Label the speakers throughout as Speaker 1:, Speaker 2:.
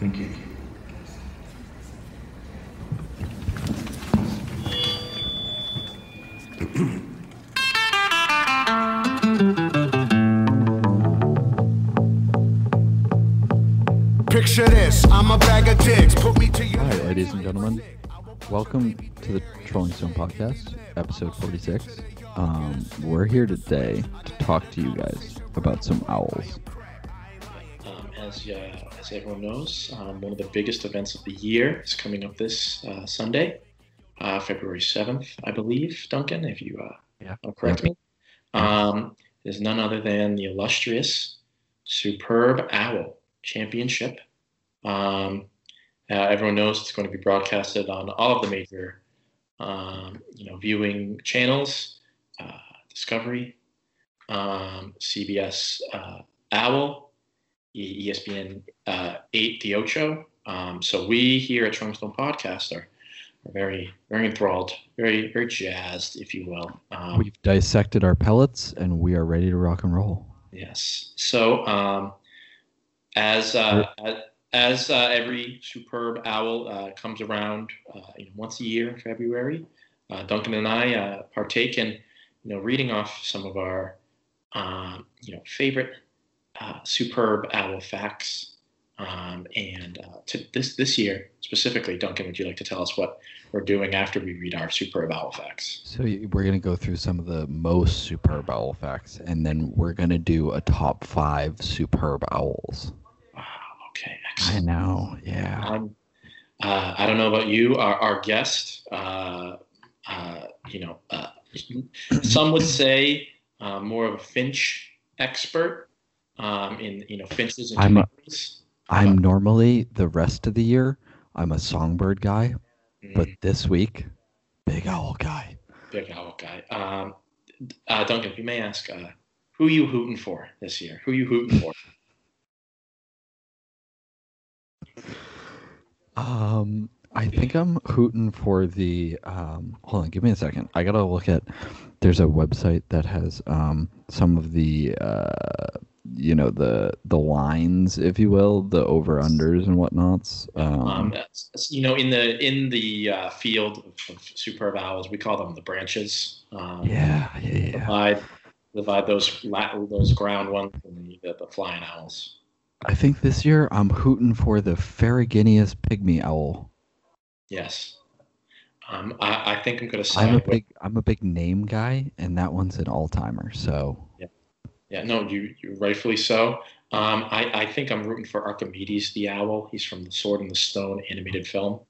Speaker 1: Thank you.
Speaker 2: Picture this, I'm a bag of dicks. Put me to your
Speaker 3: All right, ladies and gentlemen, welcome to the Trolling Stone Podcast, episode 46. Um, we're here today to talk to you guys about some owls.
Speaker 4: Um, as, uh, as everyone knows, um, one of the biggest events of the year is coming up this uh, Sunday, uh, February 7th, I believe, Duncan, if you uh,
Speaker 3: Yeah.
Speaker 4: don't correct me. Um, there's none other than the illustrious, superb Owl Championship. Um, uh, everyone knows it's going to be broadcasted on all of the major um, you know, viewing channels, uh, Discovery, um, CBS uh, Owl, E- ESPN uh, 8 The Ocho. Um, so we here at Trunkstone Podcast are, are very, very enthralled, very, very jazzed, if you will. Um,
Speaker 3: We've dissected our pellets and we are ready to rock and roll.
Speaker 4: Yes. So, um, as uh, as uh, every superb owl uh, comes around, uh, you know, once a year in February, uh, Duncan and I uh, partake in, you know, reading off some of our, um, you know, favorite uh, superb owl facts. Um, and uh, to this this year specifically, Duncan, would you like to tell us what we're doing after we read our superb owl facts?
Speaker 3: So y- we're going to go through some of the most superb owl facts and then we're going to do a top five superb owls.
Speaker 4: Wow. Okay.
Speaker 3: I
Speaker 4: Excellent.
Speaker 3: know. Yeah.
Speaker 4: I'm, Um, uh, I don't know about you, our, our guest, uh, uh, you know, uh, some would say uh, more of a Finch expert um, in, you know, Finches and
Speaker 3: I'm a-
Speaker 4: Twinkles.
Speaker 3: I'm normally the rest of the year, I'm a songbird guy, but this week, big owl guy.
Speaker 4: Mm, big owl guy. Um, uh, Duncan, if you may ask, uh, who you hooting for this year? Who you hooting for?
Speaker 3: Um, I think I'm hooting for the. Um, hold on, give me a second. I gotta look at. There's a website that has um, some of the, uh, you know, the the lines, if you will, the over unders and whatnots.
Speaker 4: Um,
Speaker 3: Um,
Speaker 4: that's- that's- you know, in the in the uh, field of, of superb owls, we call them the branches. Um,
Speaker 3: yeah, yeah, yeah.
Speaker 4: divide divide those la- those ground ones and the, the, the flying owls.
Speaker 3: I think this year I'm hooting for the Ferruginous pygmy owl.
Speaker 4: Yes, um, I, I think I'm gonna
Speaker 3: I'm a
Speaker 4: side with
Speaker 3: big I'm a big name guy, and that one's an all timer. So
Speaker 4: yeah. No, you you rightfully so. Um, I I think I'm rooting for Archimedes the owl. He's from the Sword and the Stone animated film.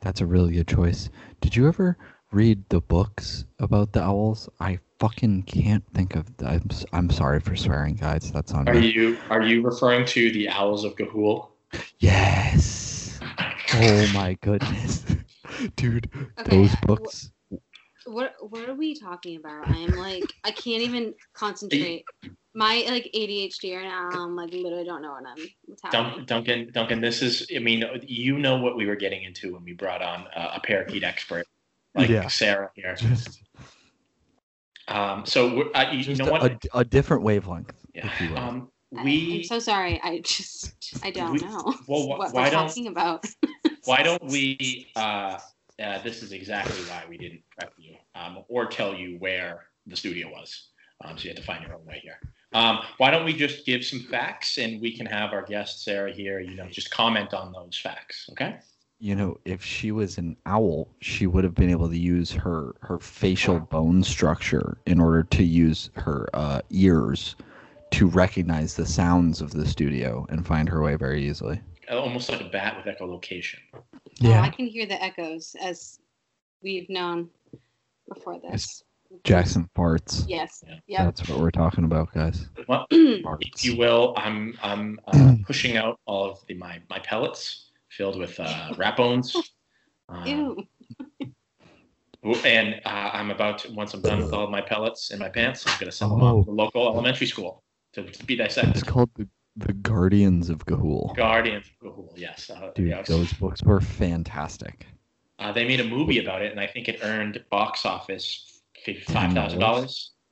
Speaker 3: That's a really good choice. Did you ever read the books about the owls? I fucking can't think of. The, I'm, s- I'm sorry for swearing, guys. That's on
Speaker 4: Are
Speaker 3: me.
Speaker 4: you are you referring to the Owls of Gahul?
Speaker 3: Yes. Oh my goodness, dude.
Speaker 5: Okay,
Speaker 3: Those
Speaker 5: wh-
Speaker 3: books.
Speaker 5: What what are we talking about? I'm like I can't even concentrate. My like ADHD right now. I'm like literally don't know what I'm what's
Speaker 4: Dun-
Speaker 5: happening.
Speaker 4: Duncan, Duncan, this is, I mean, you know what we were getting into when we brought on uh, a parakeet expert like
Speaker 3: Yeah.
Speaker 4: Sarah here.
Speaker 3: Just,
Speaker 4: Um, so, we're, uh, you, you
Speaker 3: just
Speaker 4: know
Speaker 3: a,
Speaker 4: what?
Speaker 3: a, a different wavelength,
Speaker 4: Yeah.
Speaker 3: if you will.
Speaker 4: Um,
Speaker 5: I-
Speaker 4: we
Speaker 5: I'm so sorry. I just I don't
Speaker 4: We-
Speaker 5: know
Speaker 4: well, wh-
Speaker 5: what
Speaker 4: why
Speaker 5: we're
Speaker 4: don't
Speaker 5: talking about.
Speaker 4: why don't we? Uh, uh, this is exactly why we didn't prep you um, or tell you where the studio was. Um, so you had to find your own way here. Um, why don't we just give some facts and we can have our guest Sarah here, you know, just comment on those facts, okay?
Speaker 3: you know, if she was an owl, she would have been able to use her her facial bone structure in order to use her uh, ears to recognize the sounds of the studio and find her way very easily.
Speaker 4: Almost like a bat with echolocation.
Speaker 5: Oh, I can hear the echoes as we've known before this.
Speaker 3: Jackson farts.
Speaker 5: Yes.
Speaker 4: Yeah.
Speaker 5: Yep.
Speaker 3: That's what we're talking about, guys.
Speaker 4: Well, if
Speaker 3: Farts.
Speaker 4: you will, I'm I'm uh, pushing out all of the, my my pellets filled with uh, rat bones. Um,
Speaker 5: Ew.
Speaker 4: And uh, I'm about to, once I'm done with all my pellets in my pants, I'm going to send them
Speaker 3: Oh.
Speaker 4: off to the local elementary school to be
Speaker 3: It's
Speaker 4: dissected.
Speaker 3: called the, the Guardians of Gahul.
Speaker 4: Guardians of Gahul, yes. Uh,
Speaker 3: Dude,
Speaker 4: yes.
Speaker 3: those books were fantastic.
Speaker 4: Uh, they made a movie about it, and I think it earned box office fi- $5,000.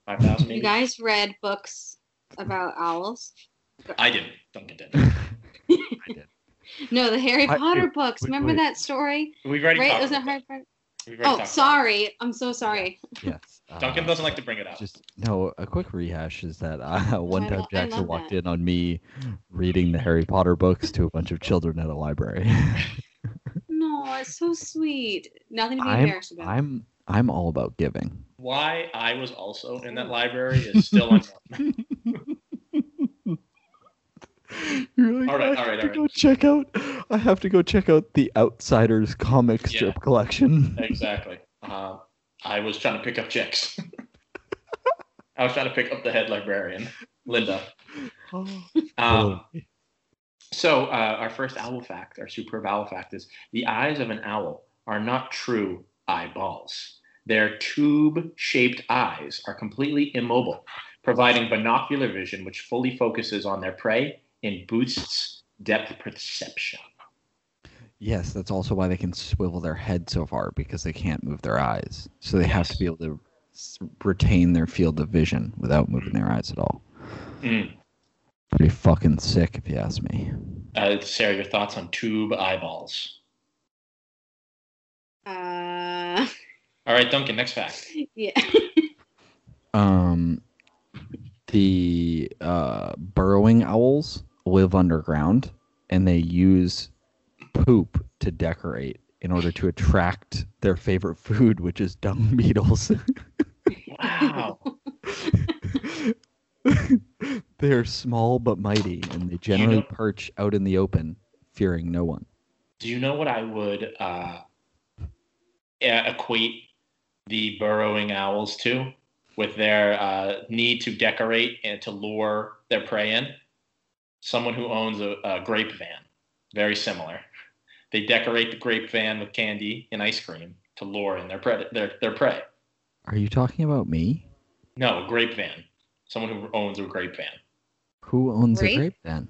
Speaker 4: $5,000
Speaker 5: You
Speaker 4: maybe?
Speaker 5: guys read books about owls?
Speaker 4: I didn't. Duncan did.
Speaker 5: No, the Harry
Speaker 3: I-
Speaker 5: Potter
Speaker 3: wait,
Speaker 5: books.
Speaker 3: wait,
Speaker 5: Remember
Speaker 3: wait.
Speaker 5: that story?
Speaker 4: We've already
Speaker 5: Right? It
Speaker 4: talked.
Speaker 5: was a
Speaker 4: about
Speaker 5: Harry
Speaker 4: it.
Speaker 5: Potter.
Speaker 4: We've already
Speaker 5: Oh,
Speaker 4: talked about it.
Speaker 5: sorry. I'm so sorry.
Speaker 3: Yes.
Speaker 4: Duncan
Speaker 3: uh,
Speaker 4: doesn't like to bring it up.
Speaker 3: Just no. A quick rehash is that uh, one
Speaker 5: I
Speaker 3: time
Speaker 5: lo- I
Speaker 3: Jackson
Speaker 5: love
Speaker 3: walked
Speaker 5: that.
Speaker 3: in on me reading the Harry Potter books to a bunch of children at a library.
Speaker 5: No, it's so sweet. Nothing to be
Speaker 3: I'm-
Speaker 5: embarrassed about.
Speaker 3: I'm I'm all about giving.
Speaker 4: Why I was also in that library is still unknown.
Speaker 3: You're like,
Speaker 4: All right,
Speaker 3: I
Speaker 4: all right,
Speaker 3: have to
Speaker 4: all right.
Speaker 3: go check out. I have to go check out the Outsiders comic
Speaker 4: Yeah.
Speaker 3: strip collection.
Speaker 4: exactly. Uh, I was trying to pick up chicks. I was trying to pick up the head librarian, Linda.
Speaker 3: Oh,
Speaker 4: Um, So, uh, our first owl fact, our superb owl fact is the eyes of an owl are not true eyeballs. Their tube shaped eyes are completely immobile, providing binocular vision which fully focuses on their prey and boosts depth perception.
Speaker 3: Yes, that's also why they can swivel their head so far because they can't move their eyes. So they have to be able to s- retain their field of vision without moving their eyes at all.
Speaker 4: Mm.
Speaker 3: Pretty fucking sick, if you ask me.
Speaker 4: Uh, Sarah, your thoughts on tube eyeballs?
Speaker 5: Uh,
Speaker 4: All right, Duncan, next fact.
Speaker 5: yeah.
Speaker 3: Um, the uh, burrowing owls live underground, and they use poop to decorate in order to attract their favorite food, which is dung beetles.
Speaker 4: Wow.
Speaker 3: they are small but mighty, and they generally perch out in the open, fearing no one.
Speaker 4: Do you know what I would uh, e- equate the burrowing owls to with their uh, need to decorate and to lure their prey in? Someone who owns a, a grape van. Very similar. They decorate the grape van with candy and ice cream to lure in their, pred- their, their prey.
Speaker 3: Are you talking about me?
Speaker 4: No, a grape van. Someone who owns a grape van.
Speaker 3: Who owns
Speaker 5: Grape?
Speaker 3: a grape then?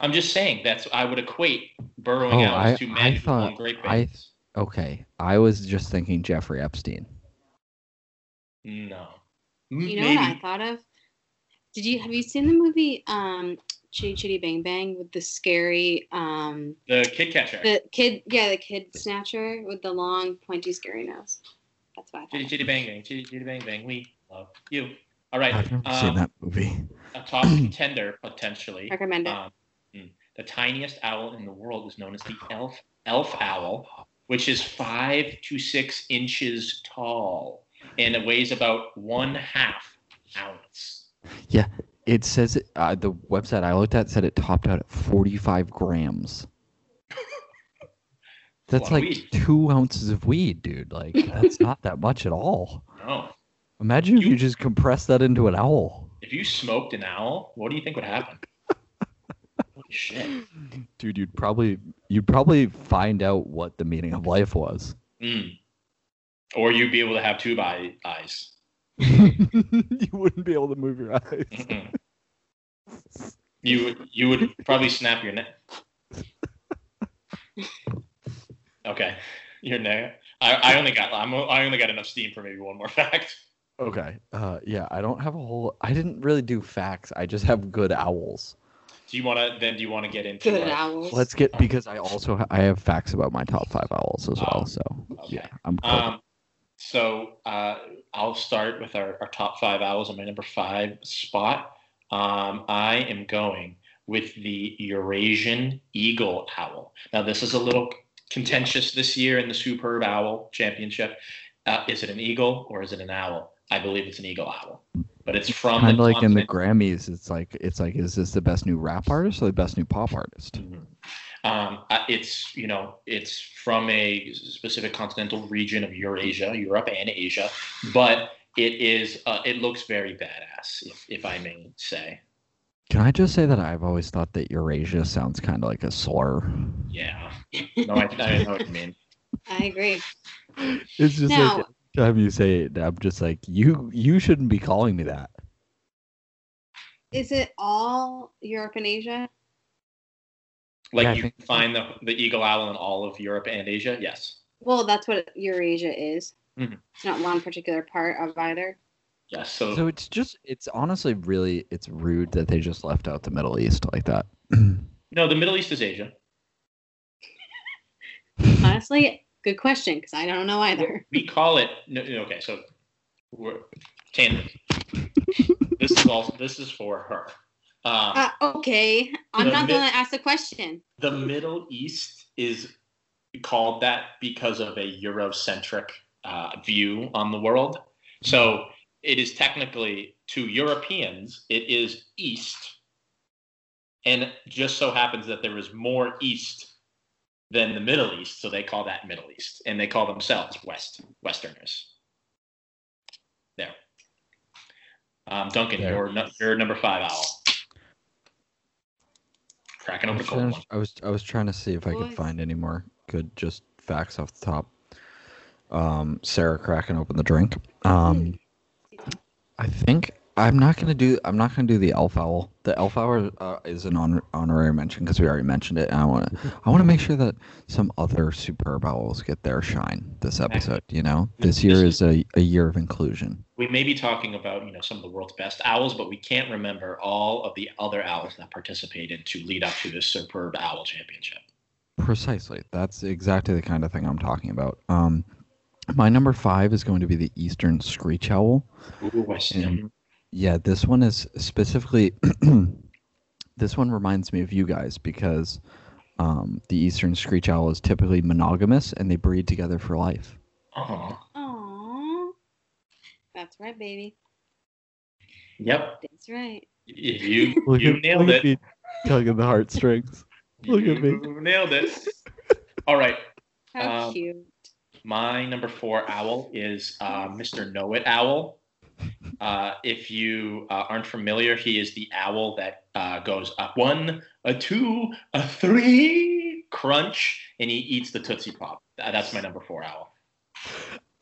Speaker 4: I'm just saying that's I would equate burrowing
Speaker 3: Oh,
Speaker 4: owls
Speaker 3: I-
Speaker 4: to
Speaker 3: I
Speaker 4: men who
Speaker 3: thought-
Speaker 4: own grape
Speaker 3: I-
Speaker 4: vans.
Speaker 3: Okay, I was just thinking Jeffrey Epstein.
Speaker 4: no.
Speaker 5: You know what I thought of? Did you have you seen the movie um Chitty Chitty Bang Bang with the scary um
Speaker 4: The Kid Catcher.
Speaker 5: the kid yeah, the kid snatcher with the long pointy scary nose. That's what I
Speaker 4: Chitty
Speaker 5: thought.
Speaker 4: chitty bang bang, chitty chitty bang bang, we love you. All right,
Speaker 3: I've never
Speaker 4: um,
Speaker 3: seen that movie.
Speaker 4: a top contender potentially.
Speaker 5: Recommend it.
Speaker 4: Um, mm, the tiniest owl in the world is known as the elf elf owl, which is five to six inches tall and it weighs about one half ounce.
Speaker 3: It says it- uh, the website I looked at said it topped out at 45 grams. That's
Speaker 4: A
Speaker 3: like
Speaker 4: lot of weed.
Speaker 3: two ounces of weed, dude. Like that's not that much at all.
Speaker 4: No,
Speaker 3: Imagine if
Speaker 4: You-
Speaker 3: you just compress that into an owl,
Speaker 4: if you smoked an owl, what do you think would happen? Holy shit.
Speaker 3: dude. You'd probably you'd probably find out what the meaning of life was.
Speaker 4: Mm. Or you'd be able to have two eye, eyes.
Speaker 3: you wouldn't be able to move your eyes.
Speaker 4: Mm-mm. Mm-hmm. You would you would probably snap your neck. Okay, your neck. I, I only got I'm, I only got enough steam for maybe one more fact.
Speaker 3: Okay. Uh, yeah, I don't have a whole. I didn't really do facts. I just have good owls.
Speaker 4: Do you want to then? Do you want to get into?
Speaker 5: Good
Speaker 4: our-
Speaker 5: owls.
Speaker 3: Let's get because I also ha- I have facts about my top five owls as
Speaker 4: Oh,
Speaker 3: well. So
Speaker 4: okay.
Speaker 3: yeah, I'm.
Speaker 4: Um, so uh, I'll start with our, our top five owls on my number five spot. Um, I am going with the Eurasian eagle owl. Now, this is a little contentious this year in the Superb Owl Championship. Uh, is it an eagle or is it an owl? I believe it's an eagle owl, but it's from
Speaker 3: kind of like in the
Speaker 4: continent-
Speaker 3: Grammys, it's like it's like is this the best new rap artist or the best new pop artist?
Speaker 4: Um, uh, it's you know it's from a specific continental region of Eurasia, Europe and Asia, but it is uh, it looks very badass, if, if I may say.
Speaker 3: Can I just say that I've always thought that Eurasia sounds kind of like a slur?
Speaker 4: Yeah, no, I, I know what you mean.
Speaker 5: I agree.
Speaker 3: It's just
Speaker 5: Now
Speaker 3: like every time you say it, I'm just like you. You shouldn't be calling me that.
Speaker 5: is it all Europe and Asia?
Speaker 4: Like
Speaker 3: Yeah, I
Speaker 4: you
Speaker 3: think-
Speaker 4: can find the the eagle owl in all of Europe and Asia. Yes,
Speaker 5: Well, that's what Eurasia is.
Speaker 4: Mhm.
Speaker 5: It's not one particular part of either.
Speaker 4: yes. So,
Speaker 3: So it's just it's honestly really it's rude that they just left out the Middle East like that.
Speaker 4: no, the Middle East is Asia.
Speaker 5: honestly, good question because I don't know either.
Speaker 4: We call it no, no, okay. So we're tandem. this is all. This is for her. Um,
Speaker 5: Uh, okay, I'm
Speaker 4: The
Speaker 5: not
Speaker 4: mi-
Speaker 5: going to ask the question.
Speaker 4: the Middle East is called that because of a Eurocentric uh, view on the world. So it is technically to Europeans, it is East, and it just so happens that there is more East than the Middle East, so they call that Middle East, and they call themselves West Westerners. There, um, Duncan,
Speaker 3: There.
Speaker 4: you're, nu- you're number five owl. Cracking
Speaker 3: I
Speaker 4: open
Speaker 3: was,
Speaker 4: a cold
Speaker 3: trying,
Speaker 4: one.
Speaker 3: I was I was trying to see if I could
Speaker 5: Boy.
Speaker 3: find any more good just facts off the top. Um, Sarah cracking open the drink. Um, I think I'm not gonna do I'm not gonna do the elf owl. The elf owl uh, is an honor, honorary mention because we already mentioned it. And I want to I want to make sure that some other superb owls get their shine this episode. You know, this year is a, a year of inclusion.
Speaker 4: we may be talking about you know some of the world's best owls, but we can't remember all of the other owls that participated to lead up to this superb owl championship.
Speaker 3: Precisely. That's exactly the kind of thing I'm talking about. Um, my number five is going to be the Eastern Screech Owl.
Speaker 4: Ooh, I see.
Speaker 3: And yeah, this one is specifically. this one reminds me of you guys because um, the Eastern Screech Owl is typically monogamous and they breed together for life.
Speaker 4: Aw.
Speaker 5: Aww, that's right, baby.
Speaker 4: Yep,
Speaker 5: That's right.
Speaker 4: you you nailed it.
Speaker 3: tugging the heartstrings. look
Speaker 4: you
Speaker 3: at me.
Speaker 4: Nailed it. All right,
Speaker 5: How
Speaker 4: Um,
Speaker 5: cute.
Speaker 4: my number four owl is uh, Mr. Know It Owl. Uh, if you uh, aren't familiar, he is the owl that uh, goes a one, a two, a three, crunch, and he eats the Tootsie Pop. Uh, That's my number four owl.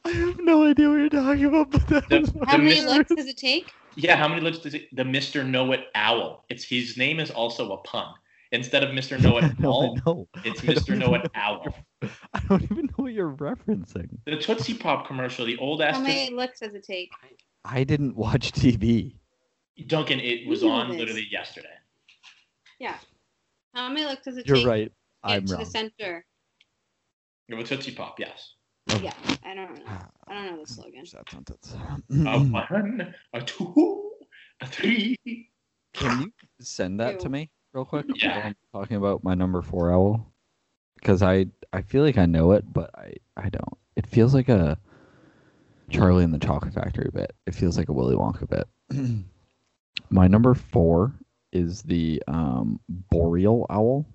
Speaker 3: I have no idea what you're talking about, but that
Speaker 4: The-
Speaker 3: was my
Speaker 5: How many
Speaker 4: Mr.
Speaker 5: looks does it take?
Speaker 4: Yeah, how many lips does it, the Mr. Know It Owl? It's his name is also a pun. Instead of Mr. Know It
Speaker 3: No,
Speaker 4: All,
Speaker 3: I know.
Speaker 4: it's
Speaker 3: I don't
Speaker 4: Mr. Know It
Speaker 3: even
Speaker 4: Owl.
Speaker 3: I don't even know what you're referencing.
Speaker 4: The Tootsie Pop commercial, the old ass
Speaker 5: How many looks does it take?
Speaker 3: I didn't watch TV.
Speaker 4: Tootsie- Duncan, it was
Speaker 5: You know
Speaker 4: on
Speaker 5: this.
Speaker 4: literally yesterday.
Speaker 5: How many looks does it
Speaker 3: You're
Speaker 5: take
Speaker 3: right.
Speaker 5: to get
Speaker 3: I'm
Speaker 5: to
Speaker 3: wrong.
Speaker 5: the center?
Speaker 4: It was Tootsie Pop, yes.
Speaker 3: Oh.
Speaker 5: Yeah, I don't know.
Speaker 3: Ah,
Speaker 5: I don't know the slogan.
Speaker 3: Use that sentence.
Speaker 4: A
Speaker 3: Hmm.
Speaker 4: one, a two, a three.
Speaker 3: Can you send that to
Speaker 5: Ew.
Speaker 3: me real quick?
Speaker 4: Yeah.
Speaker 3: while I'm talking about my number four owl. Because I I feel like I know it, but I I don't. It feels like a Charlie and the Chocolate Factory bit. It feels like a Willy Wonka bit. my number four is the um, boreal owl.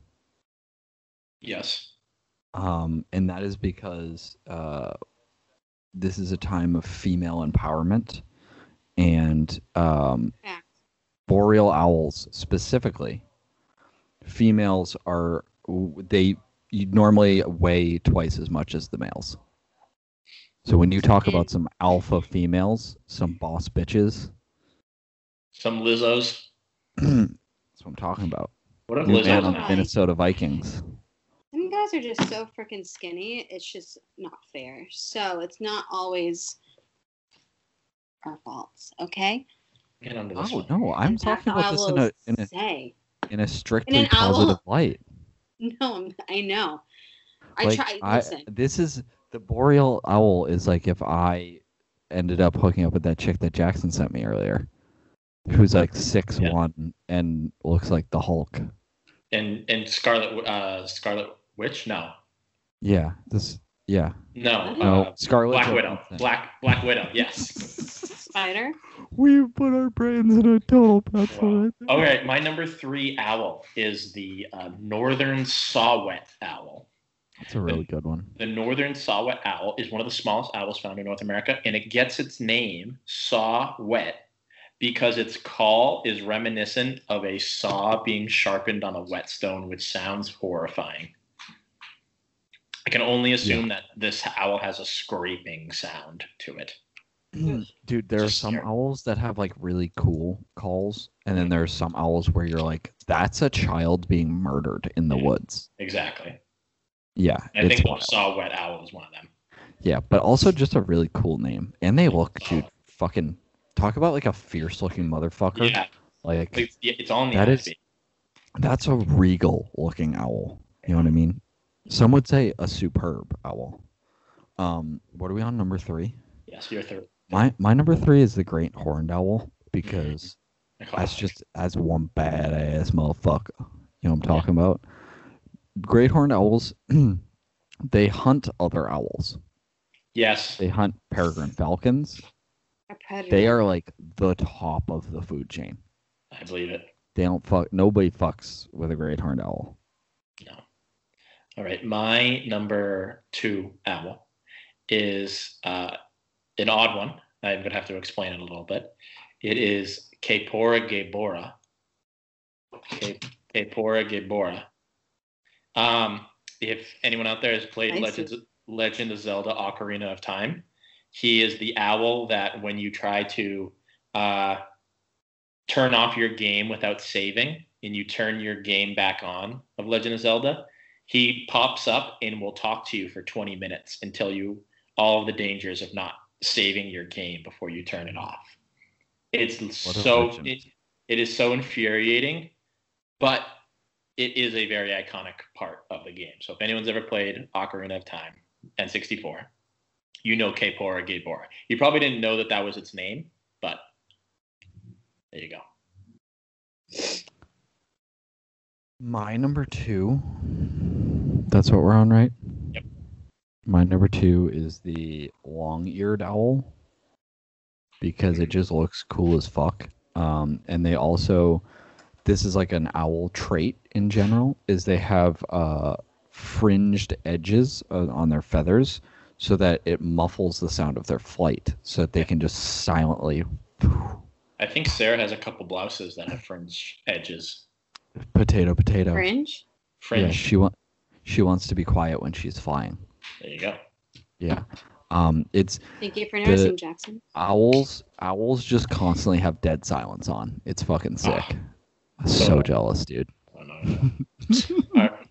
Speaker 4: Yes.
Speaker 3: um, and that is because uh, this is a time of female empowerment, and um,
Speaker 5: Yeah.
Speaker 3: boreal owls specifically, females are they you normally weigh twice as much as the males. So when you talk about some alpha females, some boss bitches,
Speaker 4: Some Lizzos.
Speaker 3: that's what I'm talking about.
Speaker 4: What if
Speaker 3: Your man on
Speaker 4: Lizzo's an
Speaker 3: the
Speaker 5: Alright.
Speaker 4: owl?
Speaker 3: Minnesota Vikings.
Speaker 5: Some guys are just so freaking skinny. It's just not fair. So it's not always our faults, okay?
Speaker 4: Get under this
Speaker 3: Oh
Speaker 4: one.
Speaker 3: no, I'm
Speaker 5: And that's
Speaker 3: talking about
Speaker 5: all
Speaker 3: this
Speaker 5: I
Speaker 3: in
Speaker 5: will
Speaker 3: a in a
Speaker 5: say.
Speaker 3: in a strictly
Speaker 5: an owl.
Speaker 3: positive light.
Speaker 5: No, I'm- I know. I
Speaker 3: like,
Speaker 5: try. listen,
Speaker 3: this is the boreal owl is like if I ended up hooking up with that chick that Jackson sent me earlier, who's like six
Speaker 4: Yeah.
Speaker 3: one and looks like the Hulk.
Speaker 4: And and Scarlet uh Scarlet Witch? No.
Speaker 3: Yeah, this. Yeah,
Speaker 4: No.
Speaker 3: no,
Speaker 4: Uh,
Speaker 3: Scarlet
Speaker 4: Black Widow.
Speaker 3: Johansson.
Speaker 4: Black Black Widow, yes.
Speaker 5: spider.
Speaker 3: We put our brains in a total
Speaker 4: Wow.
Speaker 3: pretzel.
Speaker 4: All right, my number three owl is the uh, northern sawwet owl.
Speaker 3: That's a really good one.
Speaker 4: The northern sawwet owl is one of the smallest owls found in North America, and it gets its name sawwet because its call is reminiscent of a saw being sharpened on a whetstone, which sounds horrifying. I can only assume that this owl has a scraping sound to it.
Speaker 3: Dude, there are
Speaker 4: Just
Speaker 3: some
Speaker 4: scary.
Speaker 3: owls that have like really cool calls, and then there are some owls where you're like, that's a child being murdered in the
Speaker 4: Yeah.
Speaker 3: woods.
Speaker 4: Exactly.
Speaker 3: Yeah,
Speaker 4: I think
Speaker 3: wild.
Speaker 4: the sawwet owl is one of them.
Speaker 3: Yeah, but also just a really cool name. And they look, dude, fucking talk about like a fierce looking motherfucker.
Speaker 4: Yeah,
Speaker 3: Like
Speaker 4: it's, it's on the
Speaker 3: That
Speaker 4: eye
Speaker 3: is-
Speaker 4: beat.
Speaker 3: that's a regal looking owl. You know what I mean? Some would say a superb owl. Um, what are we on number three?
Speaker 4: Yes, you're third.
Speaker 3: My my number three is the great horned owl because
Speaker 4: Mm-hmm.
Speaker 3: that's just that's one badass motherfucker. You know what I'm talking about? Great horned owls, they hunt other owls.
Speaker 4: yes.
Speaker 3: They hunt peregrine falcons.
Speaker 5: A predator.
Speaker 3: They are like the top of the food chain.
Speaker 4: I believe it.
Speaker 3: They don't fuck. Nobody fucks with a great horned owl.
Speaker 4: All right, my number two owl is uh, an odd one. I'm going to have to explain it a little bit. It is Capora gebora. Cap- Capora gebora. Um, if anyone out there has played
Speaker 5: I see.
Speaker 4: Legends, Legend of Zelda Ocarina of Time, he is the owl that when you try to uh, turn off your game without saving and you turn your game back on of Legend of Zelda, he pops up and will talk to you for 20 minutes and tell you all the dangers of not saving your game before you turn it off. It's
Speaker 3: a
Speaker 4: so
Speaker 3: legend.
Speaker 4: it, it is so infuriating, but it is a very iconic part of the game. So if anyone's ever played Ocarina of Time N64, you know Kapora Gabora. You probably didn't know that that was its name, but there you go.
Speaker 3: My number two. That's what we're on, right?
Speaker 4: Yep.
Speaker 3: My number two is the long-eared owl because it just looks cool as fuck. Um, and they also, this is like an owl trait in general, is they have uh, fringed edges uh, on their feathers so that it muffles the sound of their flight, so that they can just silently.
Speaker 4: I think Sarah has a couple blouses that have fringe edges.
Speaker 3: Potato, potato.
Speaker 5: Fringe.
Speaker 3: Yeah,
Speaker 4: Fringe.
Speaker 3: she wa- she wants to be quiet when she's flying.
Speaker 4: There you go.
Speaker 3: Yeah. Um, it's
Speaker 5: Thank you for noticing,
Speaker 3: The-
Speaker 5: Jackson.
Speaker 3: owls. Owls just constantly have dead silence on. It's fucking sick. I'm so
Speaker 4: Ah. So-
Speaker 3: jealous, dude.
Speaker 4: Oh, no, no. All right.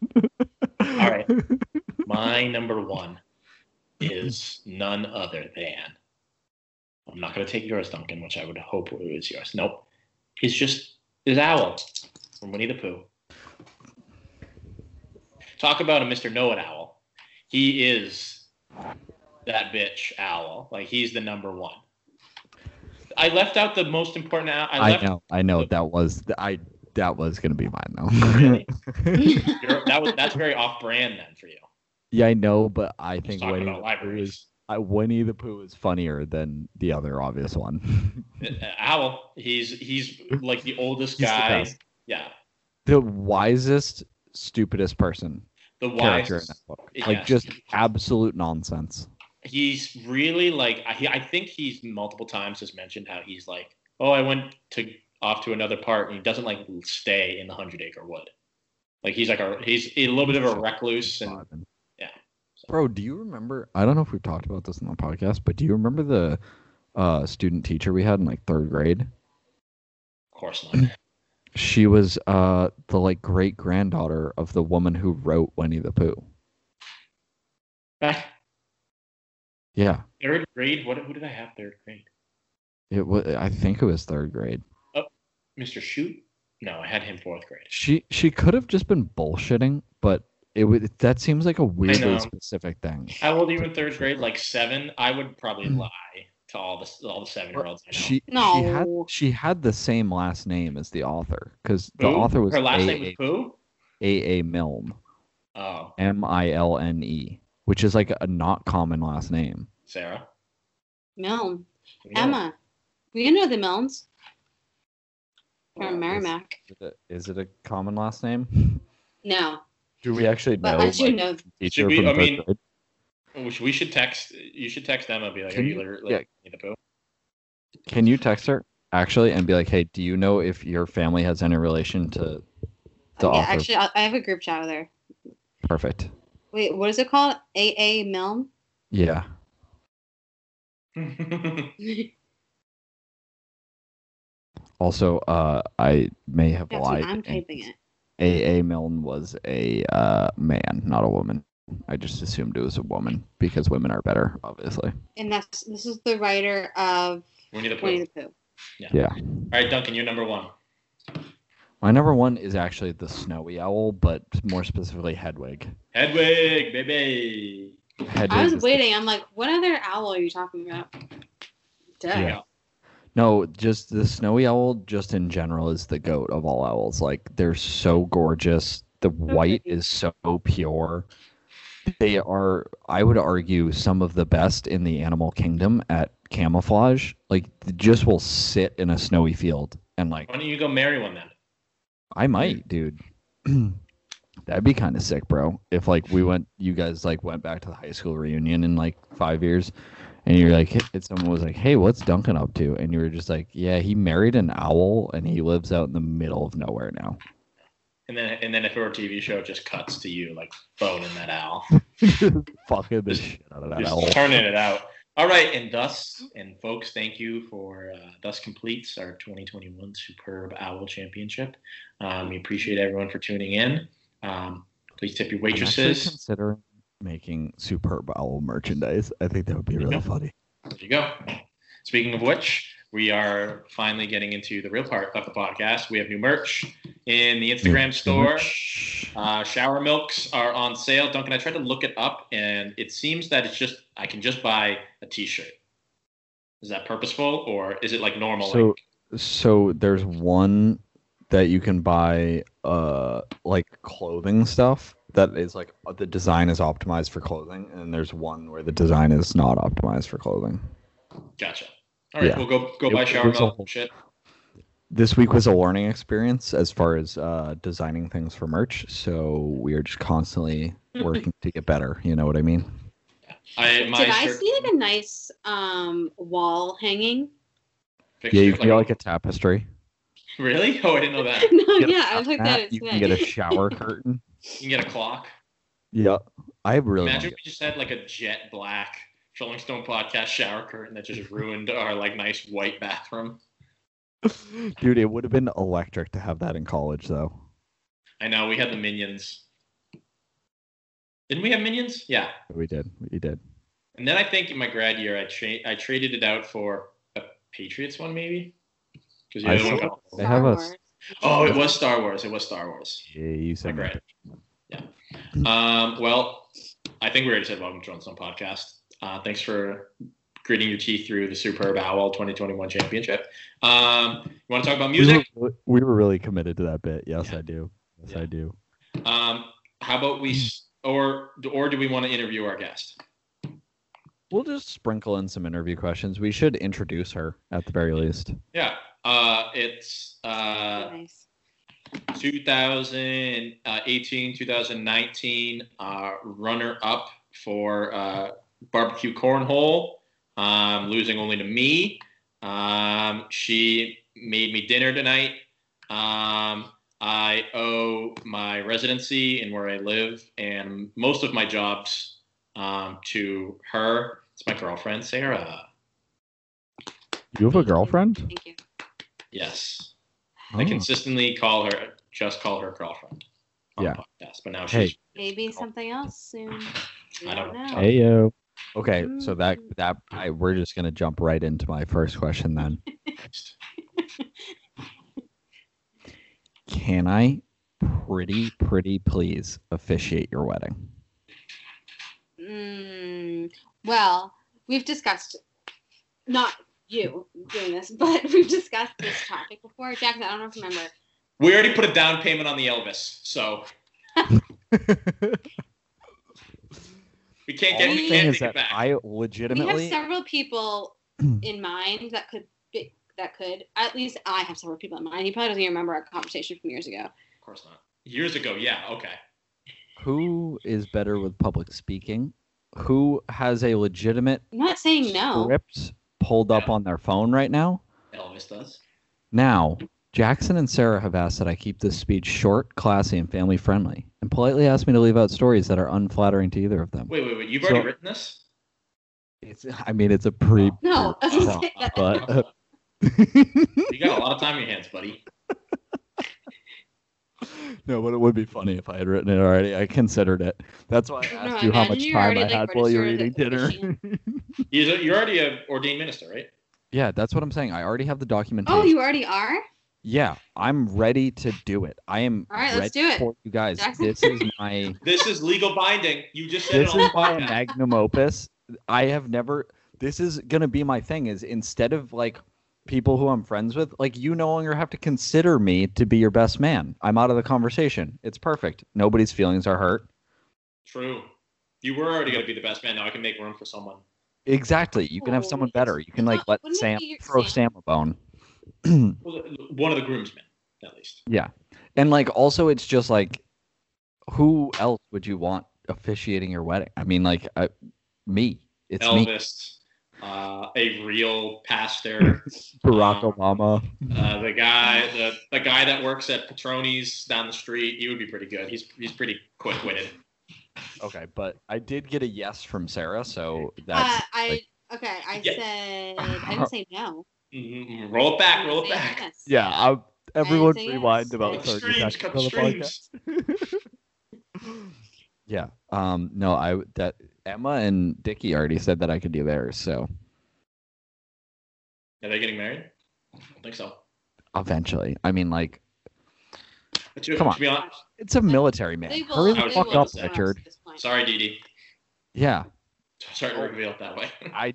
Speaker 4: All right. My number one is none other than. I'm not going to take yours, Duncan, which I would hope it was yours. Nope. It's just is Owl from Winnie the Pooh. Talk about a Mr. Know It Owl. He is that bitch owl. Like he's the number one. I left out the most important. Owl. I
Speaker 3: I,
Speaker 4: left Oh.
Speaker 3: know. I know. That was I. That was gonna be mine though.
Speaker 4: You're, that was that's very off brand then for you.
Speaker 3: yeah, I know, but I
Speaker 4: Just
Speaker 3: think
Speaker 4: talking
Speaker 3: Winnie,
Speaker 4: about libraries.
Speaker 3: I, Winnie the Pooh is funnier than the other obvious one.
Speaker 4: Uh, Owl, he's he's like the oldest
Speaker 3: He's the
Speaker 4: guy.
Speaker 3: best.
Speaker 4: yeah,
Speaker 3: the wisest, stupidest person
Speaker 4: the
Speaker 3: character in
Speaker 4: wise.
Speaker 3: that book. Like
Speaker 4: yes.
Speaker 3: just absolute nonsense.
Speaker 4: He's really like I, I think he's multiple times has mentioned how he's like, oh, I went to off to another part, and he doesn't like stay in the Hundred Acre Wood. Like he's like a he's a little bit of a recluse, and
Speaker 3: Robin.
Speaker 4: yeah.
Speaker 3: Bro, do you remember? I don't know if we've talked about this in the podcast, but do you remember the uh, student teacher we had in like third grade?
Speaker 4: of course not.
Speaker 3: She was uh, the like great granddaughter of the woman who wrote Winnie the Pooh.
Speaker 4: Back
Speaker 3: Yeah,
Speaker 4: third grade, what who did I have third grade?
Speaker 3: it was. I think it was third grade.
Speaker 4: Mr. Shoot? No, I had him fourth grade.
Speaker 3: She she could have just been bullshitting, but it was that seems like a
Speaker 4: know.
Speaker 3: weirdly specific thing.
Speaker 4: How old are you in third grade? Like seven? I would probably lie to all the all the seven year olds. I
Speaker 3: Hmm.
Speaker 4: know.
Speaker 3: She she had
Speaker 5: No.
Speaker 3: she had the same last name as the author because the
Speaker 4: Pooh?
Speaker 3: author was
Speaker 4: her last
Speaker 3: A.A.
Speaker 4: name was Pooh.
Speaker 3: A.A. Milne.
Speaker 4: Oh,
Speaker 3: M I L N E, which is like a not common last name.
Speaker 4: Sarah.
Speaker 5: Milne. Emma. We know the Milnes
Speaker 3: Yeah,
Speaker 5: from Merrimack.
Speaker 3: Is it a, is it a common last name?
Speaker 5: No,
Speaker 3: Do we actually know?
Speaker 5: but I do
Speaker 3: like,
Speaker 5: know.
Speaker 3: teacher
Speaker 4: Should we-
Speaker 3: from
Speaker 4: I
Speaker 3: third
Speaker 4: mean,
Speaker 3: grade?
Speaker 4: Which Oh, we should text. You should text Emma. And be like,
Speaker 3: Can
Speaker 4: are you
Speaker 3: you-
Speaker 4: literally
Speaker 3: yeah.
Speaker 4: Winnie the Pooh?
Speaker 3: Can you text her actually and be like, hey, do you know if your family has any relation to the
Speaker 5: yeah,
Speaker 3: author?
Speaker 5: actually, I I have a group chat with her.
Speaker 3: Perfect.
Speaker 5: Wait, what is it called? AA Milne.
Speaker 3: Yeah. Also, uh, I may have
Speaker 5: That's
Speaker 3: lied.
Speaker 5: when I'm
Speaker 3: and
Speaker 5: typing it.
Speaker 3: A.A. Milne was a uh, man, not a woman. I just assumed it was a woman because women are better, obviously.
Speaker 5: And that's this is the writer of
Speaker 4: Winnie the Pooh.
Speaker 5: Winnie the Pooh.
Speaker 3: Yeah.
Speaker 4: All right, Duncan, you're number one.
Speaker 3: My number one is actually the snowy owl, but more specifically Hedwig.
Speaker 4: Hedwig, baby.
Speaker 3: Hedwig
Speaker 5: I was
Speaker 3: is the-
Speaker 5: waiting. I'm like, what other owl are you talking about? Duh.
Speaker 3: Yeah. No, just the snowy owl, just in general, is the goat of all owls. Like they're so gorgeous. The white
Speaker 5: pretty.
Speaker 3: is so pure. They are, I would argue, some of the best in the animal kingdom at camouflage. Like, they just will sit in a snowy field and like,
Speaker 4: Why don't you go marry one then?
Speaker 3: I might, dude. That'd be kind of sick, bro. If like we went, you guys like went back to the high school reunion in like five years, and you're like, and someone was like, "Hey, what's Duncan up to?" And you were just like, "Yeah, he married an owl, and he lives out in the middle of nowhere now."
Speaker 4: And then and then if it were a TV show, it just cuts to you like boning that owl.
Speaker 3: Fucking the shit out of that
Speaker 4: just
Speaker 3: owl.
Speaker 4: turning it out. All right, and thus, and folks, thank you for uh, thus completes our 2021 Superb Owl Championship. Um, we appreciate everyone for tuning in. Um, please tip your
Speaker 3: I'm actually
Speaker 4: waitresses.
Speaker 3: considering making superb owl merchandise. I think that would be really
Speaker 4: Yeah.
Speaker 3: funny.
Speaker 4: There you go. Speaking of which, we are finally getting into the real part of the podcast. We have new merch in the Instagram store. Uh, shower milks are on sale. Duncan, I tried to look it up, and it seems that it's just I can just buy a T-shirt. Is that purposeful, or is it like normal?
Speaker 3: So-
Speaker 4: like,
Speaker 3: so there's one that you can buy uh like clothing stuff that is like uh, the design is optimized for clothing and there's one where the design is not optimized for clothing
Speaker 4: gotcha. All right,
Speaker 3: Yeah.
Speaker 4: we'll go go
Speaker 3: It-
Speaker 4: buy
Speaker 3: it
Speaker 4: shower
Speaker 3: was a
Speaker 4: milk.
Speaker 3: whole-
Speaker 4: Shit.
Speaker 3: this week was a learning experience as far as uh designing things for merch so we are just constantly working to get better you know what i mean
Speaker 4: I my
Speaker 5: Did I
Speaker 4: shirt
Speaker 5: see like a nice um wall hanging?
Speaker 4: fixture,
Speaker 3: yeah you can get like a tapestry
Speaker 4: really? Oh, I didn't know that. You
Speaker 5: no,
Speaker 3: Get a
Speaker 5: yeah, I was like
Speaker 3: mat,
Speaker 5: that. is
Speaker 3: you can get a
Speaker 5: today.
Speaker 3: shower curtain
Speaker 4: can get a clock.
Speaker 3: yeah i really wanna
Speaker 4: Imagine
Speaker 3: get-
Speaker 4: if we just had like a jet black Rolling Stone podcast shower curtain that just ruined our like nice white bathroom.
Speaker 3: dude it would have been electric to have that in college though
Speaker 4: I know we had the minions. Didn't we have minions? Yeah.
Speaker 3: we did we did
Speaker 4: And then I think in my grad year, I tra- I traded it out for a Patriots one, maybe. Because the
Speaker 3: I
Speaker 4: other one
Speaker 3: see.
Speaker 4: got-
Speaker 3: They have a-
Speaker 5: Star
Speaker 4: Oh, it was Star Wars. It was Star Wars.
Speaker 3: Yeah, you
Speaker 4: My
Speaker 3: said that.
Speaker 4: grad. Yeah. Um, well, I think we already said welcome to on some podcast. Uh, thanks for gritting your teeth through the superb owl 2021 championship. Um, you want to talk about music?
Speaker 3: We were, we were really committed to that bit. Yes,
Speaker 4: Yeah.
Speaker 3: I do. Yes,
Speaker 4: Yeah.
Speaker 3: I do.
Speaker 4: Um, how about we s- or or do we want to interview our guest?
Speaker 3: We'll just sprinkle in some interview questions. We should introduce her at the very least.
Speaker 4: Yeah. Uh, it's uh,
Speaker 5: Wars. Nice.
Speaker 4: 2018 2019 uh, runner up for uh, barbecue cornhole um, losing only to me um, she made me dinner tonight um, i owe my residency and where i live and most of my jobs um, to her it's my girlfriend sarah
Speaker 3: You have a girlfriend?
Speaker 5: Thank you.
Speaker 4: yes
Speaker 3: Oh.
Speaker 4: i consistently call her just call her girlfriend on
Speaker 3: Yeah.
Speaker 4: the podcast, but now
Speaker 3: Hey.
Speaker 4: she's
Speaker 5: Maybe something else soon. We
Speaker 4: I don't know.
Speaker 3: Hey yo. Okay, so that
Speaker 5: Mm.
Speaker 3: that I, we're just gonna jump right into my first question then. Can I pretty pretty please officiate your wedding?
Speaker 5: Mm, well, we've discussed not you doing this, but we've discussed this topic before. Jackson, I don't know if you remember.
Speaker 4: We already put a down payment on the Elvis, so we can't get
Speaker 5: Only
Speaker 4: we
Speaker 5: thing
Speaker 4: can't
Speaker 3: is
Speaker 4: take
Speaker 3: that
Speaker 4: it back.
Speaker 3: I
Speaker 5: We have
Speaker 3: legitimately
Speaker 5: several people in mind that could be, that could at least I have several people in mind. He probably doesn't even remember our conversation from years ago.
Speaker 4: of course not. Years ago, yeah, okay.
Speaker 3: who is better with public speaking? Who has a legitimate
Speaker 5: I'm not saying no.
Speaker 3: script pulled up on their phone right now.
Speaker 4: Elvis does.
Speaker 3: Now, Jackson and Sarah have asked that I keep this speech short, classy, and family friendly, and politely asked me to leave out stories that are unflattering to either of them.
Speaker 4: Wait, wait, wait. You've
Speaker 3: So-
Speaker 4: already written this?
Speaker 3: It's, I mean, it's a pre.
Speaker 5: No, I was gonna
Speaker 3: Well,
Speaker 5: say that.
Speaker 3: But uh,
Speaker 4: You got a lot of time on your hands, buddy.
Speaker 3: no, but it would be funny if I had written it already. I considered it. That's why I
Speaker 5: No,
Speaker 3: asked you how
Speaker 5: imagine
Speaker 3: much
Speaker 5: you're
Speaker 3: time
Speaker 5: already,
Speaker 3: I had
Speaker 5: like,
Speaker 3: while you were eating
Speaker 5: registered at the
Speaker 3: dinner.
Speaker 4: You're you're already an ordained minister, right?
Speaker 3: yeah, that's what I'm saying. I already have the documentation.
Speaker 5: Oh, you already Oh, are?
Speaker 3: Yeah, I'm ready to do it. I am
Speaker 5: All right,
Speaker 3: ready
Speaker 5: let's do it.
Speaker 3: for you guys.
Speaker 5: Jackson.
Speaker 3: This is my
Speaker 4: This is legal binding. You just said
Speaker 3: this
Speaker 4: it on the
Speaker 3: is my
Speaker 4: podcast.
Speaker 3: magnum opus. I have never. This is gonna be my thing. Is instead of like people who I'm friends with, like you no longer have to consider me to be your best man. I'm out of the conversation. It's perfect. Nobody's feelings are hurt.
Speaker 4: True. You were already going to be the best man. Now I can make room for someone.
Speaker 3: Exactly. You can have someone
Speaker 5: Always.
Speaker 3: better. You can like
Speaker 5: Uh,
Speaker 3: let
Speaker 5: wouldn't it
Speaker 3: Sam
Speaker 5: be your
Speaker 3: throw
Speaker 5: Sam?
Speaker 3: Sam a bone.
Speaker 4: Well, one of the groomsmen, at least.
Speaker 3: Yeah. And like also it's just like who else would you want officiating your wedding? I mean like I, me. It's me,
Speaker 4: Elvis, uh, a real pastor,
Speaker 3: Barack
Speaker 4: um,
Speaker 3: Obama.
Speaker 4: uh, the guy, the, the guy that works at Patroni's down the street. You would be pretty good. He's he's pretty quick witted.
Speaker 3: Okay, but I did get a yes from Sarah, so
Speaker 5: Uh,
Speaker 3: that's
Speaker 5: I
Speaker 3: like-
Speaker 5: okay. I
Speaker 4: Yeah.
Speaker 5: said I didn't say no.
Speaker 4: Mm, Roll it back. Roll it
Speaker 5: I said
Speaker 4: back.
Speaker 5: yes.
Speaker 3: yeah, I, everyone
Speaker 5: say yes.
Speaker 3: rewind about
Speaker 4: Cut
Speaker 5: Yes.
Speaker 4: the
Speaker 3: 30
Speaker 4: streams.
Speaker 3: seconds of
Speaker 4: Cut the
Speaker 3: the podcast.
Speaker 4: streams.
Speaker 3: Yeah. Um no, I would- that Emma and Dickie already said that I could do theirs, so
Speaker 4: Are they getting married? I don't think so.
Speaker 3: eventually. I mean like
Speaker 4: But you-
Speaker 3: Come on.
Speaker 4: To be honest,
Speaker 3: it's a military man.
Speaker 5: They
Speaker 3: Hurry
Speaker 5: will,
Speaker 3: the
Speaker 5: they
Speaker 3: fuck
Speaker 5: will
Speaker 3: up,
Speaker 5: divorce
Speaker 3: Richard.
Speaker 5: at this point.
Speaker 4: sorry, Dee Dee.
Speaker 3: Yeah.
Speaker 4: Sorry to reveal it that way.
Speaker 3: I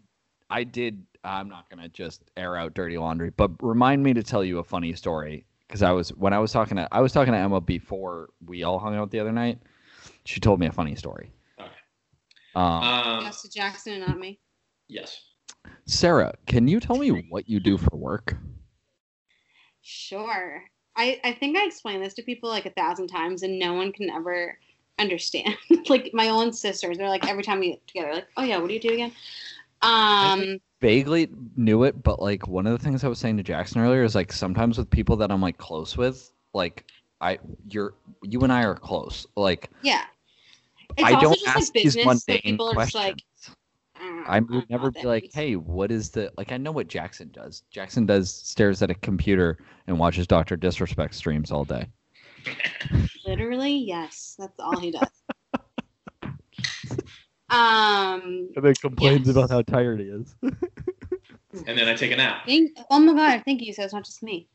Speaker 3: I did I'm not going to just air out dirty laundry, but remind me to tell you a funny story cuz I was when I was talking to I was talking to Emma before we all hung out the other night. She told me a funny story.
Speaker 4: Okay.
Speaker 3: Um,
Speaker 4: Um,
Speaker 5: Yes to Jackson and not me.
Speaker 4: yes.
Speaker 3: Sarah, can you tell me what you do for work?
Speaker 5: Sure. I, I think I explained this to people like a thousand times and no one can ever understand. like my own sisters, they're like every time we get together, like, oh yeah, what do you do again? Um,
Speaker 3: Vaguely knew it, but like one of the things I was saying to Jackson earlier is like sometimes with people that I'm like close with, like I you're you and I are close. Like
Speaker 5: yeah. It's
Speaker 3: I
Speaker 5: also
Speaker 3: don't
Speaker 5: just
Speaker 3: ask
Speaker 5: like business,
Speaker 3: these
Speaker 5: so
Speaker 3: mundane
Speaker 5: people are
Speaker 3: questions.
Speaker 5: just like, Mm, I don't know,
Speaker 3: I
Speaker 5: I'm
Speaker 3: would never
Speaker 5: not
Speaker 3: be
Speaker 5: that
Speaker 3: like,
Speaker 5: into
Speaker 3: hey, what is the like? I know what Jackson does. Jackson does stares at a computer and watches Doctor Disrespect streams all day.
Speaker 5: Literally, yes. That's all he does. um,
Speaker 3: And then
Speaker 5: complains Yes. about how
Speaker 3: tired he is.
Speaker 4: And then I take a nap.
Speaker 5: thank, oh my god, thank you. So it's not just me.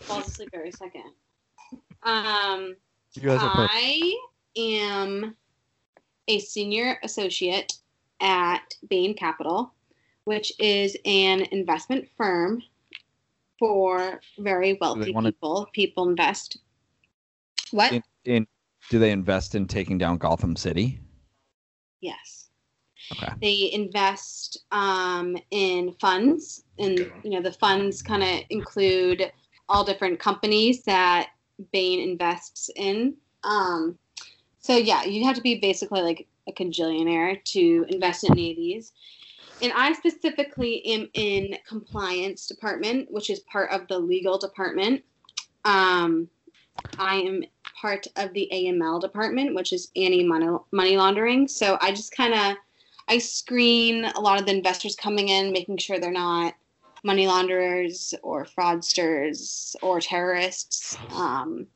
Speaker 5: Falls asleep every second. Um,
Speaker 3: You guys are perfect.
Speaker 5: I am a senior associate at Bain Capital, which is an investment firm for very wealthy
Speaker 3: wanna-
Speaker 5: people. People invest. What?
Speaker 3: In, in do they invest in taking down Gotham City?
Speaker 5: Yes.
Speaker 3: Okay.
Speaker 5: They invest um, in funds, and
Speaker 4: Good one.
Speaker 5: you know the funds kind of include all different companies that Bain invests in. Um, so yeah, you have to be basically like a congillionaire to invest in any of these. And I specifically am in compliance department, which is part of the legal department. Um, I am part of the AML department, which is anti money laundering. So I just kind of I screen a lot of the investors coming in, making sure they're not money launderers or fraudsters or terrorists. Um,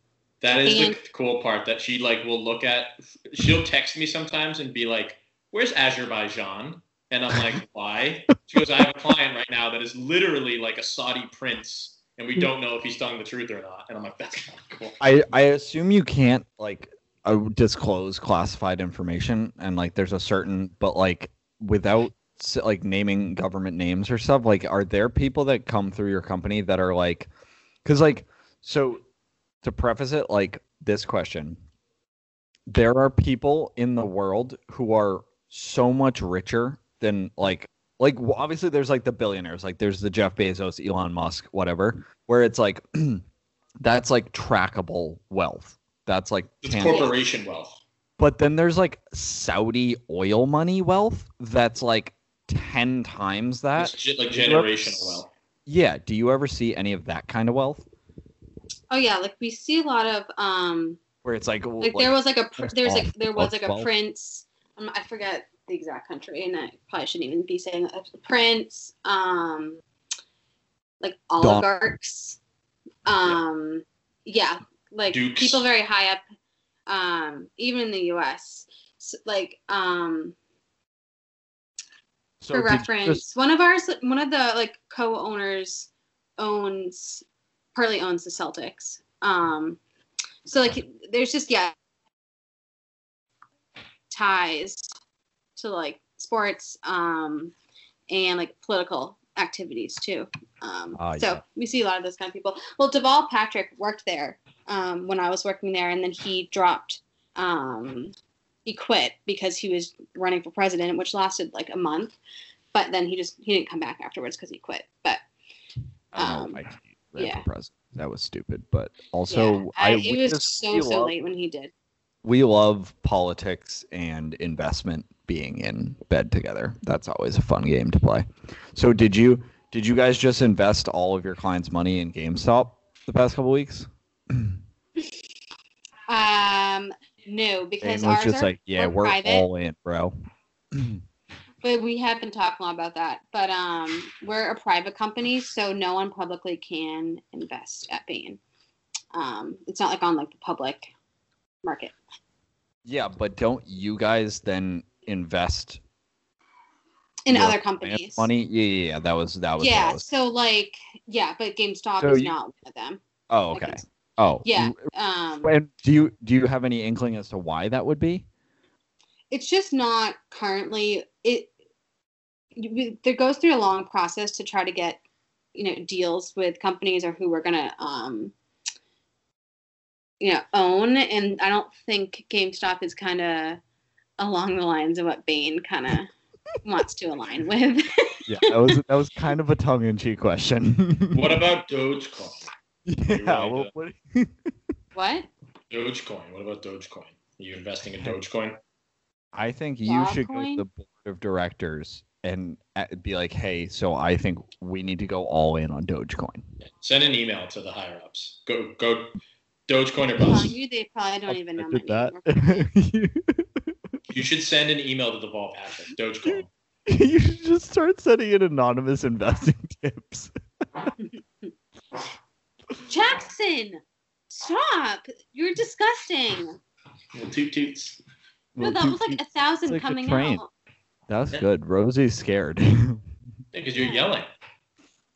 Speaker 4: That is the
Speaker 5: And-
Speaker 4: cool part that she like will look at. She'll text me sometimes and be like, "Where's Azerbaijan?" And I'm like, "Why?" She goes, "I have a client right now that is literally like a Saudi prince, and we don't know if he's telling the truth or not." And I'm like, "That's not cool."
Speaker 3: I I assume you can't like uh, disclose classified information and like there's a certain but like without s- like naming government names or stuff like are there people that come through your company that are like cuz like so to preface it like this question there are people in the world who are so much richer than like like w- obviously there's like the billionaires like there's the Jeff Bezos, Elon Musk, whatever where it's like that's like trackable wealth. That's like
Speaker 4: It's
Speaker 3: tangible.
Speaker 4: corporation wealth.
Speaker 3: But then there's like Saudi oil money wealth that's like 10 times that.
Speaker 4: It's ge- like generational wealth.
Speaker 3: Yeah. Do you ever see any of that kind of wealth
Speaker 5: oh yeah, like we see a lot of um,
Speaker 3: where it's like,
Speaker 5: like, there was like a pr-
Speaker 3: That's
Speaker 5: there's like
Speaker 3: awful.
Speaker 5: there was
Speaker 3: That's
Speaker 5: like a
Speaker 3: awful.
Speaker 5: prince um, i forget the exact country and i probably shouldn't even be saying that. prince um like oligarchs um yeah, like
Speaker 4: Dukes.
Speaker 5: people very high up um even in the us S like um
Speaker 3: so
Speaker 5: for
Speaker 3: did you
Speaker 5: reference
Speaker 3: just-
Speaker 5: one of ours one of the like co-owners owns partly owns the Celtics. Um, so like there's just yeah ties to like sports um, and like political activities too. Um,
Speaker 3: Ah,
Speaker 5: so
Speaker 3: yeah.
Speaker 5: we see a lot of those kind of people. Well, Deval Patrick worked there um, when I was working there, and then he dropped. Um, he quit because he was running for president, which lasted like a month. But then he just he didn't come back afterwards because he quit. But
Speaker 3: oh, I don't
Speaker 5: Um,
Speaker 3: know. I hate ran
Speaker 5: yeah.
Speaker 3: for president. That was stupid. But also,
Speaker 5: yeah,
Speaker 3: I,
Speaker 5: it
Speaker 3: we
Speaker 5: was
Speaker 3: just-
Speaker 5: so
Speaker 3: we
Speaker 5: so
Speaker 3: love-
Speaker 5: late when he did.
Speaker 3: We love politics and investment being in bed together. That's always a fun game to play. So did you did you guys just invest all of your clients' money in GameStop the past couple weeks?
Speaker 5: Um, no,
Speaker 3: And
Speaker 5: because
Speaker 3: was
Speaker 5: ours
Speaker 3: just
Speaker 5: are,
Speaker 3: like, yeah,
Speaker 5: were
Speaker 3: we're
Speaker 5: private.
Speaker 3: all in, bro.
Speaker 5: but we have been talking a lot about that. But um, we're a private company, so no one publicly can invest at Bain. Um, it's not like on like the public market.
Speaker 3: Yeah, but don't you guys then invest
Speaker 5: In
Speaker 3: your
Speaker 5: other
Speaker 3: clients'
Speaker 5: companies,
Speaker 3: money? Yeah, yeah, yeah. That was that was. what I
Speaker 5: yeah.
Speaker 3: was-
Speaker 5: So like, yeah, but GameStop
Speaker 3: So
Speaker 5: is
Speaker 3: you-
Speaker 5: not one of them.
Speaker 3: Oh,
Speaker 5: Like,
Speaker 3: okay.
Speaker 5: it's-
Speaker 3: Oh,
Speaker 5: yeah. Um,
Speaker 3: And do you do you have any inkling as to why that would be?
Speaker 5: it's just not currently it you- there goes through a long process to try to get you know deals with companies or who we're gonna um you know own and i don't think gamestop is kind of along the lines of what bain kind of wants to align with
Speaker 3: Yeah, that was that was kind of a tongue-in-cheek question.
Speaker 4: What about Dogecoin?
Speaker 3: yeah,
Speaker 4: right,
Speaker 3: well,
Speaker 4: uh,
Speaker 3: what-
Speaker 5: what
Speaker 4: Dogecoin. What about Dogecoin? Are you investing in Dogecoin?
Speaker 3: I think you should go
Speaker 5: Dogecoin?
Speaker 3: to the board of directors and uh, be like, "Hey, so I think we need to go all in on Dogecoin."
Speaker 4: Send an email to the higher ups. Go go Dogecoin
Speaker 3: Oh.
Speaker 4: or
Speaker 5: Well,
Speaker 4: bust.
Speaker 5: you they probably don't even know my name.
Speaker 4: You should send an email to the ball Patrick. Dogecoin.
Speaker 3: you should just start sending in anonymous investing tips.
Speaker 5: jackson stop you're disgusting
Speaker 4: Well, toot toots.
Speaker 5: no that was like a thousand
Speaker 3: like a
Speaker 5: coming
Speaker 3: train.
Speaker 5: out
Speaker 3: That's good. Rosie's scared.
Speaker 4: Because you're yelling.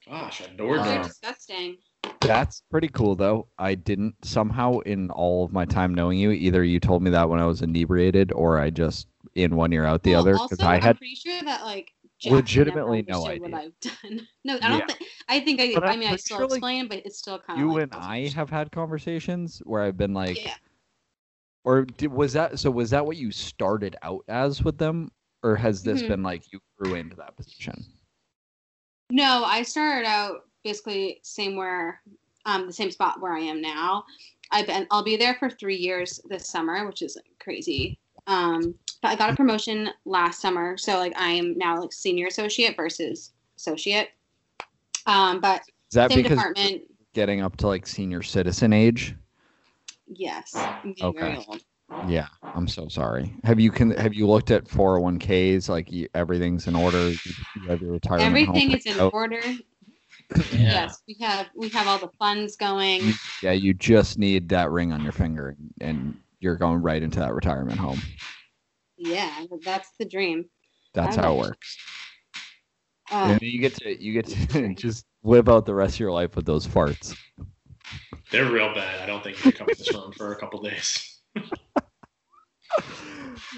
Speaker 4: Gosh, I adored
Speaker 3: Uh.
Speaker 5: they're
Speaker 4: that.
Speaker 5: disgusting
Speaker 3: That's pretty cool, though. I didn't somehow in all of my time knowing you, either you told me that when I was inebriated, or I just in one ear out the
Speaker 5: Well,
Speaker 3: other because
Speaker 5: Also,
Speaker 3: I
Speaker 5: am
Speaker 3: had.
Speaker 5: pretty sure that like
Speaker 3: Legitimately
Speaker 5: never
Speaker 3: no
Speaker 5: understood What
Speaker 3: idea.
Speaker 5: I've done. No, I don't
Speaker 3: Yeah.
Speaker 5: think. I think I.
Speaker 3: But
Speaker 5: I
Speaker 3: I'm
Speaker 5: mean, I
Speaker 3: pretty
Speaker 5: still
Speaker 3: sure, like,
Speaker 5: explain, but it's still kind of.
Speaker 3: You
Speaker 5: like,
Speaker 3: and I have had conversations where I've been like,
Speaker 5: Yeah.
Speaker 3: or did, was that so? Was that what you started out as with them, or has this
Speaker 5: Mhm.
Speaker 3: been like you grew into that position?
Speaker 5: No, I started out basically same where, um, the same spot where I am now. I've been. I'll be there for three years this summer, which is like, crazy. Um, but I got a promotion last summer, so like I am now like senior associate versus associate. Um, but
Speaker 3: Is that
Speaker 5: same
Speaker 3: because
Speaker 5: department.
Speaker 3: getting up to like senior citizen age?
Speaker 5: Yes, I'm getting very
Speaker 3: Okay.
Speaker 5: old.
Speaker 3: Yeah, I'm so sorry. Have you can have you looked at 401ks? Like you, everything's in order. You, you have your retirement. home
Speaker 5: Everything is in
Speaker 3: out.
Speaker 5: order.
Speaker 4: Yeah.
Speaker 5: Yes, we have we have all the funds going.
Speaker 3: Yeah, you just need that ring on your finger, and you're going right into that retirement home.
Speaker 5: Yeah, that's the dream.
Speaker 3: That's
Speaker 5: I
Speaker 3: how it
Speaker 5: wish.
Speaker 3: works.
Speaker 5: Uh,
Speaker 3: And you get to you get to just live out the rest of your life with those farts.
Speaker 4: They're real bad. I don't think you can come to this room for a couple days.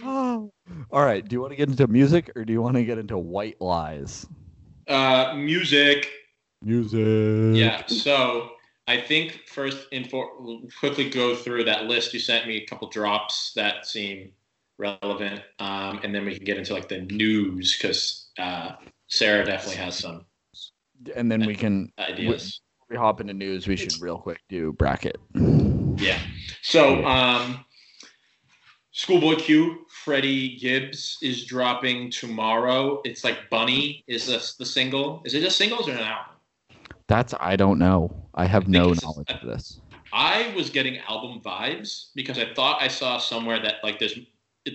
Speaker 3: Oh. All right. Do you want to get into music or do you want to get into white lies?
Speaker 4: Uh, music.
Speaker 3: Music.
Speaker 4: Yeah. So I think first and for we'll quickly go through that list you sent me. A couple drops that seem relevant, um, and then we can get into like the news because uh, Sarah definitely has some
Speaker 3: And then we can
Speaker 4: ideas.
Speaker 3: we hop into news. We should real quick do bracket.
Speaker 4: Yeah. So um, Schoolboy Q, Freddie Gibbs is dropping tomorrow. It's like Bunny is this the single. Is it just singles or an album?
Speaker 3: That's I don't know. I have
Speaker 4: think
Speaker 3: no
Speaker 4: it's-
Speaker 3: knowledge of this.
Speaker 4: I was getting album vibes because I thought I saw somewhere that like there's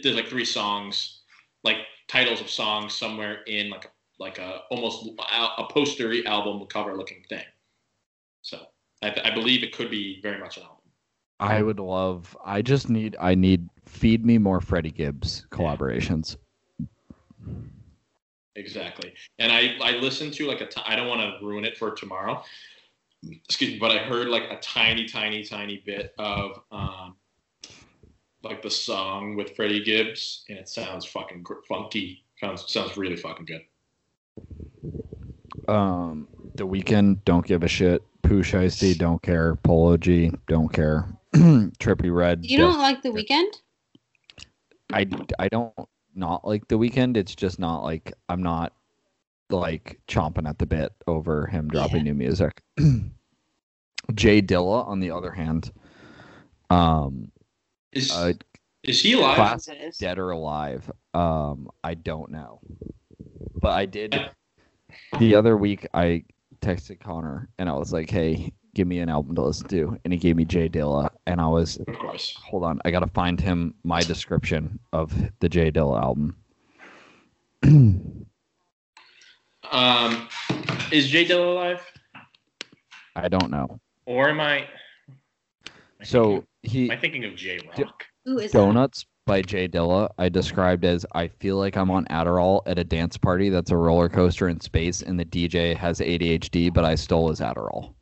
Speaker 4: there's like three songs, like titles of songs somewhere in like a like a almost a a postery album cover looking thing. So I, I believe it could be very much an album.
Speaker 3: I would love. I just need. I need. Feed me more Freddie Gibbs collaborations.
Speaker 4: Exactly. And I, I listened to like a t- I don't want to ruin it for tomorrow. excuse me, but I heard like a tiny, tiny, tiny bit of um, like the song with Freddie Gibbs, and it sounds fucking gr- funky. Sounds sounds really fucking good.
Speaker 3: Um, the weekend, don't give a shit. Pooh Shiesty, don't care. Polo G, don't care. Trippy Red.
Speaker 5: You
Speaker 3: don't-
Speaker 5: don't like The Weekend?
Speaker 3: I I don't not like the weekend. It's just not like I'm not like chomping at the bit over him dropping new music. Jay Dilla, on the other hand, um,
Speaker 4: Is
Speaker 3: uh,
Speaker 4: is he alive?
Speaker 3: Class-
Speaker 5: It is.
Speaker 3: dead or alive, um, I don't know, but I did the other week. I texted Connor and I was like, "Hey, give me an album to listen to," and he gave me Jay Dilla, and I was
Speaker 4: Of course.
Speaker 3: hold on, I gotta find him my description of the Jay Dilla album.
Speaker 4: Um, is Jay Dilla alive?
Speaker 3: I don't know.
Speaker 4: Or am I? am I thinking-
Speaker 3: So he
Speaker 4: am I thinking of Jay Rock?
Speaker 5: Who is that?
Speaker 3: donuts by Jay Dilla. I described as I feel like I'm on Adderall at a dance party that's a roller coaster in space, and the DJ has ADHD, but I stole his Adderall.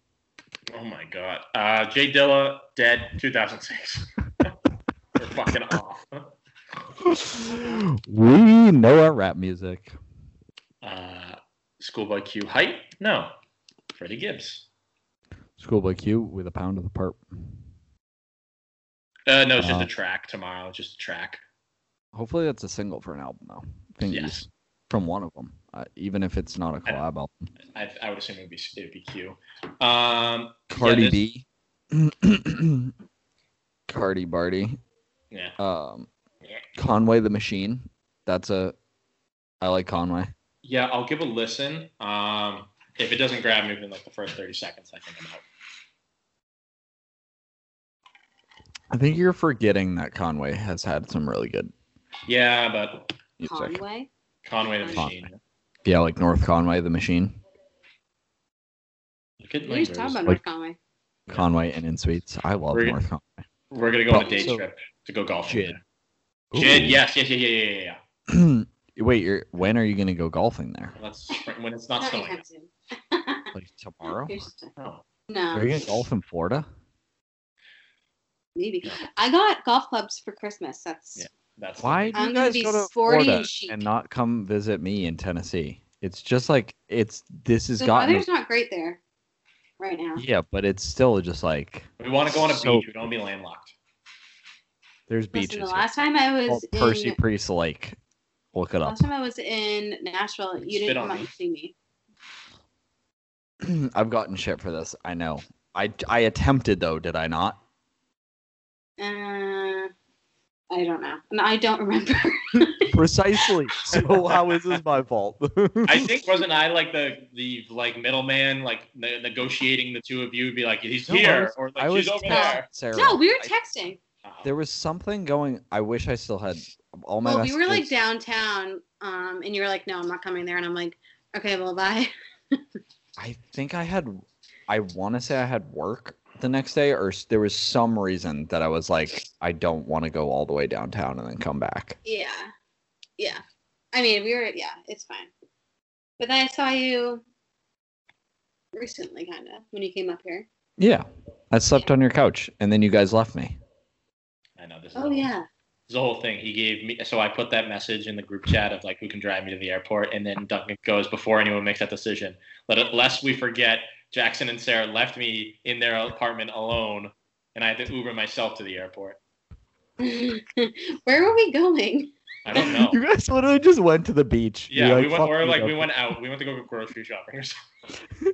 Speaker 4: Oh my god. Uh, Jay Dilla dead 2006. We're fucking off.
Speaker 3: we know our rap music.
Speaker 4: Uh, Schoolboy Q height? No. Freddie Gibbs.
Speaker 3: Schoolboy Q with a pound of the part.
Speaker 4: Uh, no, it's just
Speaker 3: Uh,
Speaker 4: a track tomorrow. It's just a track.
Speaker 3: Hopefully, that's a single for an album, though. Fingers
Speaker 4: Yes.
Speaker 3: from one of them, uh, even if it's not a collab album.
Speaker 4: I, I would assume it would be, it would be Q. Um,
Speaker 3: Cardi
Speaker 4: this-
Speaker 3: B. Cardi Barty.
Speaker 4: yeah.
Speaker 3: Um, Conway the Machine. That's a. I like Conway.
Speaker 4: Yeah, I'll give a listen. Um, if it doesn't grab me within like the first 30 seconds, I think I'm out.
Speaker 3: I think you're forgetting that Conway has had some really good
Speaker 4: Yeah, but
Speaker 3: music.
Speaker 5: Conway?
Speaker 4: Conway the
Speaker 3: Conway.
Speaker 4: Machine.
Speaker 3: Yeah, like North Conway the Machine,
Speaker 4: Look at
Speaker 5: We just
Speaker 4: Langers.
Speaker 5: talked about
Speaker 3: Like-
Speaker 5: North Conway.
Speaker 3: Conway and In Sweets. I love
Speaker 4: We're-
Speaker 3: North Conway.
Speaker 4: We're going to go on a
Speaker 3: But
Speaker 4: day
Speaker 3: also-
Speaker 4: trip to go golfing.
Speaker 3: Oh, Jid.
Speaker 4: Jid, yes, yes, yeah, yeah, yeah, yeah, yeah.
Speaker 3: Ooh. Wait, you're, when are you going to go golfing there?
Speaker 4: Let's when it's not
Speaker 5: Not
Speaker 4: snowing.
Speaker 5: anytime soon.
Speaker 3: Like tomorrow?
Speaker 5: Here's the thing.
Speaker 4: Oh.
Speaker 3: Are you
Speaker 5: No,
Speaker 3: going to golf in Florida?
Speaker 5: maybe. I got golf clubs for Christmas. That's
Speaker 4: Yeah. That's
Speaker 3: Why do
Speaker 5: I'm
Speaker 3: you
Speaker 5: gonna
Speaker 3: guys
Speaker 5: be
Speaker 3: go to
Speaker 5: sporty and
Speaker 3: Florida
Speaker 5: chic.
Speaker 3: and not come visit me in Tennessee? It's just like it's this has
Speaker 5: the
Speaker 3: gotten
Speaker 5: weather's not great there right now.
Speaker 3: yeah, but it's still just like
Speaker 4: We want to go on a
Speaker 3: So-
Speaker 4: beach. We don't wanna be landlocked.
Speaker 3: there's
Speaker 5: Listen, the
Speaker 3: beaches. here.
Speaker 5: last time I
Speaker 3: Called
Speaker 5: was in
Speaker 3: Oh, Percy Priest Lake. Look it up.
Speaker 5: last time I was in Nashville, you
Speaker 4: Spit
Speaker 5: didn't
Speaker 4: on
Speaker 5: come out
Speaker 4: me.
Speaker 5: and see me.
Speaker 3: I've gotten shit for this. I know. I I attempted though, did I not?
Speaker 5: Uh, I don't know. And I don't remember.
Speaker 3: Precisely. So how is this my fault?
Speaker 4: I think wasn't I like the the like middleman like ne- negotiating the two of you would be like he's
Speaker 3: No, I
Speaker 4: here
Speaker 3: was-
Speaker 4: or like
Speaker 3: I was
Speaker 4: she's over
Speaker 3: texting
Speaker 4: there.
Speaker 3: Sarah.
Speaker 5: no, we were
Speaker 3: I-
Speaker 5: texting. Oh.
Speaker 3: there was something going. I wish I still had all Oh my.
Speaker 5: well, we were like
Speaker 3: messages-
Speaker 5: downtown, um, and you were like, "No, I'm not coming there," and I'm like, "Okay, well, bye."
Speaker 3: I think I had. I want to say I had work the next day, or s- there was some reason that I was like, I don't want to go all the way downtown and then come back.
Speaker 5: Yeah, yeah. I mean, we were. Yeah, it's fine. But then I saw you recently, kind of, when you came up here.
Speaker 3: Yeah, I slept on your couch, and then you guys left me.
Speaker 4: I know this. Is
Speaker 5: Oh
Speaker 4: all-
Speaker 5: yeah.
Speaker 4: the whole thing. He gave me, so I put that message in the group chat of like, who can drive me to the airport? And then Duncan goes, before anyone makes that decision, let lest we forget, Jackson and Sarah left me in their apartment alone, and I had to Uber myself to the airport.
Speaker 5: Where were we going?
Speaker 4: I don't know.
Speaker 3: You guys literally just went to the beach.
Speaker 4: Yeah,
Speaker 3: You're
Speaker 4: we went,
Speaker 3: "Fuck
Speaker 4: or
Speaker 3: you
Speaker 4: like
Speaker 3: guys."
Speaker 4: we went out, we went to go grocery shopping or something.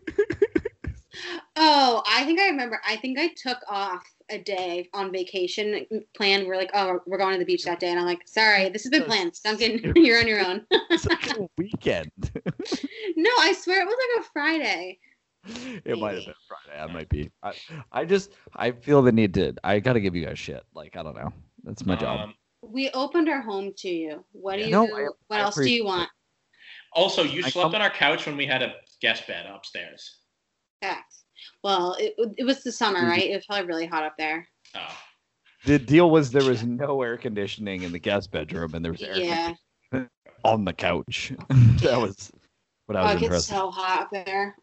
Speaker 5: Oh, I think I remember. I think I took off a day on vacation mm, planned. We're like, oh, we're going to the beach that day, and I'm like, sorry, this has been planned. Duncan, you're on your own.
Speaker 3: It's like a weekend.
Speaker 5: no, I swear it was like a Friday.
Speaker 3: It might have
Speaker 5: Maybe.
Speaker 3: been Friday. I might be. I, I just I feel the need to. I gotta give you guys shit. Like I don't know. That's my job.
Speaker 4: Um,
Speaker 5: We opened our home to you. What do
Speaker 3: Yeah.
Speaker 5: you?
Speaker 3: No, I- I
Speaker 5: what else do
Speaker 3: appreciate
Speaker 5: you want?
Speaker 4: also, you
Speaker 3: I
Speaker 4: slept
Speaker 3: come-
Speaker 4: on our couch when we had a guest bed upstairs.
Speaker 5: Facts. Well, it, it was the summer,
Speaker 3: Mhm.
Speaker 5: right? It was probably really hot up there.
Speaker 4: Oh,
Speaker 3: the deal was there was no air conditioning in the guest bedroom, and there was air
Speaker 5: Yeah.
Speaker 3: on the couch. that was what
Speaker 5: Oh,
Speaker 3: I was
Speaker 5: it gets
Speaker 3: impressed.
Speaker 5: so hot up there.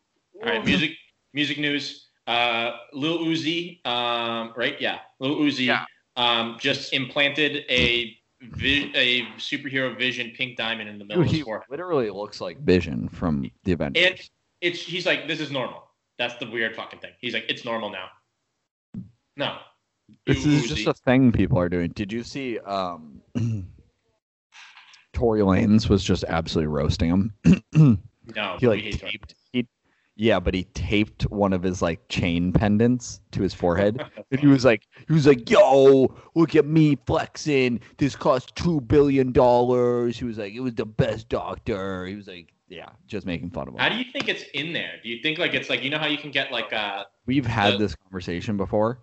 Speaker 4: all right, music, music news. uh, Lil Uzi, um, right? Yeah, Lil Uzi
Speaker 6: Yeah.
Speaker 4: um, just implanted a vi- a superhero vision pink diamond in the middle
Speaker 3: Dude,
Speaker 4: of
Speaker 3: he
Speaker 4: his forehead.
Speaker 3: literally looks like Vision from the Avengers.
Speaker 4: It, it's he's like this is normal. That's the weird fucking thing. He's like it's normal now. No,
Speaker 3: This
Speaker 4: You
Speaker 3: is just
Speaker 4: Uzi.
Speaker 3: a thing people are doing. Did you see um Tory Lanez was just absolutely roasting him?
Speaker 4: no.
Speaker 3: he
Speaker 4: we
Speaker 3: like
Speaker 4: hate Tori.
Speaker 3: taped he, Yeah, but he taped one of his like chain pendants to his forehead. and he was like he was like, Yo, look at me flexing. This cost two billion dollars. He was like, it was the best doctor. He was like, Yeah, just making fun of him.
Speaker 4: How do you think it's in there? Do you think like it's like you know how you can get like uh
Speaker 3: We've had
Speaker 4: Uh,
Speaker 3: this conversation before.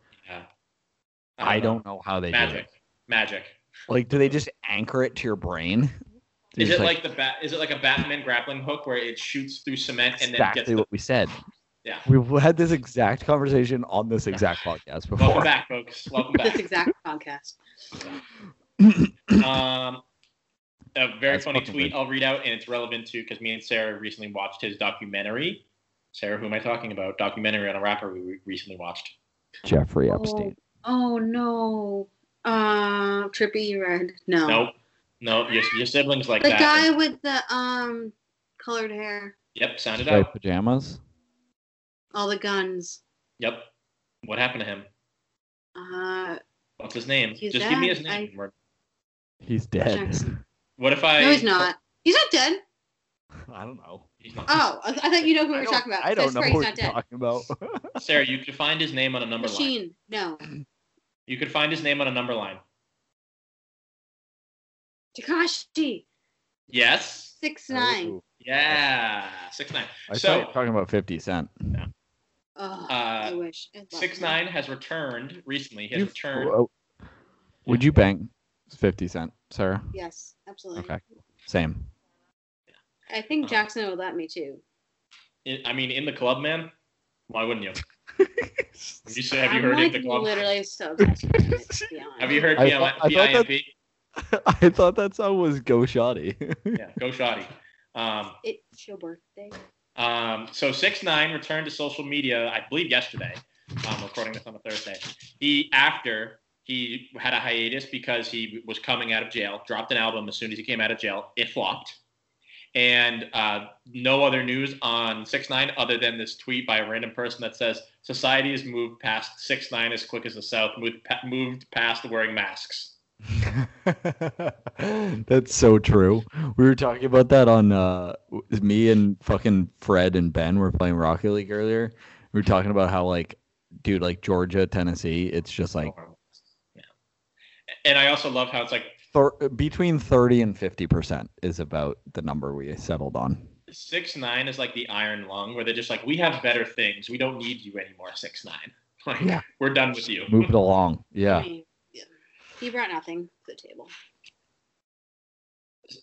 Speaker 3: I don't know how they do
Speaker 4: magic
Speaker 3: it.
Speaker 4: magic.
Speaker 3: Like, do they just anchor it to your brain?
Speaker 4: Is
Speaker 3: Just
Speaker 4: it like, the bat? Is it like a Batman grappling hook where it shoots through cement and then gets
Speaker 3: exactly
Speaker 4: the
Speaker 3: what we said?
Speaker 4: Yeah.
Speaker 3: we've had this exact conversation on this exact podcast
Speaker 4: welcome
Speaker 3: before.
Speaker 4: back, folks? Welcome
Speaker 5: This
Speaker 4: back.
Speaker 5: exact podcast.
Speaker 4: um, a very
Speaker 3: That's
Speaker 4: funny
Speaker 3: fucking
Speaker 4: tweet
Speaker 3: weird.
Speaker 4: I'll read out, and it's relevant to because me and Sarah recently watched his documentary. Sarah, who am I talking about? Documentary on a rapper we re- recently watched.
Speaker 3: Jeffrey
Speaker 5: Oh.
Speaker 3: Epstein.
Speaker 5: Oh no. Uh, Trippy Red. No.
Speaker 4: Nope, no, your, your siblings like
Speaker 5: Oh. The
Speaker 4: that.
Speaker 5: guy with the um colored hair,
Speaker 4: Yep, sounded
Speaker 3: Striped
Speaker 4: out.
Speaker 3: pajamas.
Speaker 5: all the guns.
Speaker 4: Yep. What happened to him?
Speaker 5: Uh,
Speaker 4: What's his name?
Speaker 5: He's
Speaker 4: Just give me
Speaker 5: dead.
Speaker 4: his name.
Speaker 3: He's dead.
Speaker 5: Jackson.
Speaker 4: What if I?
Speaker 5: no, he's not. He's not dead.
Speaker 3: I don't know.
Speaker 4: He's not.
Speaker 5: Oh, I, I thought you know who we
Speaker 3: I
Speaker 5: were
Speaker 3: don't,
Speaker 5: talking about.
Speaker 3: I don't
Speaker 5: That's
Speaker 3: know
Speaker 5: right,
Speaker 3: what
Speaker 5: he's
Speaker 3: you're
Speaker 5: not dead.
Speaker 3: talking about.
Speaker 4: Sarah, you could find his name on a number line.
Speaker 5: Machine. No.
Speaker 4: You could find his name on a number line.
Speaker 5: Takashi.
Speaker 4: Yes.
Speaker 5: Six nine.
Speaker 3: Ooh,
Speaker 4: Yeah. Six nine.
Speaker 3: I thought you
Speaker 4: so
Speaker 3: were talking about Fifty Cent.
Speaker 5: Oh,
Speaker 4: Uh,
Speaker 5: I wish. I'd love
Speaker 4: six
Speaker 5: him.
Speaker 4: nine has returned recently. He has
Speaker 3: You-
Speaker 4: returned.
Speaker 3: oh, oh. Would you bang Fifty Cent, Sarah?
Speaker 5: Yes, absolutely.
Speaker 3: Okay, same.
Speaker 5: I
Speaker 4: Uh-huh.
Speaker 5: think Jackson would let me too.
Speaker 4: I mean, in the club, man. Why wouldn't you? Have you, have you
Speaker 5: I'm
Speaker 4: heard
Speaker 5: like
Speaker 4: in the club?
Speaker 5: literally so obsessed with it, to be honest.
Speaker 4: Have you heard
Speaker 3: I
Speaker 4: PIMP?
Speaker 3: thought- I thought that- I thought that song was Go Shotty.
Speaker 4: Yeah. Go shoddy. Um,
Speaker 5: It's your birthday.
Speaker 4: Um, so six nine returned to social media, I believe yesterday. I'm recording this on a Thursday. He after he had a hiatus because he was coming out of jail, dropped an album as soon as he came out of jail. It flopped, and uh, no other news on six nine other than this tweet by a random person that says society has moved past six nine as quick as the South moved pa- moved past wearing masks.
Speaker 3: That's so true. We were talking about that on uh w- me and fucking Fred and Ben were playing Rocket League earlier. We were talking about how like dude like Georgia, Tennessee, it's just like
Speaker 4: yeah. And I also love how it's like
Speaker 3: thir- between 30 and 50% is about the number we settled on.
Speaker 4: six nine is like the iron lung where they're just like we have better things we don't need you anymore six nine like
Speaker 3: Yeah.
Speaker 4: we're done with you
Speaker 5: Hmm.
Speaker 3: Move it along.
Speaker 5: I
Speaker 3: Yeah.
Speaker 5: mean, yeah. He brought nothing to the table.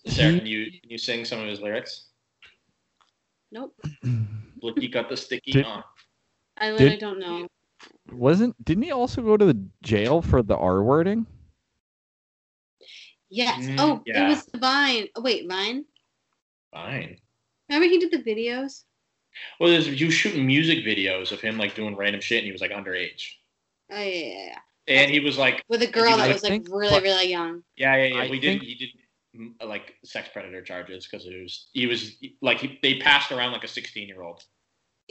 Speaker 4: sarah can you can you sing some of his lyrics
Speaker 5: Nope.
Speaker 4: blicky got the sticky
Speaker 3: Did-
Speaker 4: on
Speaker 5: I literally
Speaker 3: Did-
Speaker 5: don't know.
Speaker 3: Wasn't didn't he also go to the jail for the R wording?
Speaker 5: Yes.
Speaker 4: Mm,
Speaker 5: oh,
Speaker 4: yeah.
Speaker 5: it was the Vine. Oh, wait, Vine?
Speaker 4: fine
Speaker 5: Remember he did the videos?
Speaker 4: well there's you was shooting music videos of him like doing random shit and he was like underage
Speaker 5: Oh, yeah, yeah, yeah.
Speaker 4: and he was like
Speaker 5: With a girl
Speaker 4: I
Speaker 5: that was like
Speaker 3: think-
Speaker 5: really,
Speaker 3: but-
Speaker 5: really young.
Speaker 4: yeah yeah yeah
Speaker 3: I
Speaker 4: we
Speaker 3: think-
Speaker 4: did he did mm, like sex predator charges because it was he was like he, they passed around like a 16 year old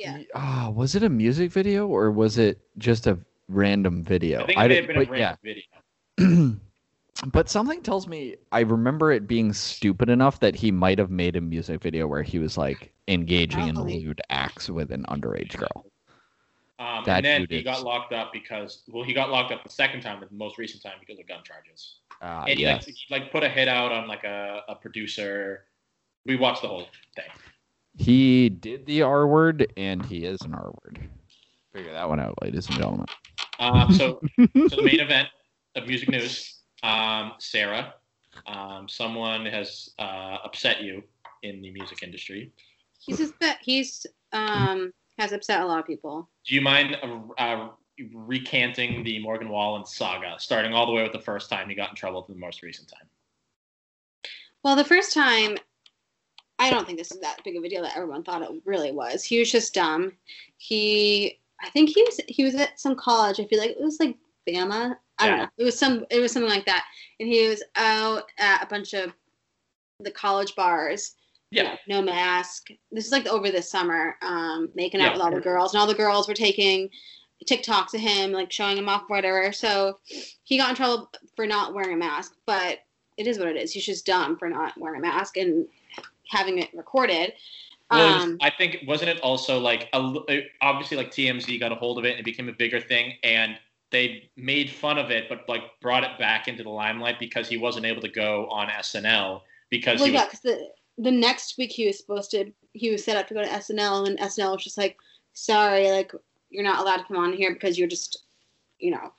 Speaker 5: Yeah.
Speaker 4: Mm.
Speaker 3: Y- Ah, was it a music video or was it just a random video?
Speaker 4: i think it may
Speaker 3: didn't-
Speaker 4: have been a
Speaker 3: but
Speaker 4: random
Speaker 3: yeah.
Speaker 4: video
Speaker 3: but something tells me I remember it being stupid enough that he might have made a music video where he was like engaging in
Speaker 5: Probably.
Speaker 3: lewd acts with an underage girl.
Speaker 4: Um,
Speaker 3: That
Speaker 4: and then
Speaker 3: dude
Speaker 4: he
Speaker 3: is-
Speaker 4: got locked up because, well, he got locked up the second time, the most recent time because of gun charges.
Speaker 3: Uh,
Speaker 4: and he,
Speaker 3: yes.
Speaker 4: like, he like put a hit out on like a, a producer. We watched the whole thing.
Speaker 3: He did the R word and he is an R word. Figure that one out, ladies and gentlemen.
Speaker 4: Um, so, so the main event of music news, um, Sarah, um, someone has uh, upset you in the music industry.
Speaker 5: He's just that he's um has upset a lot of people.
Speaker 4: Do you mind uh, uh, recanting the Morgan Wallen saga, starting all the way with the first time he got in trouble to the most recent time?
Speaker 5: Well, the first time, I don't think this is that big of a deal that everyone thought it really was. He was just dumb. He I think he was he was at some college. I feel like it was like Bama. I don't
Speaker 4: Yeah.
Speaker 5: know. It was some it was something like that. And he was out at a bunch of the college bars. you
Speaker 4: Yeah.
Speaker 5: know, no mask. This is like over the summer, um, making out
Speaker 4: Yeah.
Speaker 5: with all the girls, and all the girls were taking TikToks of him, like showing him off, whatever. So he got in trouble for not wearing a mask, but it is what it is. He's just dumb for not wearing a mask and having it recorded.
Speaker 4: Well, it was-
Speaker 5: um,
Speaker 4: I think wasn't it also like a, l- it- obviously like TMZ got a hold of it and it became a bigger thing and they made fun of it but like brought it back into the limelight because he wasn't able to go on SNL because
Speaker 5: well,
Speaker 4: he was
Speaker 5: yeah, because the the next week he was supposed to he was set up to go to SNL, and SNL was just like, sorry, like you're not allowed to come on here because you're just, you know,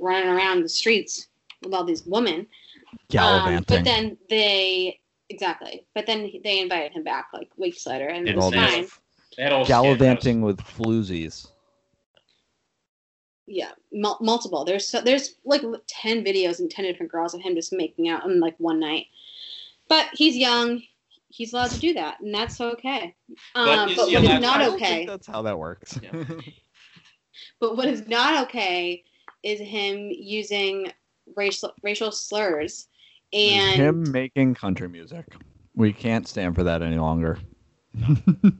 Speaker 5: running around the streets with all these women. Um,
Speaker 3: Gallivanting.
Speaker 5: but then they exactly. But then he- they invited him back like weeks later, and it
Speaker 4: It's
Speaker 5: was
Speaker 3: all
Speaker 5: fine.
Speaker 4: that old skit was-
Speaker 3: Gallivanting with floozies.
Speaker 5: Yeah, mul- multiple. There's so, there's like ten videos and ten different girls of him just making out in like one night. But he's young. He's allowed to do that, and that's okay.
Speaker 4: But
Speaker 5: Um,
Speaker 4: is
Speaker 5: but
Speaker 4: he
Speaker 5: what is
Speaker 4: allowed-
Speaker 5: not
Speaker 4: I
Speaker 5: okay?
Speaker 3: that's how that works.
Speaker 4: Yeah.
Speaker 5: But what is not okay is him using racial racial slurs and
Speaker 3: Him making country music. We can't stand for that any longer.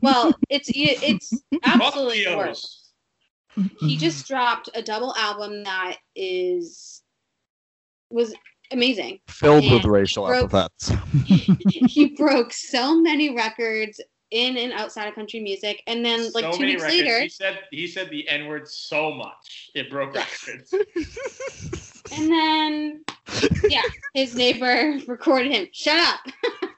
Speaker 5: well, it's it's absolutely
Speaker 4: Fuck
Speaker 5: worse.
Speaker 4: Leos. Mm-hmm.
Speaker 5: he just dropped a double album that is was amazing.
Speaker 3: filled with
Speaker 5: Yeah,
Speaker 3: racial
Speaker 5: broke-
Speaker 3: epithets.
Speaker 5: he broke so many records in and outside of country music, and then like
Speaker 4: So
Speaker 5: two
Speaker 4: many
Speaker 5: weeks
Speaker 4: records.
Speaker 5: later,
Speaker 4: he said he said the N word so much it broke records.
Speaker 5: and then yeah, his neighbor recorded him. Shut up.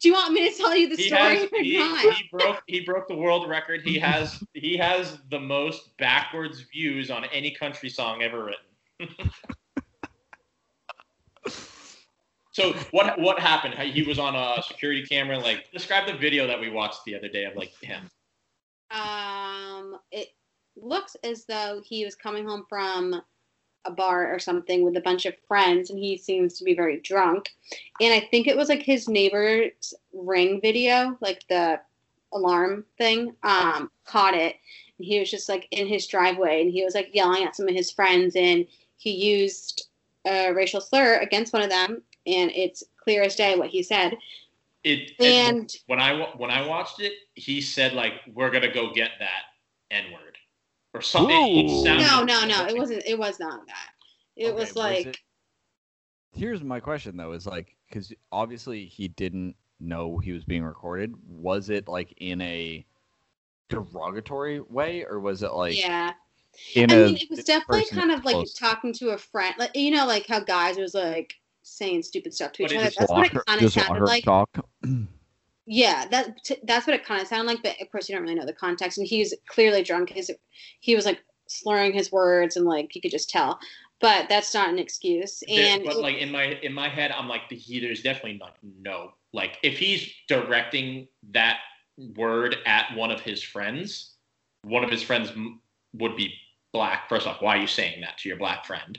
Speaker 5: Do you want me to tell you the
Speaker 4: he
Speaker 5: story
Speaker 4: has
Speaker 5: or
Speaker 4: he,
Speaker 5: not?
Speaker 4: he broke he broke the world record. He has he has the most backwards views on any country song ever written. so what what happened? He was on a security camera. Like describe the video that we watched the other day of like him.
Speaker 5: Um, it looks as though he was coming home from a bar or something with a bunch of friends, and he seems to be very drunk. And I think it was like his neighbor's ring video, like the alarm thing, um, caught it. And he was just like in his driveway, and he was like yelling at some of his friends, and he used a racial slur against one of them. And it's clear as day what he said.
Speaker 4: It
Speaker 5: And
Speaker 4: when I wa- when I watched it, he said like we're gonna go get that N word or something. It
Speaker 3: Ooh.
Speaker 4: sounded-
Speaker 5: no, no, no, it wasn't. It was not that. It
Speaker 3: Okay,
Speaker 5: was
Speaker 3: was
Speaker 5: like.
Speaker 3: it- Here's my question though: is like because obviously he didn't know he was being recorded. Was it like in a derogatory way, or was it like
Speaker 5: yeah
Speaker 3: in
Speaker 5: i
Speaker 3: a
Speaker 5: mean it was definitely
Speaker 3: person
Speaker 5: kind of like
Speaker 3: close.
Speaker 5: talking to a friend like you know like how guys was like saying stupid stuff to
Speaker 4: But
Speaker 5: each
Speaker 4: it
Speaker 5: other
Speaker 4: just
Speaker 5: that's what it
Speaker 3: Walker-
Speaker 5: kind of
Speaker 3: just
Speaker 5: sounded
Speaker 3: Walker
Speaker 5: like
Speaker 3: talk?
Speaker 5: yeah that t- that's what it kind of sounded like but of course you don't really know the context and he was clearly drunk his he was like slurring his words and like you could just tell but that's not an excuse
Speaker 4: There-
Speaker 5: and
Speaker 4: but
Speaker 5: it-
Speaker 4: like in my in my head, I'm like, he, there's definitely like no. Like if he's directing that word at one of his friends, one of his friends m- would be black. First off, why are you saying that to your black friend?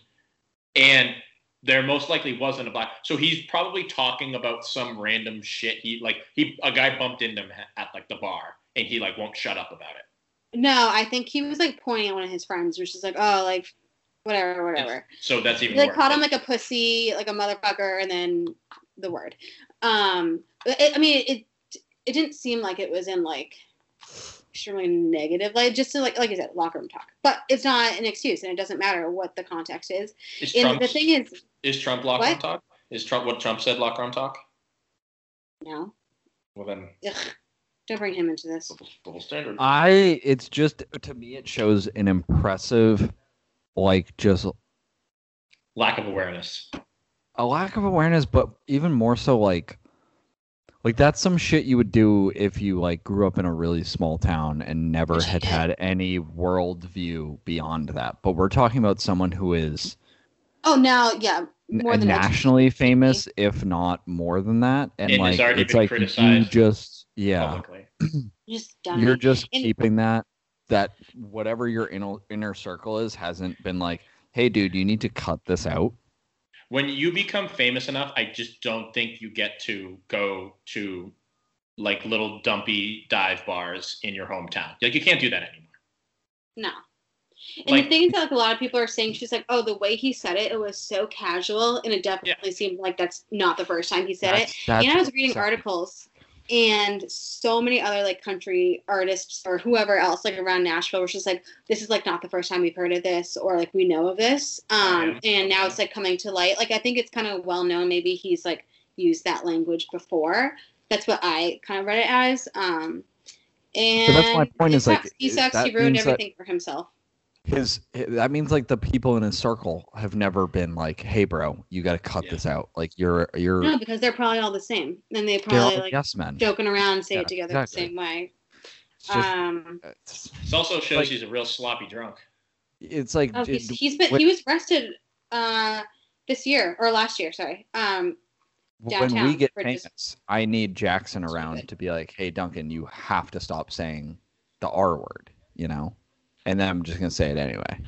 Speaker 4: And there most likely wasn't a black. So he's probably talking about some random shit. He like he a guy bumped into him at like the bar, and he like won't shut up about it.
Speaker 5: no i think he was like pointing at one of his friends which is like oh like whatever whatever
Speaker 4: So that's even
Speaker 5: they
Speaker 4: worse.
Speaker 5: called him like a pussy, like a motherfucker, and then the word. Um, it, I mean, it it didn't seem like it was in like extremely negative, like just like like I said, locker room talk. But it's not an excuse, and it doesn't matter what the context is.
Speaker 4: is
Speaker 5: And
Speaker 4: Trump
Speaker 5: the thing is,
Speaker 4: is Trump locker room
Speaker 5: What?
Speaker 4: talk? Is Trump what Trump said locker room talk?
Speaker 5: no,
Speaker 4: Well then.
Speaker 5: Ugh, don't bring him into this.
Speaker 4: double standard.
Speaker 3: I it's just to me it shows an impressive, like just
Speaker 4: Lack of awareness.
Speaker 3: a lack of awareness, but even more so like like that's some shit you would do if you like grew up in a really small town and never
Speaker 5: Which he
Speaker 3: had
Speaker 5: did.
Speaker 3: had any worldview beyond that. But we're talking about someone who is
Speaker 5: Oh, now, yeah,
Speaker 3: n-
Speaker 5: More than what you-
Speaker 3: nationally famous, if not more than that. And,
Speaker 4: And has
Speaker 3: like
Speaker 4: already
Speaker 3: it's
Speaker 4: been
Speaker 3: like you
Speaker 4: criticized
Speaker 3: just yeah,
Speaker 4: Publicly.
Speaker 5: you're just dumb.
Speaker 3: you're just
Speaker 5: Um, And-
Speaker 3: keeping that that whatever your inner inner circle is hasn't been like, hey dude, you need to cut this out.
Speaker 4: When you become famous enough, I just don't think you get to go to like little dumpy dive bars in your hometown. Like you can't do that anymore.
Speaker 5: No. And
Speaker 4: Like-
Speaker 5: the thing is that like a lot of people are saying she's like, oh, the way he said it, it was so casual, and it definitely seemed like that's not the first time he said it.
Speaker 3: That's-
Speaker 5: and I was reading
Speaker 3: that's-
Speaker 5: articles, and so many other like country artists or whoever else like around Nashville was just like, this is like not the first time we've heard of this or like we know of this. Um, and now it's like coming to light. Like I think it's kind of well known. Maybe he's like used that language before. That's what I kind of read it as. Um, and
Speaker 3: that's my point
Speaker 5: it
Speaker 3: is, like,
Speaker 5: sucks. he sucks.
Speaker 3: that
Speaker 5: He ruined
Speaker 3: means that-
Speaker 5: everything for himself.
Speaker 3: his that means like the people in his circle have never been like, "Hey, bro, you got to cut
Speaker 4: Yeah.
Speaker 3: this out." Like you're you're
Speaker 5: No, because they're probably all the same. And they
Speaker 3: they're
Speaker 5: probably
Speaker 3: all
Speaker 5: like
Speaker 3: yes men.
Speaker 5: joking around, and say
Speaker 3: Yeah,
Speaker 5: it together
Speaker 3: exactly.
Speaker 5: the same way.
Speaker 3: It's just
Speaker 5: um,
Speaker 3: it's,
Speaker 4: This also shows
Speaker 3: Like-
Speaker 4: he's a real sloppy drunk.
Speaker 3: it's like
Speaker 5: Oh, he's,
Speaker 3: it-
Speaker 5: he's been
Speaker 3: what-
Speaker 5: he was arrested uh, this year or last year, sorry. Um,
Speaker 3: when we
Speaker 5: downtown
Speaker 3: get
Speaker 5: for
Speaker 3: famous,
Speaker 5: just-
Speaker 3: I need Jackson around
Speaker 5: Stupid.
Speaker 3: to be like, "Hey, Duncan, you have to stop saying the R word," you know, and then I'm just gonna say it anyway.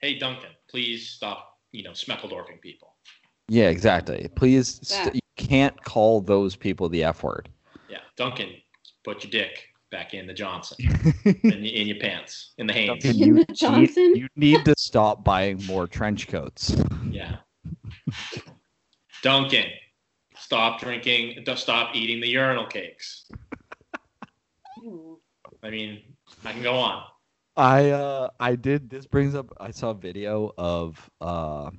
Speaker 4: Hey, Duncan, please stop, you know, smeckledorfing people.
Speaker 3: Yeah, exactly. Please,
Speaker 5: That.
Speaker 3: st- you can't call those people the F word.
Speaker 4: Yeah, Duncan, put your dick back in the Johnson, in, in your pants, in the Hanes.
Speaker 5: In the Johnson?
Speaker 3: Need, you need to stop buying more trench coats.
Speaker 4: Yeah. Duncan, stop drinking, d- stop eating the urinal cakes. I mean, I can go on.
Speaker 3: I uh I did this brings up I saw a video of uh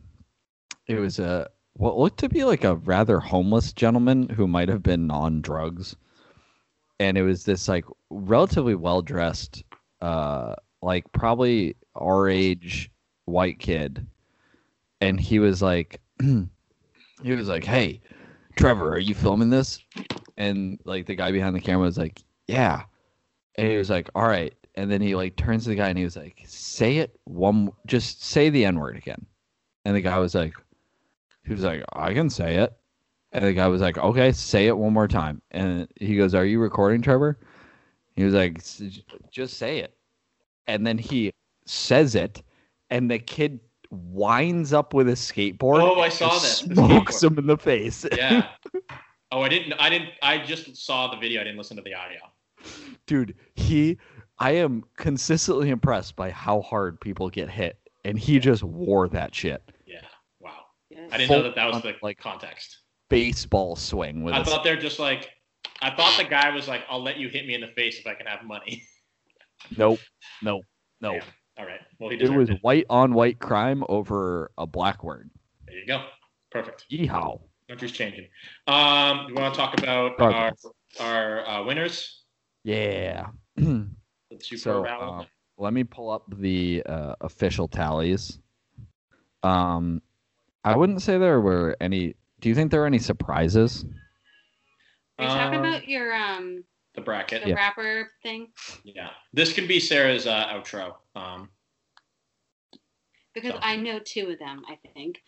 Speaker 3: it was a what looked to be like a rather homeless gentleman who might have been on drugs and it was this like relatively well dressed uh like probably our age white kid and he was like he was like hey Trevor are you filming this and like the guy behind the camera was like yeah and he was like, "All right." And then he like turns to the guy and he was like, "Say it one, just say the N word again." And the guy was like, "He was like, I can say it." And the guy was like, "Okay, say it one more time." And he goes, "Are you recording, Trevor?" He was like, "S- "Just say it." And then he says it, and the kid winds up with a skateboard.
Speaker 4: Oh, I
Speaker 3: and
Speaker 4: saw
Speaker 3: just
Speaker 4: that, the
Speaker 3: Smokes
Speaker 4: skateboard.
Speaker 3: him in the face,
Speaker 4: Yeah. Oh, I didn't. I didn't. I just saw the video. I didn't listen to the audio.
Speaker 3: dude he i am consistently impressed by how hard people get hit and he just wore that shit
Speaker 4: Yeah. Wow.
Speaker 5: Yes.
Speaker 4: I didn't know
Speaker 3: Full
Speaker 4: that that was
Speaker 3: on,
Speaker 4: the
Speaker 3: like-
Speaker 4: context.
Speaker 3: baseball swing with
Speaker 4: I
Speaker 3: his,
Speaker 4: thought they're just like. I thought the guy was like, "I'll let you hit me in the face if I can have money."
Speaker 3: nope nope no
Speaker 4: Yeah, All right. Well, he
Speaker 3: it
Speaker 4: deserved
Speaker 3: was
Speaker 4: it.
Speaker 3: white on white crime over a black word
Speaker 4: There you go. Perfect.
Speaker 3: yeehaw
Speaker 4: Country's changing. Um, you want to talk about our
Speaker 3: Progress.
Speaker 4: our uh, winners?
Speaker 3: yeah
Speaker 4: The Super
Speaker 3: so
Speaker 4: Bowl?
Speaker 3: um, let me pull up the uh, official tallies um i wouldn't say there were any do you think there were any surprises
Speaker 5: Are you talking
Speaker 4: um,
Speaker 5: about your um
Speaker 4: the bracket.
Speaker 5: the
Speaker 4: Yeah.
Speaker 5: rapper thing?
Speaker 4: This can be Sarah's uh, outro. Um,
Speaker 5: Because
Speaker 4: So.
Speaker 5: I know two of them, I think.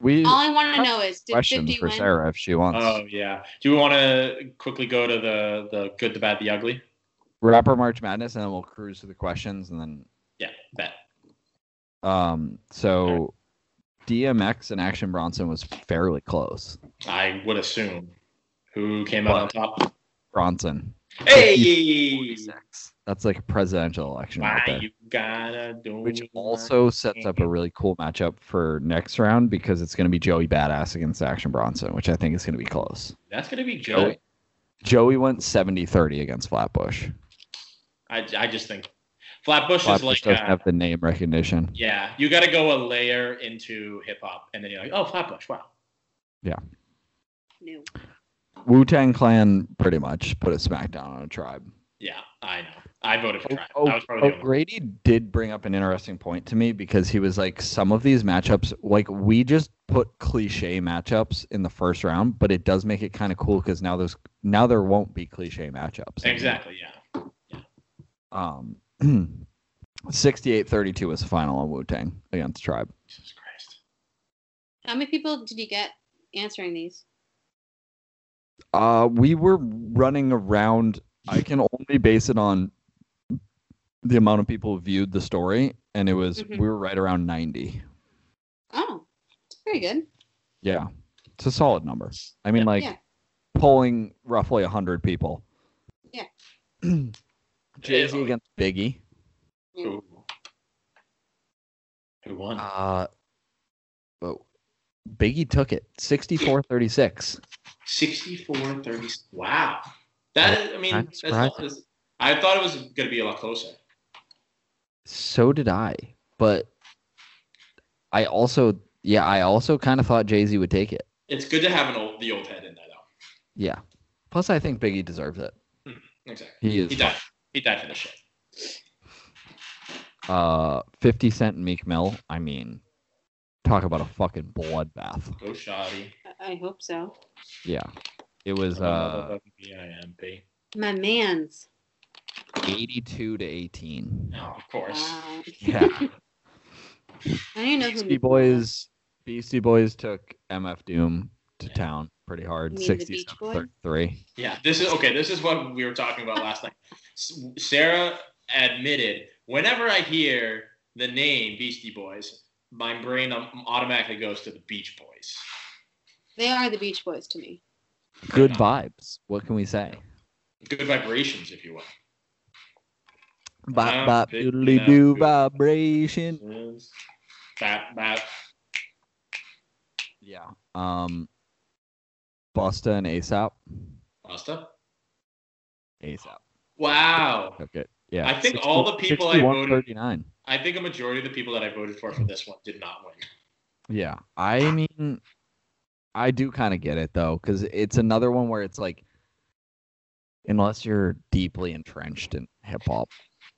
Speaker 3: we
Speaker 5: All I want to know is did
Speaker 3: questions
Speaker 5: 50
Speaker 3: for
Speaker 5: win?
Speaker 3: sarah if she wants
Speaker 4: oh yeah. Do we want to quickly go to the the good, the bad, the ugly?
Speaker 3: rapper March Madness, and then we'll cruise through the questions, and then
Speaker 4: Yeah. Bet.
Speaker 3: um, so DMX and Action Bronson was fairly close.
Speaker 4: I would assume. Who came out on top?
Speaker 3: Bronson,
Speaker 4: Hey.
Speaker 3: that's like a presidential election right
Speaker 4: Why
Speaker 3: there,
Speaker 4: you gotta do?
Speaker 3: which also sets up a really cool matchup for next round because it's going to be Joey Badass against Action Bronson, which I think is going to be close.
Speaker 4: that's gonna be Joey.
Speaker 3: Joey went 70-30 against Flatbush.
Speaker 4: I, I just think Flatbush, is
Speaker 3: Flatbush
Speaker 4: like
Speaker 3: doesn't
Speaker 4: uh,
Speaker 3: have the name recognition.
Speaker 4: Yeah, you got to go a layer into hip hop, and then you're like, oh, Flatbush, wow.
Speaker 5: No.
Speaker 3: Wu Tang Clan pretty much put a smackdown on a tribe.
Speaker 4: Yeah, I know. I voted for
Speaker 3: O-
Speaker 4: Tribe.
Speaker 3: O-
Speaker 4: I was probably the only one.
Speaker 3: O'Grady did bring up an interesting point to me because he was like, some of these matchups, like we just put cliche matchups in the first round, but it does make it kind of cool because now there's now there won't be cliche matchups.
Speaker 4: Exactly. Yeah.
Speaker 3: Um, 68-32 was the final on Wu Tang against Tribe.
Speaker 4: Jesus Christ.
Speaker 5: How many people did you get answering these?
Speaker 3: Uh, we were running around. I can only base it on the amount of people who viewed the story, and it was
Speaker 4: Mm-hmm.
Speaker 5: Mhm.
Speaker 3: we were right around ninety.
Speaker 5: Oh, it's pretty good.
Speaker 3: Yeah. It's a solid number. I mean,
Speaker 4: Yeah.
Speaker 3: like
Speaker 5: Yeah.
Speaker 3: polling roughly 100 people.
Speaker 5: Yeah.
Speaker 3: Jay Z
Speaker 4: Yeah.
Speaker 3: against Biggie.
Speaker 5: Yeah.
Speaker 4: Ooh. Who won?
Speaker 3: Uh, oh, Biggie took it 64 36.
Speaker 4: 64 30. Wow. That is, I mean,
Speaker 3: I'm
Speaker 4: that's not, that's- I thought it was going to be a lot closer.
Speaker 3: So did I. But I also, yeah, I also kind of thought Jay Z would take it.
Speaker 4: It's good to have an old the old head in there, though.
Speaker 3: Yeah. Plus, I think Biggie deserves it.
Speaker 4: Exactly.
Speaker 3: He is
Speaker 4: He died. He died for the shit.
Speaker 3: uh 50 Cent and Meek Mill. I mean, talk about a fucking bloodbath.
Speaker 4: Go shoddy.
Speaker 5: I hope so.
Speaker 3: Yeah. It was uh
Speaker 4: B-I-M-P.
Speaker 5: My man's.
Speaker 3: 82 to 18.
Speaker 4: Oh, of course.
Speaker 5: Wow.
Speaker 3: Yeah.
Speaker 5: Uh, I don't even know who
Speaker 3: Beastie Boys Beastie Boys took MF Doom to town pretty hard.
Speaker 5: You mean the
Speaker 3: 60
Speaker 5: Beach Boys?
Speaker 3: 33.
Speaker 4: Yeah, this is okay. This is what we were talking about last night. S- Sarah admitted whenever I hear the name Beastie Boys, my brain um, automatically goes to the Beach Boys.
Speaker 5: They are the Beach Boys to me.
Speaker 3: Good vibes. What can we say?
Speaker 4: Good vibrations, if you will.
Speaker 3: Bop
Speaker 4: I'm
Speaker 3: bop
Speaker 4: big
Speaker 3: doodly doo
Speaker 4: now.
Speaker 3: vibration.
Speaker 4: Bat, bat.
Speaker 3: Yeah. Um Busta and ASAP.
Speaker 4: Busta.
Speaker 3: ASAP.
Speaker 4: Wow.
Speaker 3: Took it. Yeah.
Speaker 4: I think all the people I voted-
Speaker 3: 39.
Speaker 4: I think a majority of the people that I voted for for this one did not win.
Speaker 3: Yeah, I mean, I do kind of get it though, because it's another one where it's like, unless you're deeply entrenched in hip hop,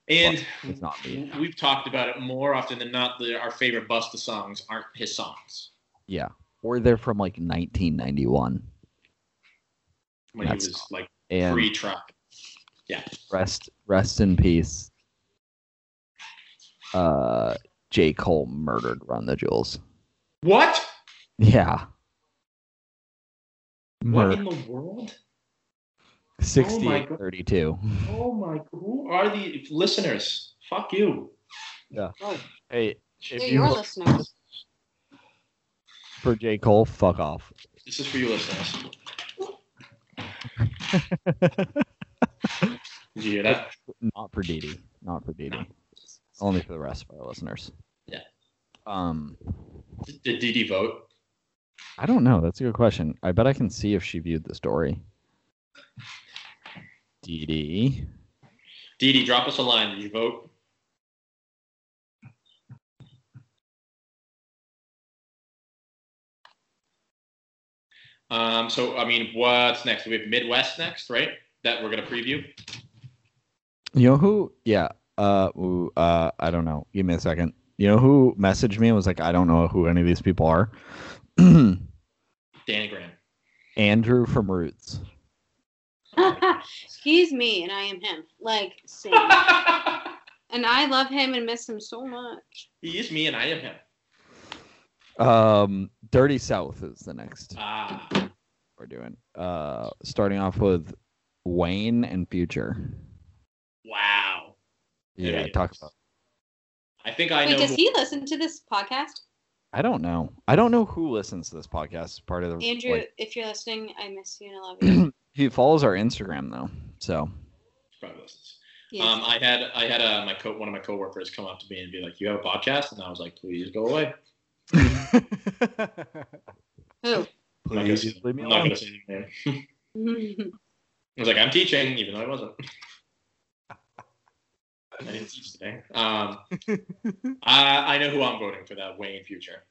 Speaker 4: And
Speaker 3: it's not me.
Speaker 4: we've talked about it more often than not. The, our favorite Busta songs aren't his songs.
Speaker 3: Yeah, or they're from like 1991,
Speaker 4: When
Speaker 3: That's-
Speaker 4: he was like
Speaker 3: and
Speaker 4: free trap.
Speaker 3: rest rest in peace. Uh, J Cole murdered Run the Jewels.
Speaker 4: What?
Speaker 3: Yeah,
Speaker 4: What
Speaker 3: murder
Speaker 4: in the world?
Speaker 3: 68
Speaker 4: God.
Speaker 3: 32.
Speaker 4: Oh my! Who are the listeners? Fuck you.
Speaker 3: Hey,
Speaker 5: They're
Speaker 3: if
Speaker 5: your
Speaker 3: you
Speaker 5: listeners.
Speaker 3: for J Cole, fuck off.
Speaker 4: This is for you, listeners. Did you hear that?
Speaker 3: not for Didi, not for Didi, only for the rest of our listeners.
Speaker 4: Yeah.
Speaker 3: Um,
Speaker 4: Did DD vote?
Speaker 3: I don't know. That's a good question. I bet I can see if she viewed the story. Didi,
Speaker 4: DD, drop us a line. Did you vote? Um, so, I mean, what's next? We have Midwest next, right? That we're going to preview.
Speaker 3: you know who? Yeah. Uh, ooh, uh, I don't know. Give me a second. You know who messaged me and was like, I don't know who any of these people are.
Speaker 4: Danny Graham.
Speaker 3: Andrew from Roots.
Speaker 5: He's me and I am him. Like, same. and I love him and miss him so much.
Speaker 4: he is me and I am him.
Speaker 3: Um, Dirty South is the next
Speaker 4: Ah,
Speaker 3: we're doing. Uh, starting off with Wayne and Future.
Speaker 4: wow. There
Speaker 3: Yeah,
Speaker 4: he
Speaker 3: talk
Speaker 4: is.
Speaker 3: about.
Speaker 4: I think I
Speaker 5: Wait,
Speaker 4: know.
Speaker 5: does
Speaker 4: who-
Speaker 5: he listen to this podcast?
Speaker 3: I don't know. I don't know who listens to this podcast. Part of the
Speaker 5: Andrew,
Speaker 3: like,
Speaker 5: if you're listening, I miss you and I love you.
Speaker 3: he follows our Instagram though, so
Speaker 4: Probably listens.
Speaker 5: Yes.
Speaker 4: Um, I had I had uh, my co- one of my coworkers come up to me and be like, "You have a podcast?" And I was like, "Please go away."
Speaker 5: Who?
Speaker 4: I'm not gonna say-
Speaker 3: leave me
Speaker 4: I'm not
Speaker 3: alone.
Speaker 4: gonna say anything. I was like, I'm teaching, even though I wasn't. I didn't teach today. Um, I, I know who I'm voting for that Wayne Future.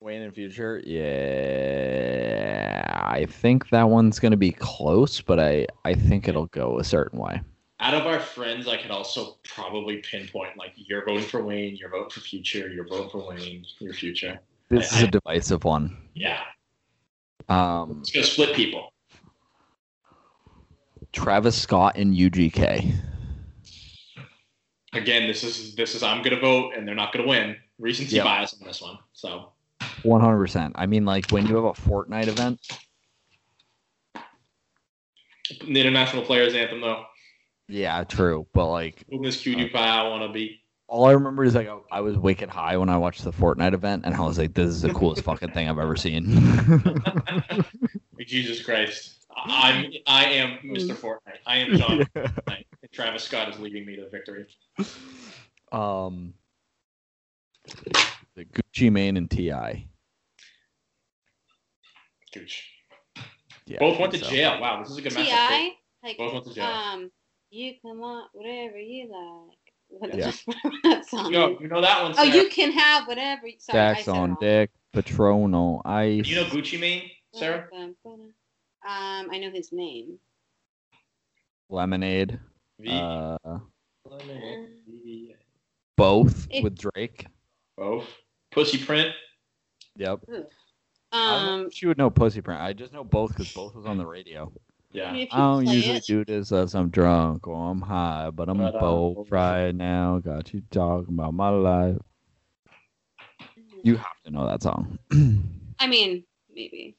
Speaker 3: Wayne in future. Yeah, I think that one's gonna be close, but I I think it'll go a certain way.
Speaker 4: Out of our friends, I could also probably pinpoint like you're voting for Wayne, you're voting for Future, you're voting for Wayne, your Future.
Speaker 3: This is
Speaker 4: I-
Speaker 3: a divisive one.
Speaker 4: Yeah,
Speaker 3: Um,
Speaker 4: it's gonna split people.
Speaker 3: Travis Scott and UGK.
Speaker 4: Again, this is this is I'm gonna vote, and they're not gonna win. Recency
Speaker 3: Yeah.
Speaker 4: bias on this one. So
Speaker 3: One hundred percent. I mean, like when you have a Fortnite event.
Speaker 4: the international players anthem though,
Speaker 3: Yeah, true. But like
Speaker 4: who this cutie pie I wanna be.
Speaker 3: all I remember is like I- I was wicked high when I watched the Fortnite event, and I was like, "This is the coolest fucking thing I've ever seen." Mm-hmm.
Speaker 5: Mm.
Speaker 4: Jesus Christ. I'm I am Mr. Fortnite. I am John Fortnite. Travis Scott is leading me to victory.
Speaker 3: Um, the Gucci Mane and Ti.
Speaker 4: Gooch.
Speaker 3: Yeah,
Speaker 4: Both went
Speaker 3: I
Speaker 4: to
Speaker 3: think so.
Speaker 4: jail. Wow, this is a good matchup. Both-
Speaker 5: Ti, like
Speaker 4: Both went to jail.
Speaker 5: um, you can want whatever you like. What
Speaker 3: Yeah.
Speaker 5: that song?
Speaker 4: Yo,
Speaker 5: is.
Speaker 4: you know that one.
Speaker 5: Oh,
Speaker 4: Sarah.
Speaker 5: you can have whatever. you- Sorry, I
Speaker 3: Stacks
Speaker 5: said it
Speaker 3: on
Speaker 5: wrong.
Speaker 3: deck. Patron on ice.
Speaker 4: You know Gucci Mane, Sarah?
Speaker 5: Um, I know his name.
Speaker 3: lemonade. Uh,
Speaker 4: V-
Speaker 3: both
Speaker 5: It-
Speaker 3: with Drake.
Speaker 4: Both. Pussy Print.
Speaker 3: Yep. I don't know
Speaker 5: Um,
Speaker 3: if she would know Pussy Print. I just know both because both was on the radio.
Speaker 5: I
Speaker 4: Yeah.
Speaker 5: mean, if you
Speaker 3: I don't
Speaker 5: play
Speaker 3: usually
Speaker 5: it,
Speaker 3: do this unless I'm drunk or I'm high, but I'm
Speaker 4: But uh, I'm
Speaker 3: both
Speaker 4: both.
Speaker 3: right now. Got you talking about my life. You have to know that song.
Speaker 5: I mean, maybe.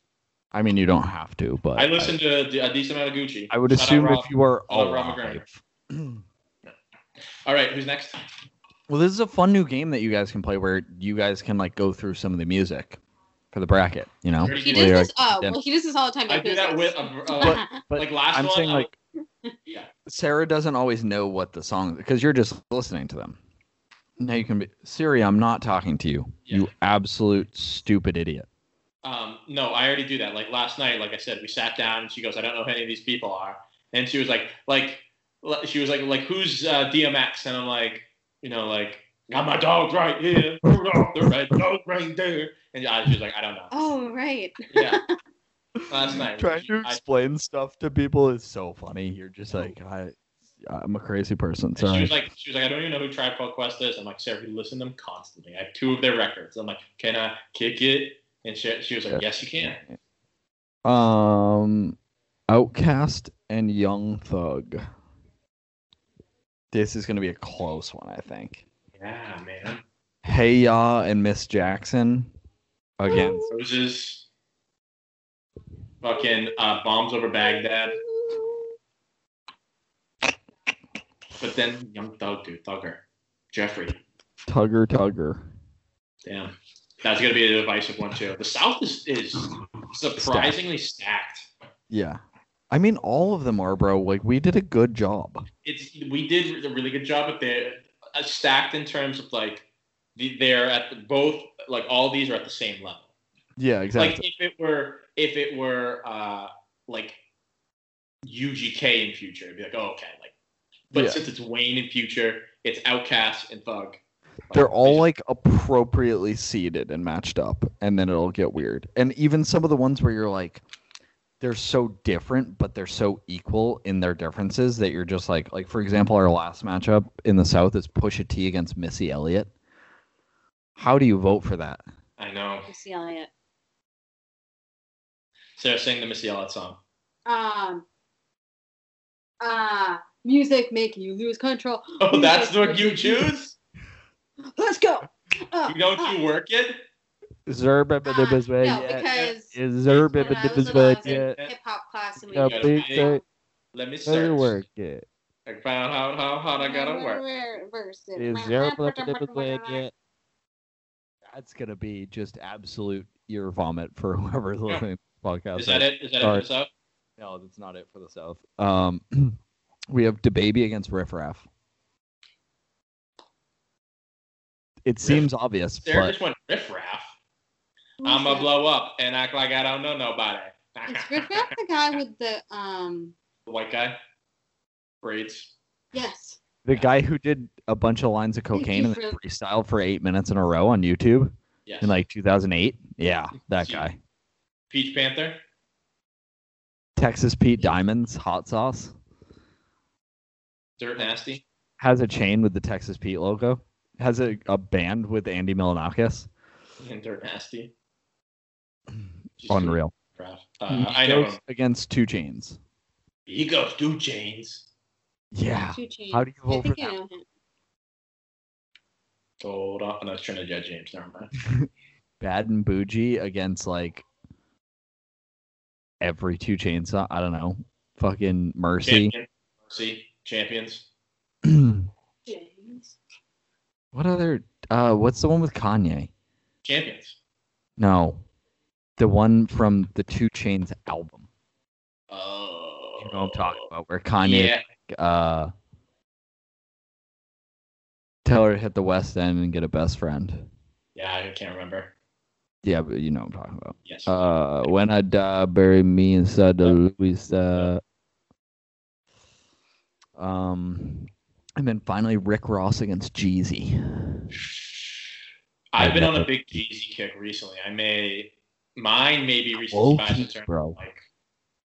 Speaker 3: I mean, you don't have to, but
Speaker 4: I listened to a decent amount of Gucci.
Speaker 3: I, I would
Speaker 4: Shout out
Speaker 3: assume
Speaker 4: Rob.
Speaker 3: if you were
Speaker 4: Shout out Rob
Speaker 3: alive. well,
Speaker 4: All right, who's next?
Speaker 3: this is a fun new game that you guys can play where you guys can like go through some of the music for the bracket. You know,
Speaker 4: Dirty
Speaker 5: He
Speaker 4: Boy.
Speaker 5: does
Speaker 3: Well,
Speaker 5: this. Oh,
Speaker 3: yeah.
Speaker 5: well, he does this all the time.
Speaker 4: I do that with a, uh,
Speaker 3: But- but
Speaker 4: like last
Speaker 3: I'm
Speaker 4: one.
Speaker 3: saying
Speaker 4: I-
Speaker 3: like
Speaker 4: Yeah.
Speaker 3: Sarah doesn't always know what the song because you're just listening to them. Now you can be Siri. I'm not talking to you. You
Speaker 4: Yeah.
Speaker 3: absolute stupid idiot.
Speaker 4: Um, no, I already do that. Like last night, like I said, we sat down and she goes, I don't know who any of these people are. And she was like, like, li- she was like, like, who's uh, DMX? And I'm like, you know, like, got my dogs right here. Rudolph the red dog right there. And I, she was like, I don't know.
Speaker 5: Oh, right.
Speaker 4: Yeah. last night.
Speaker 3: Trying to
Speaker 4: I-
Speaker 3: explain stuff to people is so funny. You're just like I, I'm a crazy person.
Speaker 4: and she
Speaker 3: Sorry.
Speaker 4: was like, she was like, I don't even know who Tribe Called Quest is. I'm like, Sarah, we listen to them constantly. I have two of their records. I'm like, can I kick it? And she, she was like, yes, you can.
Speaker 3: um, Outcast and Young Thug. This is gonna be a close one, I think.
Speaker 4: Yeah, man.
Speaker 3: Hey Ya and Miss Jackson against
Speaker 4: Roses. Fucking uh, bombs over Baghdad. But then young Thug, dude, Thugger, Jeffrey.
Speaker 3: Tugger Tugger.
Speaker 4: Damn, that's gonna be a divisive one too. The South is is surprisingly stacked.
Speaker 3: Yeah. I mean, all of them are, bro. Like, we did a good job.
Speaker 4: It's we did a really good job, but they're uh, stacked in terms of like the, they're at the, both like all these are at the same level.
Speaker 3: Yeah,
Speaker 4: Like if it were if it were uh like UGK in future, it'd be like oh, okay, like. But
Speaker 3: Yeah.
Speaker 4: since it's Wayne in future, it's Outcast and Thug. Oh,
Speaker 3: They're all like appropriately seated and matched up, and then it'll get weird. And even some of the ones where you're like, they're so different, but they're so equal in their differences that you're just like, like for example, our last matchup in the South is Pusha T against Missy Elliott. How do you vote for that?
Speaker 4: I know.
Speaker 5: Missy Elliott.
Speaker 4: Sarah sang the Missy Elliott song.
Speaker 5: Um. Ah, music making you lose control.
Speaker 4: Oh, that's what you choose?
Speaker 5: Let's go. Uh,
Speaker 4: You don't
Speaker 5: uh,
Speaker 4: you work it?
Speaker 3: Zerbibidibizwa,
Speaker 5: Ah, no,
Speaker 3: yeah,
Speaker 5: because
Speaker 3: yeah,
Speaker 5: when I was little, I
Speaker 3: zerbibidibizwa,
Speaker 5: was
Speaker 3: yeah,
Speaker 5: in hip hop class and we
Speaker 3: yeah,
Speaker 4: got a
Speaker 3: big
Speaker 4: big
Speaker 3: day,
Speaker 4: Let
Speaker 3: better
Speaker 4: me search.
Speaker 3: work it.
Speaker 4: I found out how hard I gotta work.
Speaker 5: Verse it.
Speaker 3: is zero yet. That's gonna be just absolute ear vomit for whoever's listening to the podcast.
Speaker 4: Is that it? Is that it for this out?
Speaker 3: No, that's not it for the South. Um, we have DeBaby against Riff Raff. It seems obvious,
Speaker 4: Sarah
Speaker 3: but
Speaker 4: just went riff raff. I'ma blow up and act like I don't know nobody.
Speaker 5: It's Riff Raff, the guy with the um.
Speaker 4: The white guy. Braids.
Speaker 5: Yes.
Speaker 3: the guy who did a bunch of lines of cocaine and then
Speaker 5: Riff.
Speaker 3: freestyled for eight minutes in a row on YouTube
Speaker 4: Yes.
Speaker 3: in like 2008. Yeah, that guy.
Speaker 4: Peach Panther.
Speaker 3: Texas Pete Diamonds, hot sauce,
Speaker 4: Dirt Nasty.
Speaker 3: has a chain with the Texas Pete logo, has a, a band with Andy Milanakis.
Speaker 4: And Dirt Nasty. Just
Speaker 3: Unreal.
Speaker 4: Riff Raff. Uh, I know him.
Speaker 3: against two chains.
Speaker 4: He goes through chains.
Speaker 3: Yeah.
Speaker 5: Two Chainz.
Speaker 3: How do you
Speaker 5: I
Speaker 3: vote for
Speaker 5: think I
Speaker 3: that?
Speaker 5: know him.
Speaker 4: Hold on. And I was trying to judge James. Never mind.
Speaker 3: Bad and bougie against like every two chains. I don't know. Fucking mercy.
Speaker 4: Champion. Mercy. Champions.
Speaker 3: what
Speaker 5: James.
Speaker 3: other? Uh, what's the one with Kanye?
Speaker 4: Champions.
Speaker 3: No, the one from the Two Chains album.
Speaker 4: Oh.
Speaker 3: You know what I'm talking about? Where Kanye,
Speaker 4: Yeah.
Speaker 3: uh, Tell her to hit the West End and get a best friend.
Speaker 4: Yeah, I can't remember.
Speaker 3: Yeah, but you know what I'm talking about.
Speaker 4: Yes.
Speaker 3: Uh, when I die, bury me inside the uh, Louisa. Um, and then finally Rick Ross against Jeezy.
Speaker 4: I've been on
Speaker 3: never-
Speaker 4: a big Jeezy kick recently. I may mine may be
Speaker 3: Low
Speaker 4: recently biased in
Speaker 3: key,
Speaker 4: terms
Speaker 3: bro.
Speaker 4: of like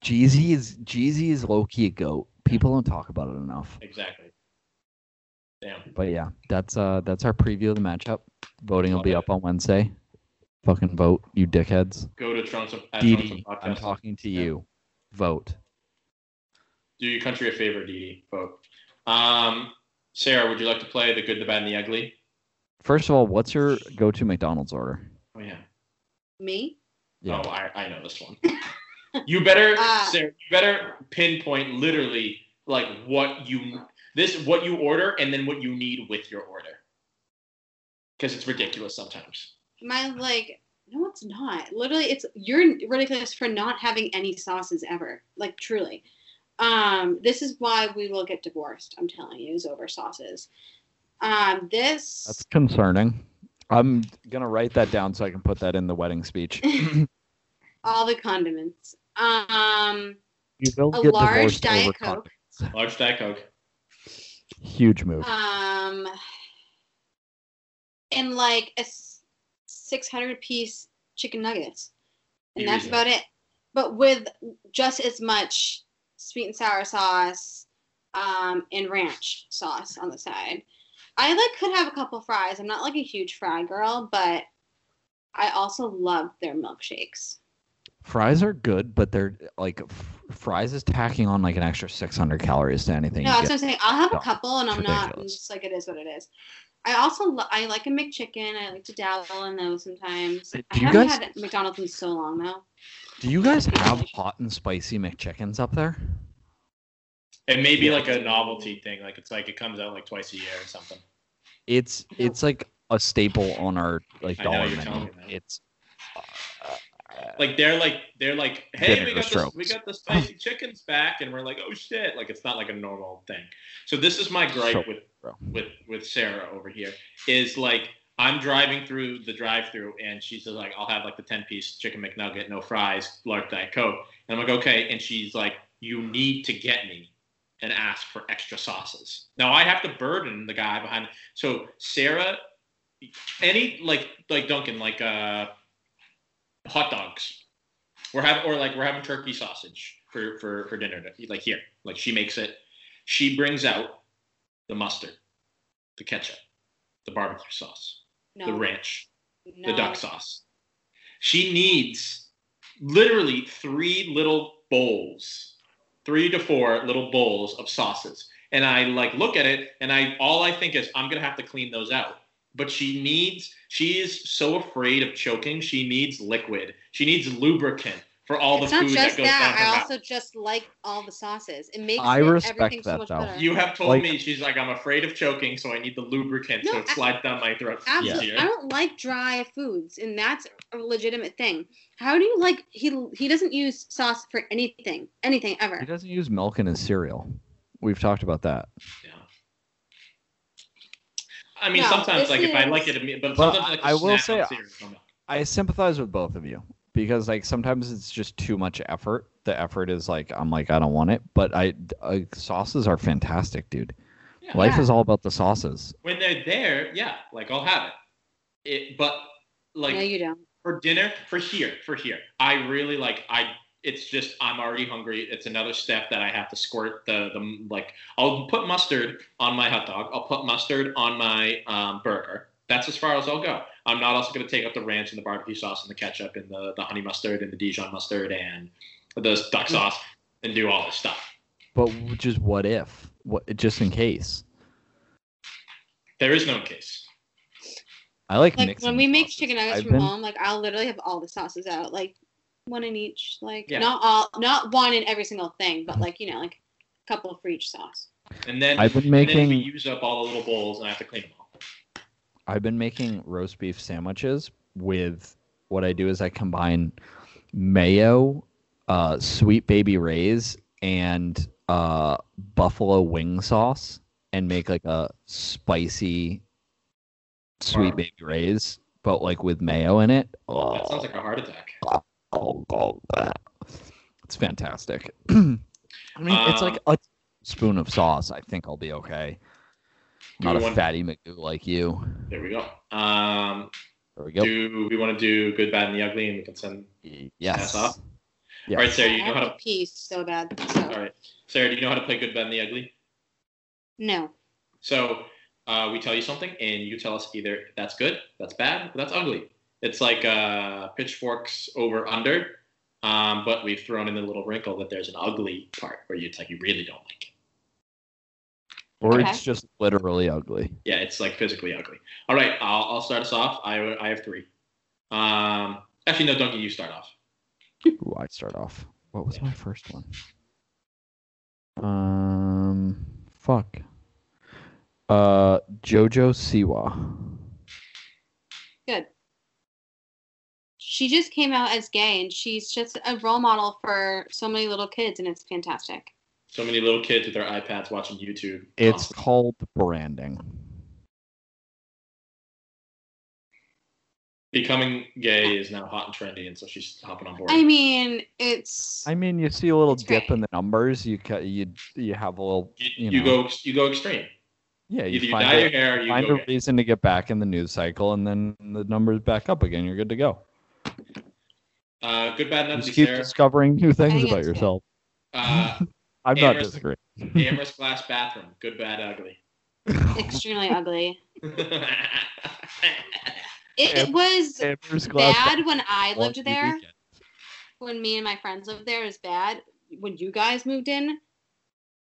Speaker 3: Jeezy is Jeezy is low key a goat. People don't talk about it enough.
Speaker 4: exactly. Damn.
Speaker 3: But yeah, that's uh that's our preview of the matchup. Voting will
Speaker 4: Love
Speaker 3: be
Speaker 4: it.
Speaker 3: up on Wednesday. Fucking vote, you dickheads.
Speaker 4: Go to Trump's, at Trump's
Speaker 3: Didi, I'm
Speaker 4: podcast.
Speaker 3: talking to you. Vote.
Speaker 4: Do your country a favor, Didi. Vote. Um, Sarah, would you like to play the good, the bad, and the ugly?
Speaker 3: First of all, what's your go-to McDonald's order?
Speaker 4: Oh yeah.
Speaker 5: Me?
Speaker 3: Yeah.
Speaker 4: Oh, I, I know this one. you better,
Speaker 5: Ah.
Speaker 4: Sarah, you better pinpoint literally like what you this what you order and then what you need with your order. Because it's ridiculous sometimes.
Speaker 5: My like no, it's not. Literally, it's you're ridiculous for not having any sauces ever. Like truly, um, this is why we will get divorced. I'm telling you, is over sauces. Um, this
Speaker 3: That's concerning. I'm gonna write that down so I can put that in the wedding speech. you
Speaker 5: all the condiments. Um,
Speaker 3: will
Speaker 5: a
Speaker 3: get
Speaker 5: large
Speaker 3: divorced over
Speaker 5: diet
Speaker 3: con-
Speaker 5: coke.
Speaker 4: Large Diet Coke.
Speaker 3: Huge move.
Speaker 5: Um, and like a six hundred piece chicken nuggets, and that's
Speaker 4: Easy.
Speaker 5: about it. But with just as much sweet and sour sauce, um, and ranch sauce on the side. I like could have a couple fries. I'm not like a huge fry girl, but I also love their milkshakes.
Speaker 3: fries are good, but they're like f- fries is tacking on like an extra 600 calories to anything.
Speaker 5: No,
Speaker 3: you
Speaker 5: that's what
Speaker 3: get.
Speaker 5: I'm saying. I'll have
Speaker 3: No,
Speaker 5: a couple, and I'm not. I'm
Speaker 3: ridiculous.
Speaker 5: just like it is what it is. I also lo- I like a McChicken. I like to dabble in those sometimes.
Speaker 3: Do
Speaker 5: I
Speaker 3: you
Speaker 5: haven't
Speaker 3: guys-
Speaker 5: had McDonald's in so long now.
Speaker 3: Do you guys have hot and spicy McChickens up there?
Speaker 4: It may be like a novelty thing. Like it's like it comes out like twice a year or something.
Speaker 3: It's
Speaker 5: No.
Speaker 3: it's like a staple on our like
Speaker 4: I know
Speaker 3: dollar
Speaker 4: you're telling
Speaker 3: menu.
Speaker 4: me that.
Speaker 3: It's
Speaker 4: Like they're like they're like, hey,
Speaker 3: Uh, Dinner
Speaker 4: we got the
Speaker 3: strokes.
Speaker 4: we got the spicy chickens back, and we're like, oh shit! Like it's not like a normal thing. So this is my gripe
Speaker 3: Sure,
Speaker 4: with
Speaker 3: bro.
Speaker 4: with with Sarah over here is like I'm driving through the drive-through, and she's just like, I'll have like the ten-piece chicken McNugget, no fries, large diet coke, and I'm like, okay, and she's like, you need to get me and ask for extra sauces. Now I have to burden the guy behind. So Sarah, any like like Duncan like uh hot dogs. We're having or like we're having turkey sausage for for for dinner to- like here. Like she makes it. She brings out the mustard, the ketchup, the barbecue sauce,
Speaker 5: No,
Speaker 4: the ranch,
Speaker 5: no.
Speaker 4: the duck sauce. She needs literally three little bowls, three to four little bowls of sauces. And I like look at it and I all I think is I'm gonna have to clean those out. But she needs she is so afraid of choking, she needs liquid. She needs lubricant for all
Speaker 5: It's
Speaker 4: the
Speaker 5: not
Speaker 4: food that
Speaker 5: just
Speaker 4: goes
Speaker 5: that.
Speaker 4: down her
Speaker 5: I
Speaker 4: mouth.
Speaker 5: also just like all the sauces. It makes
Speaker 3: I
Speaker 5: it-
Speaker 3: respect
Speaker 5: everything so
Speaker 3: that,
Speaker 5: much
Speaker 3: though.
Speaker 5: better.
Speaker 4: You have told
Speaker 3: Like-
Speaker 4: me she's like, I'm afraid of choking, so I need the lubricant so
Speaker 5: No,
Speaker 4: it slides down my throat.
Speaker 5: Absolutely.
Speaker 4: easier.
Speaker 5: I don't like dry foods, and that's a legitimate thing. How do you like he he doesn't use sauce for anything, anything ever.
Speaker 3: he doesn't use milk in his cereal. We've talked about that.
Speaker 4: Yeah. I mean,
Speaker 5: No,
Speaker 4: sometimes
Speaker 5: this
Speaker 4: like if I
Speaker 5: is-
Speaker 4: like it, imme- but
Speaker 3: Well,
Speaker 4: sometimes like
Speaker 3: I- I will say-
Speaker 4: say,
Speaker 3: I sympathize with both of you because like sometimes it's just too much effort. The effort is like I'm like I don't want it, but I uh, sauces are fantastic, dude.
Speaker 4: Yeah.
Speaker 3: Life
Speaker 5: Oh, Yeah.
Speaker 3: is all about the sauces.
Speaker 4: when they're there, yeah, like I'll have it. It, but like
Speaker 5: no, you don't.
Speaker 4: for dinner, for here, for here, I really like I. It's just I'm already hungry. It's another step that I have to squirt the the like. I'll put mustard on my hot dog. I'll put mustard on my um, burger. That's as far as I'll go. I'm not also going to take up the ranch and the barbecue sauce and the ketchup and the, the honey mustard and the Dijon mustard and the duck sauce and do all this stuff.
Speaker 3: But just what if? What just in case?
Speaker 4: There is no case.
Speaker 3: I like,
Speaker 5: like
Speaker 3: mixing
Speaker 5: when we
Speaker 3: the
Speaker 5: make
Speaker 3: sauces.
Speaker 5: chicken nuggets
Speaker 3: I've
Speaker 5: from
Speaker 3: been-
Speaker 5: home, like I'll literally have all the sauces out, like one in each, like
Speaker 4: Yeah.
Speaker 5: not all, not one in every single thing, but like you know, like a couple for each sauce.
Speaker 4: And then
Speaker 3: I've been
Speaker 4: and then we
Speaker 3: making
Speaker 4: use up all the little bowls and I have to clean them all.
Speaker 3: I've been making roast beef sandwiches with what I do is I combine mayo, uh, sweet baby rays, and uh, buffalo wing sauce and make like a spicy sweet
Speaker 4: Wow.
Speaker 3: baby rays, but like with mayo in it. Oh,
Speaker 4: That sounds like a heart attack.
Speaker 3: oh, oh, ah. it's fantastic. I mean, it's
Speaker 4: Uh,
Speaker 3: like a spoon of sauce. I think I'll be okay.
Speaker 4: Do
Speaker 3: Not
Speaker 4: we
Speaker 3: a
Speaker 4: want-
Speaker 3: fatty McGoo like you.
Speaker 4: There we go. Um,
Speaker 3: There we go.
Speaker 4: Do we want to do good, bad, and the ugly, and we can send?
Speaker 3: yes.
Speaker 4: off?
Speaker 3: Yes.
Speaker 4: All right, Sarah, you
Speaker 5: I
Speaker 4: know
Speaker 5: have
Speaker 4: how
Speaker 5: the
Speaker 4: to.
Speaker 5: piece so bad. So
Speaker 4: All right, Sarah, do you know how to play good, bad, and the ugly?
Speaker 5: no.
Speaker 4: So uh, we tell you something, and you tell us either that's good, that's bad, or that's ugly. It's like uh, pitchforks over under, um, but we've thrown in the little wrinkle that there's an ugly part where you it's like you really don't like it.
Speaker 3: Or
Speaker 5: Okay.
Speaker 3: it's just literally ugly.
Speaker 4: Yeah, it's like physically ugly. All right, I'll, I'll start us off. I I have three. Um, actually, no, Duncan, you start off.
Speaker 3: Ooh, I start off. What was my first one? Um, fuck. Uh, Jojo Siwa.
Speaker 5: Good. She just came out as gay, and she's just a role model for so many little kids, and it's fantastic.
Speaker 4: So many little kids with their iPads watching YouTube.
Speaker 3: It's
Speaker 4: Awesome.
Speaker 3: called branding.
Speaker 4: becoming gay is now hot and trendy, and so she's hopping on board.
Speaker 5: I mean, it's
Speaker 3: I mean, you see a little
Speaker 5: That's
Speaker 3: dip
Speaker 5: right.
Speaker 3: in the numbers. You ca- you you have a little.
Speaker 4: you,
Speaker 3: You
Speaker 4: you
Speaker 3: know.
Speaker 4: go you go extreme.
Speaker 3: Yeah,
Speaker 4: Either
Speaker 3: you
Speaker 4: you
Speaker 3: find
Speaker 4: dye your
Speaker 3: a,
Speaker 4: hair, or you
Speaker 3: find
Speaker 4: go
Speaker 3: a
Speaker 4: gay.
Speaker 3: reason to get back in the news cycle, and then the numbers back up again. You're good to go.
Speaker 4: Uh, good, bad,
Speaker 3: You
Speaker 4: and ugly.
Speaker 3: just keep
Speaker 4: Sarah.
Speaker 3: discovering new things
Speaker 5: think
Speaker 3: about
Speaker 5: it's good.
Speaker 3: yourself.
Speaker 4: Uh,
Speaker 3: I'm not
Speaker 4: Amherst-
Speaker 3: disagreeing.
Speaker 4: Uh, Amherst glass bathroom. Good, bad, ugly.
Speaker 5: extremely ugly. It,
Speaker 3: Yep.
Speaker 5: was
Speaker 3: Amherst Glass
Speaker 5: bad when I
Speaker 3: won't
Speaker 5: lived
Speaker 3: be
Speaker 5: there.
Speaker 3: weekend.
Speaker 5: When me and my friends lived there, it was bad. When you guys moved in,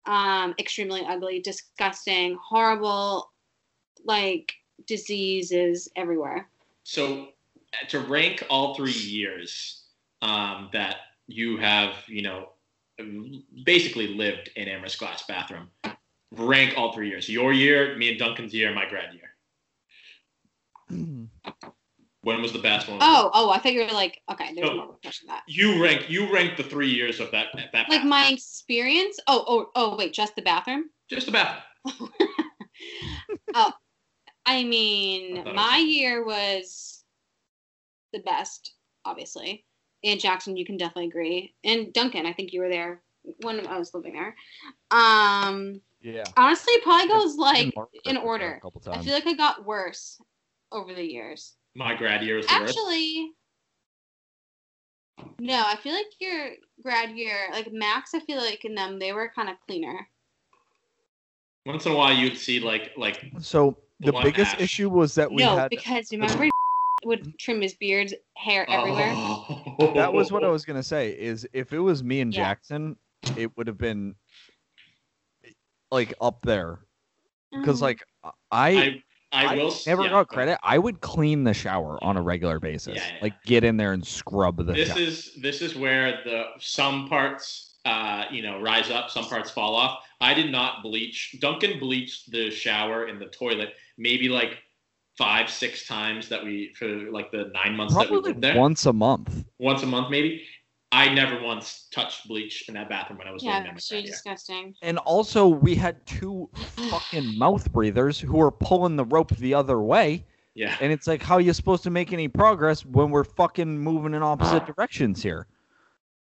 Speaker 5: um, extremely ugly, disgusting, horrible, like diseases everywhere.
Speaker 4: so uh, to rank all three years um, that you have, you know, basically lived in Amherst glass bathroom, rank all three years. Your year, me and Duncan's year, my grad year. When was the best one? was the
Speaker 5: Oh, oh, I thought you were like, okay, there's
Speaker 4: No.
Speaker 5: more question than that.
Speaker 4: You rank you rank the three years of that that bathroom.
Speaker 5: Like my experience. Oh, oh, oh, wait, just the bathroom.
Speaker 4: just the bathroom.
Speaker 5: I
Speaker 4: I
Speaker 5: mean,
Speaker 4: thought it
Speaker 5: my
Speaker 4: was-
Speaker 5: year was the best, obviously. And Jackson, you can definitely agree. And Duncan, I think you were there when I was living there. Um,
Speaker 3: Yeah.
Speaker 5: honestly, it probably goes
Speaker 3: And
Speaker 5: like
Speaker 3: Mark
Speaker 5: in
Speaker 3: Zuckerberg
Speaker 5: order.
Speaker 3: A couple times.
Speaker 5: I feel like I got worse over the years.
Speaker 4: My grad year was the worst.
Speaker 5: Actually, no, I feel like your grad year, like Max, I feel like in them they were kind of cleaner.
Speaker 4: Once in a while, you'd see like like
Speaker 7: So
Speaker 4: The
Speaker 7: the
Speaker 4: one
Speaker 7: biggest
Speaker 4: ash.
Speaker 7: issue was that we
Speaker 5: No,
Speaker 7: had.
Speaker 5: because remember would trim his beard, hair everywhere.
Speaker 4: Oh.
Speaker 7: That was what I was gonna say. Is if it was me and
Speaker 5: Yeah.
Speaker 7: Jackson, it would have been like up there because
Speaker 5: Um,
Speaker 7: like I,
Speaker 4: I I will
Speaker 3: never
Speaker 4: yeah,
Speaker 3: got
Speaker 4: go.
Speaker 3: credit. I would clean the shower on a regular basis.
Speaker 4: Yeah, yeah,
Speaker 3: Like get in there and scrub the
Speaker 4: This
Speaker 3: shower.
Speaker 4: is this is where the some parts uh you know rise up, some parts fall off. I did not bleach. Duncan bleached the shower and the toilet maybe like five six times that we for like the nine months that we
Speaker 3: Probably
Speaker 4: lived there.
Speaker 3: once a month.
Speaker 4: once a month maybe. I never once touched bleach in that bathroom when I was living
Speaker 5: yeah,
Speaker 4: there.
Speaker 5: she's disgusting.
Speaker 3: And also we had two fucking mouth breathers who were pulling the rope the other way.
Speaker 4: Yeah.
Speaker 3: And it's like how are you supposed to make any progress when we're fucking moving in opposite directions here?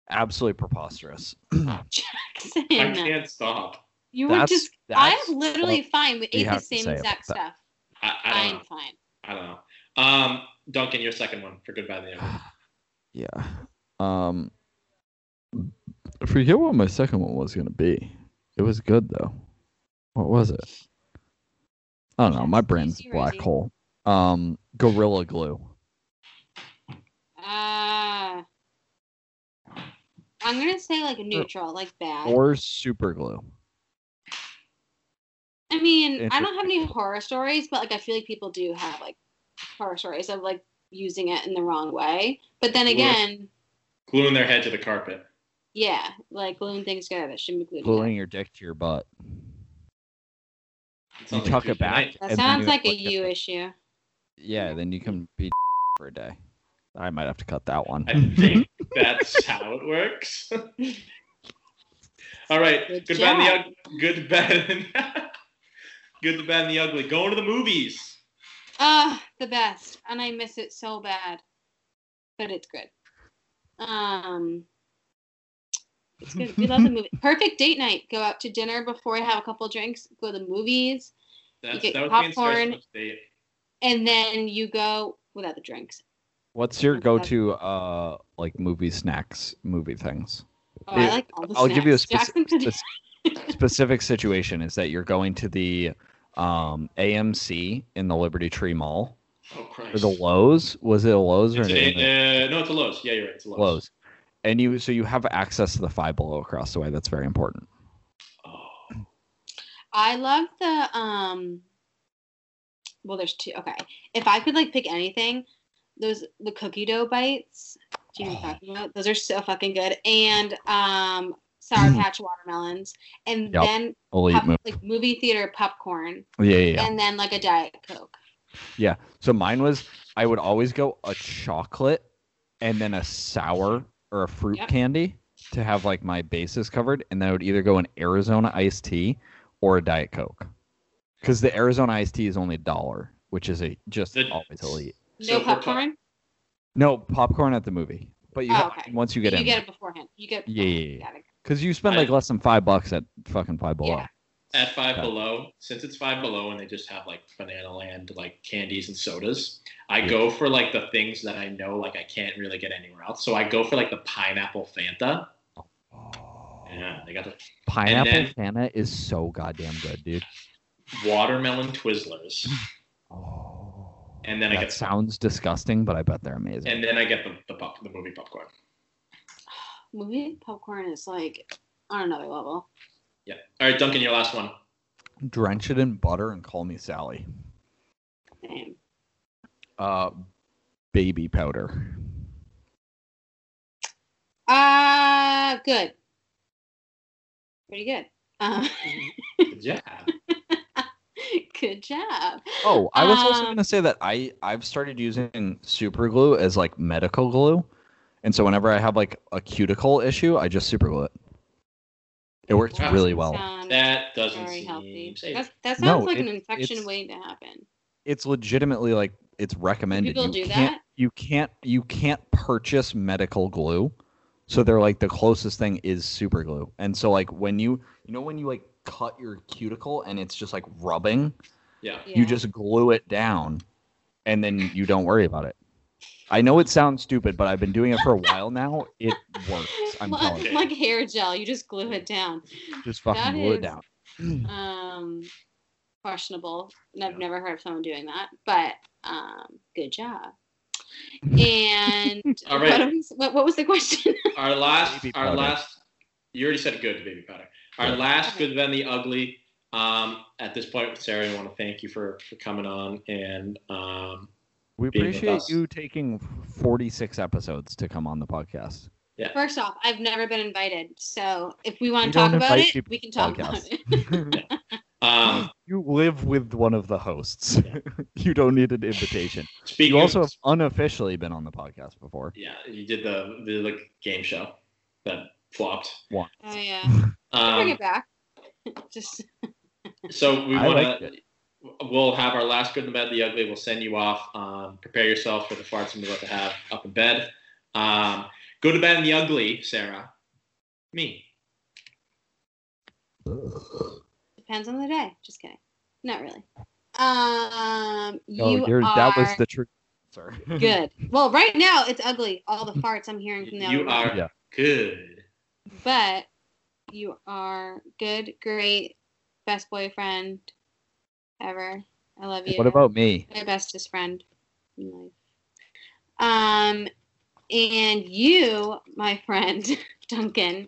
Speaker 3: Absolutely preposterous.
Speaker 5: Jackson,
Speaker 4: I can't stop.
Speaker 5: you were
Speaker 3: That's,
Speaker 5: just.
Speaker 3: that's
Speaker 5: I'm literally fine. We
Speaker 3: we
Speaker 5: ate the
Speaker 3: have to
Speaker 5: same
Speaker 3: say
Speaker 5: exact
Speaker 3: about
Speaker 5: stuff.
Speaker 4: I, I don't
Speaker 5: I'm
Speaker 4: know.
Speaker 5: fine.
Speaker 4: I don't know. Um, Duncan, your second one for good, bad, and the ugly.
Speaker 3: Yeah. Um I forget what my second one was gonna be. It was good though. What was it? I don't know. My brain's a
Speaker 5: Easy,
Speaker 3: black
Speaker 5: Rosie.
Speaker 3: hole. Um Gorilla Glue.
Speaker 5: Uh, I'm gonna say like neutral, like bad.
Speaker 3: Or super glue.
Speaker 5: I mean, I don't have any horror stories, but like I feel like people do have like horror stories of like using it in the wrong way. But then
Speaker 4: Well-
Speaker 5: again,
Speaker 4: Gluing their head to the carpet.
Speaker 5: yeah, like gluing things together that shouldn't be glued. together.
Speaker 3: Gluing your dick to your butt.
Speaker 4: It
Speaker 3: You
Speaker 4: sounds
Speaker 3: tuck
Speaker 4: like
Speaker 3: it back.
Speaker 5: That
Speaker 3: and then
Speaker 5: sounds
Speaker 3: you
Speaker 5: like a
Speaker 3: look at
Speaker 5: you
Speaker 3: it.
Speaker 5: issue.
Speaker 3: Yeah, then you can be for a day. I might have to cut that one.
Speaker 4: I think that's how it works. All right.
Speaker 5: Good
Speaker 4: Good, bad, and the
Speaker 5: job.
Speaker 4: ugly. Good, bad. and- Good, the bad, and the ugly. Going to the movies.
Speaker 5: Ah, the best, and I miss it so bad, but it's good. Um, it's good. We love the movie. Perfect date night. Go out to dinner before you have a couple drinks. Go to the movies,
Speaker 4: That's,
Speaker 5: get
Speaker 4: that was
Speaker 5: popcorn.
Speaker 4: popcorn. Date.
Speaker 5: and then you go without the drinks.
Speaker 3: What's your go-to uh like movie snacks, movie things?
Speaker 5: Oh,
Speaker 3: Yeah,
Speaker 5: I like all the
Speaker 3: I'll give you a
Speaker 5: snacks.
Speaker 3: spec-
Speaker 5: Jackson could-
Speaker 3: spec- specific situation is that you're going to the um AMC in the Liberty Tree Mall
Speaker 4: Oh Christ.
Speaker 3: or the Lowe's. Was it a Lowe's or
Speaker 4: It's
Speaker 3: an
Speaker 4: an
Speaker 3: AMC?
Speaker 4: A- uh, no, it's a Lowe's. Yeah, you're right. It's a Lowe's.
Speaker 3: Lowe's? And you so you have access to the Five Below across the way. That's very important.
Speaker 4: Oh.
Speaker 5: I love the um. Well, there's two. Okay, if I could like pick anything, those the cookie dough bites. Do you know what
Speaker 3: Oh.
Speaker 5: I'm talking about? Those are so fucking good. And um, sour
Speaker 3: Mm.
Speaker 5: patch watermelons, and
Speaker 3: Yep.
Speaker 5: then
Speaker 3: Elite
Speaker 5: pop-
Speaker 3: move.
Speaker 5: like movie theater popcorn,
Speaker 3: Yeah, yeah, yeah.
Speaker 5: and then like a diet coke.
Speaker 3: So mine was I would always go a chocolate and then a sour or a fruit
Speaker 5: Yep.
Speaker 3: candy to have like my bases covered, and then I would either go an Arizona iced tea or a diet coke, because the Arizona iced tea is only a dollar, which is a just
Speaker 4: The-
Speaker 3: always elite.
Speaker 4: So
Speaker 5: No
Speaker 4: we're talking-
Speaker 5: popcorn.
Speaker 3: No popcorn at the movie, but you
Speaker 5: Oh,
Speaker 3: have,
Speaker 5: okay.
Speaker 3: once you get
Speaker 5: you
Speaker 3: in,
Speaker 5: get it beforehand. You get it
Speaker 3: Yeah, yeah,
Speaker 5: beforehand.
Speaker 3: yeah.
Speaker 5: Got it.
Speaker 3: because you spend
Speaker 4: I-
Speaker 3: like less than five bucking at fucking five below.
Speaker 5: Yeah.
Speaker 4: At Five
Speaker 3: Okay.
Speaker 4: Below, since it's Five Below and they just have like Banana Land, like candies and sodas, I go for like the things that I know like I can't really get anywhere else. So I go for like the pineapple Fanta. Yeah, they got the
Speaker 3: Pineapple
Speaker 4: then-
Speaker 3: Fanta is so goddamn good, dude.
Speaker 4: watermelon Twizzlers,
Speaker 3: Oh,
Speaker 4: and then I
Speaker 3: that
Speaker 4: get
Speaker 3: sounds disgusting, but I bet they're amazing.
Speaker 4: and then I get the the, pop, the movie popcorn.
Speaker 5: Movie popcorn is like on another level.
Speaker 4: Yeah. All right, Duncan, your last one.
Speaker 3: drench it in butter and call me Sally.
Speaker 5: Same.
Speaker 3: Uh, baby powder.
Speaker 5: Uh good. Pretty good. Um,
Speaker 4: Mm-hmm. Yeah.
Speaker 5: good job.
Speaker 3: Oh, I was also
Speaker 5: Um,
Speaker 3: gonna say that I I've started using super glue as like medical glue, and so whenever I have like a cuticle issue, I just super glue it. It works
Speaker 4: Wow.
Speaker 3: really well.
Speaker 5: Sounds
Speaker 4: That doesn't
Speaker 5: very
Speaker 4: seem
Speaker 5: healthy.
Speaker 4: safe.
Speaker 5: That's, that
Speaker 3: No,
Speaker 5: sounds like an
Speaker 3: it-
Speaker 5: infection
Speaker 3: it's-
Speaker 5: waiting to happen.
Speaker 3: It's legitimately like it's recommended.
Speaker 5: people
Speaker 3: you
Speaker 5: do
Speaker 3: can't
Speaker 5: that?
Speaker 3: you can't you can't purchase medical glue. So they're like the closest thing is super glue. And so like when you you know when you like cut your cuticle and it's just like rubbing,
Speaker 4: yeah.
Speaker 5: Yeah.
Speaker 3: you just glue it down and then you don't worry about it i know it sounds stupid but i've been doing it for a while now it works i'm
Speaker 5: Like-
Speaker 3: telling you
Speaker 5: like hair gel, you just glue it down.
Speaker 3: just fucking
Speaker 5: that
Speaker 3: glue
Speaker 5: is-
Speaker 3: it down Hmm.
Speaker 5: Um, questionable, and I've
Speaker 4: Yeah.
Speaker 5: never heard of someone doing that. But um, good job.
Speaker 3: Hmm.
Speaker 5: And
Speaker 4: All
Speaker 5: what,
Speaker 4: right.
Speaker 5: was- what, what was the question?
Speaker 4: Our last,
Speaker 3: Baby
Speaker 4: our
Speaker 3: powder.
Speaker 4: last. You already said good, baby powder. Our
Speaker 3: Yeah.
Speaker 4: last good then the ugly. Um, at this point, Sarah, I want to thank you for, for coming on, and um,
Speaker 3: we
Speaker 4: Being with
Speaker 3: appreciate
Speaker 4: us.
Speaker 3: you taking 46 episodes to come on the podcast
Speaker 5: First off, I've never been invited, so if we want
Speaker 3: We
Speaker 5: to talk
Speaker 3: don't
Speaker 5: about
Speaker 3: invite
Speaker 5: it,
Speaker 3: people
Speaker 5: we
Speaker 3: to
Speaker 5: can talk about
Speaker 3: podcasts.
Speaker 5: it.
Speaker 4: um,
Speaker 3: you live with one of the hosts you don't need an invitation
Speaker 4: speaking
Speaker 3: you also
Speaker 4: of,
Speaker 3: have unofficially been on the podcast before
Speaker 4: yeah, you did the the like, game show that flopped.
Speaker 3: once
Speaker 5: Oh yeah, bring
Speaker 4: Um,
Speaker 5: it back. Just
Speaker 4: so we
Speaker 3: I
Speaker 4: want
Speaker 3: liked
Speaker 4: to. We'll have our last good and bad, the ugly. We'll send you off. Um, prepare yourself for the farts I'm about to have up in bed. Um, go to bed in the ugly, Sarah. Me.
Speaker 5: depends on the day. Just kidding. Not really. Um, you
Speaker 3: oh you're,
Speaker 5: are
Speaker 3: that was the truth sir
Speaker 5: good. Well, right now it's ugly. All the farts I'm hearing from the other
Speaker 4: You
Speaker 5: room.
Speaker 4: are
Speaker 3: Yeah.
Speaker 4: good.
Speaker 5: but you are good, great, best boyfriend ever. I love you.
Speaker 3: what about me
Speaker 5: my bestest friend in life? Um, and you, my friend Duncan,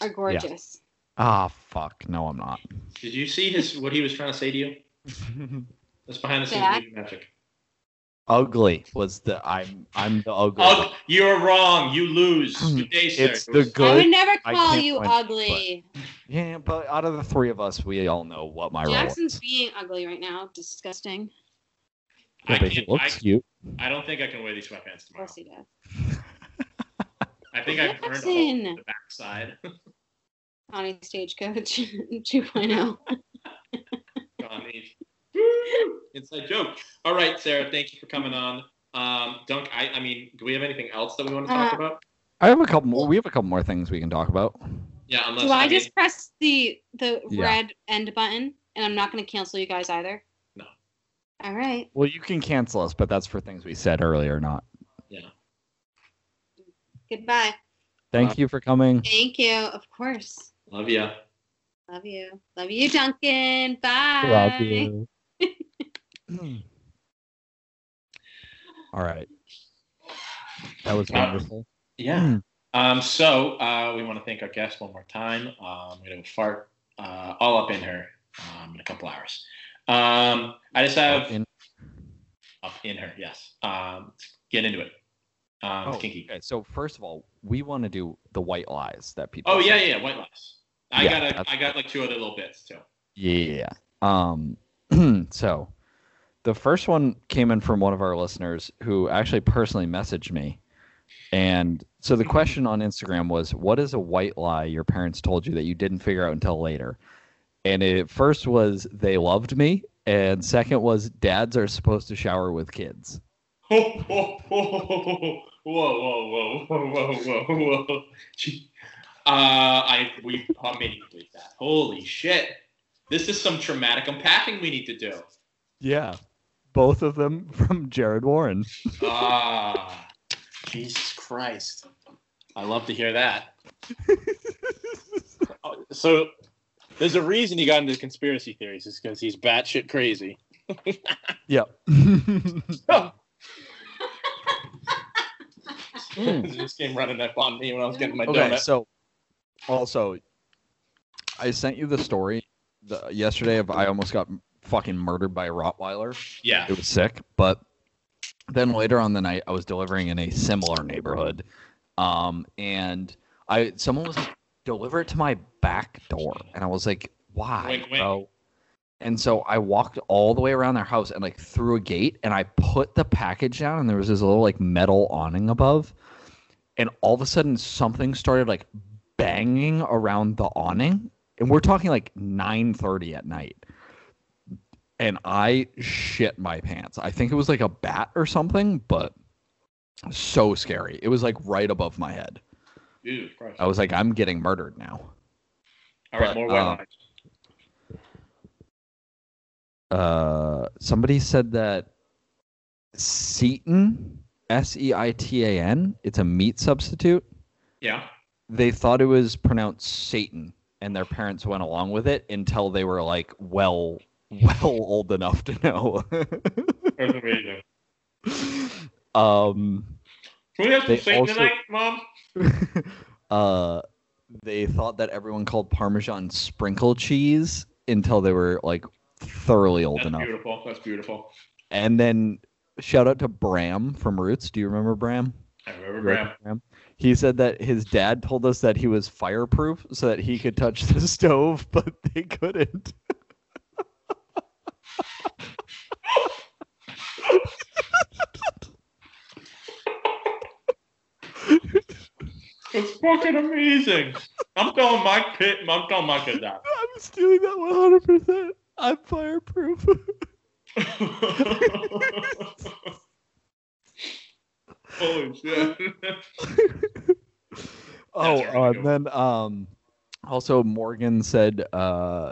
Speaker 5: are gorgeous.
Speaker 3: ah fuck no i'm not
Speaker 4: Did you see his what he was trying to say to you? That's behind the scenes
Speaker 5: Dad?
Speaker 4: movie magic.
Speaker 3: ugly was the i'm i'm the ugly
Speaker 4: Ugh, you're wrong. You lose. Good day, sir.
Speaker 3: Hmm, it's the
Speaker 5: I would
Speaker 3: good
Speaker 5: never
Speaker 3: I
Speaker 5: call
Speaker 3: can't
Speaker 5: you
Speaker 3: find-
Speaker 5: ugly.
Speaker 3: yeah but out of the three of us we all know what my
Speaker 5: Jackson's being ugly right now. Disgusting.
Speaker 3: role
Speaker 4: I
Speaker 3: is but he
Speaker 4: can't. I,
Speaker 3: looks cute
Speaker 4: I don't think I can wear these sweatpants
Speaker 5: Of
Speaker 4: tomorrow.
Speaker 5: course he does.
Speaker 4: I think I've burned a hole in the backside.
Speaker 5: oh. Connie Stagecoach 2.0.
Speaker 4: on these. Inside joke. All right, Sarah, thank you for coming on. Um, Dunk, I, I mean, do we have anything else that we want to talk
Speaker 5: Uh,
Speaker 4: about?
Speaker 3: I have a couple more. We have a couple more things we can talk about.
Speaker 4: Yeah, unless
Speaker 5: Do I
Speaker 4: mean,
Speaker 5: just press the the
Speaker 3: Yeah.
Speaker 5: red end button, and I'm not going to cancel you guys either?
Speaker 4: No.
Speaker 5: All right.
Speaker 3: Well, you can cancel us, but that's for things we said earlier, not.
Speaker 5: Goodbye.
Speaker 3: Thank you for coming.
Speaker 5: Thank you. Of course.
Speaker 4: love ya.
Speaker 5: Love you. Love you, Duncan. Bye.
Speaker 3: Love you. All right. That was
Speaker 4: Uh,
Speaker 3: wonderful.
Speaker 4: Yeah. Um, so uh, we want to thank our guest one more time. Um, we're gonna fart uh, all up in her um, in a couple hours. Um, I just have
Speaker 3: In-
Speaker 4: up in her. Yes. Um, get into it. Um,
Speaker 3: oh,
Speaker 4: kinky.
Speaker 3: okay. So first of all, we want to do the white lies that people.
Speaker 4: Oh yeah,
Speaker 3: say.
Speaker 4: yeah. White lies. I
Speaker 3: Yeah,
Speaker 4: got a,
Speaker 3: that's-
Speaker 4: I got like two other little bits too.
Speaker 3: Yeah. Um so the first one came in from one of our listeners who actually personally messaged me. And so the question on Instagram was what is a white lie your parents told you that you didn't figure out until later? And it first was they loved me and second was dads are supposed to shower with kids.
Speaker 4: Whoa, whoa, whoa, whoa, whoa, whoa, whoa, whoa. Gee. Uh, I we I made you believe that. Holy shit! This is some traumatic unpacking we need to do.
Speaker 3: Yeah. Both of them from Jared Warren.
Speaker 4: Ah, Jesus Christ! I love to hear that.
Speaker 8: Oh, So there's a reason he got into conspiracy theories is because he's batshit crazy.
Speaker 3: Yep.
Speaker 4: this came running up on me when I was getting my
Speaker 3: Hmm. okay,
Speaker 4: donut.
Speaker 3: so also, I sent you the story the, yesterday of I almost got fucking murdered by a Rottweiler.
Speaker 4: yeah.
Speaker 3: It was sick, but then later on the night, I was delivering in a similar neighborhood, um, and I someone was like, deliver it to my back door, and I was like, why,
Speaker 4: Wink, wink.
Speaker 3: bro? And so I walked all the way around their house and like through a gate, and I put the package down, and there was this little like metal awning above, and all of a sudden something started like banging around the awning, and we're talking like nine thirty at night and I shit my pants. I think it was like a bat or something, but so scary. It was like right above my head.
Speaker 4: Ew, gross.
Speaker 3: I was like, I'm getting murdered now.
Speaker 4: All right,
Speaker 3: but,
Speaker 4: more white
Speaker 3: um,
Speaker 4: lines.
Speaker 3: Uh, somebody said that Seaton, S E I T A N, it's a meat substitute.
Speaker 4: Yeah.
Speaker 3: They thought it was pronounced Satan, and their parents went along with it until they were like, well, well old enough to know.
Speaker 4: Earth invasion.
Speaker 3: um,
Speaker 4: Can we have some
Speaker 3: They
Speaker 4: Satan
Speaker 3: also-
Speaker 4: tonight, Mom?
Speaker 3: uh, they thought that everyone called Parmesan sprinkle cheese until they were like thoroughly old
Speaker 4: That's
Speaker 3: enough.
Speaker 4: beautiful. That's beautiful.
Speaker 3: And then shout out to Bram from Roots. Do you remember Bram?
Speaker 4: I remember
Speaker 3: Right.
Speaker 4: Graham.
Speaker 3: He said that his dad told us that he was fireproof so that he could touch the stove, but they couldn't.
Speaker 4: It's fucking amazing. I'm telling my kid. I'm telling my kid that.
Speaker 3: I'm stealing that 100%. I'm fireproof.
Speaker 4: Holy shit.
Speaker 3: Oh, uh,
Speaker 4: That's really
Speaker 3: and then um, also Morgan said uh,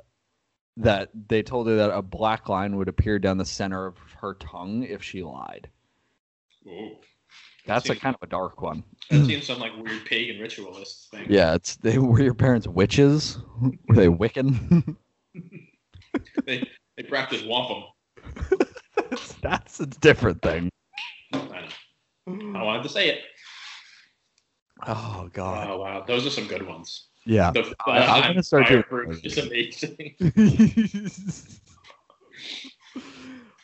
Speaker 3: that they told her that a black line would appear down the center of her tongue if she lied.
Speaker 4: Ooh.
Speaker 3: That's a
Speaker 4: Seems-
Speaker 3: kind of a dark one.
Speaker 4: That seems some like weird pagan ritualist thing.
Speaker 3: Hmm. Yeah, it's they were your parents witches? Were they
Speaker 4: Mm-hmm.
Speaker 3: Wiccan?
Speaker 4: They, they practice wampum.
Speaker 3: That's a different thing.
Speaker 4: I know. I wanted to say it.
Speaker 3: Oh God.
Speaker 4: Oh wow, those are some good ones.
Speaker 3: Yeah.
Speaker 4: The,
Speaker 3: I- I'm gonna start doing
Speaker 4: fireproof
Speaker 3: those.
Speaker 4: is amazing.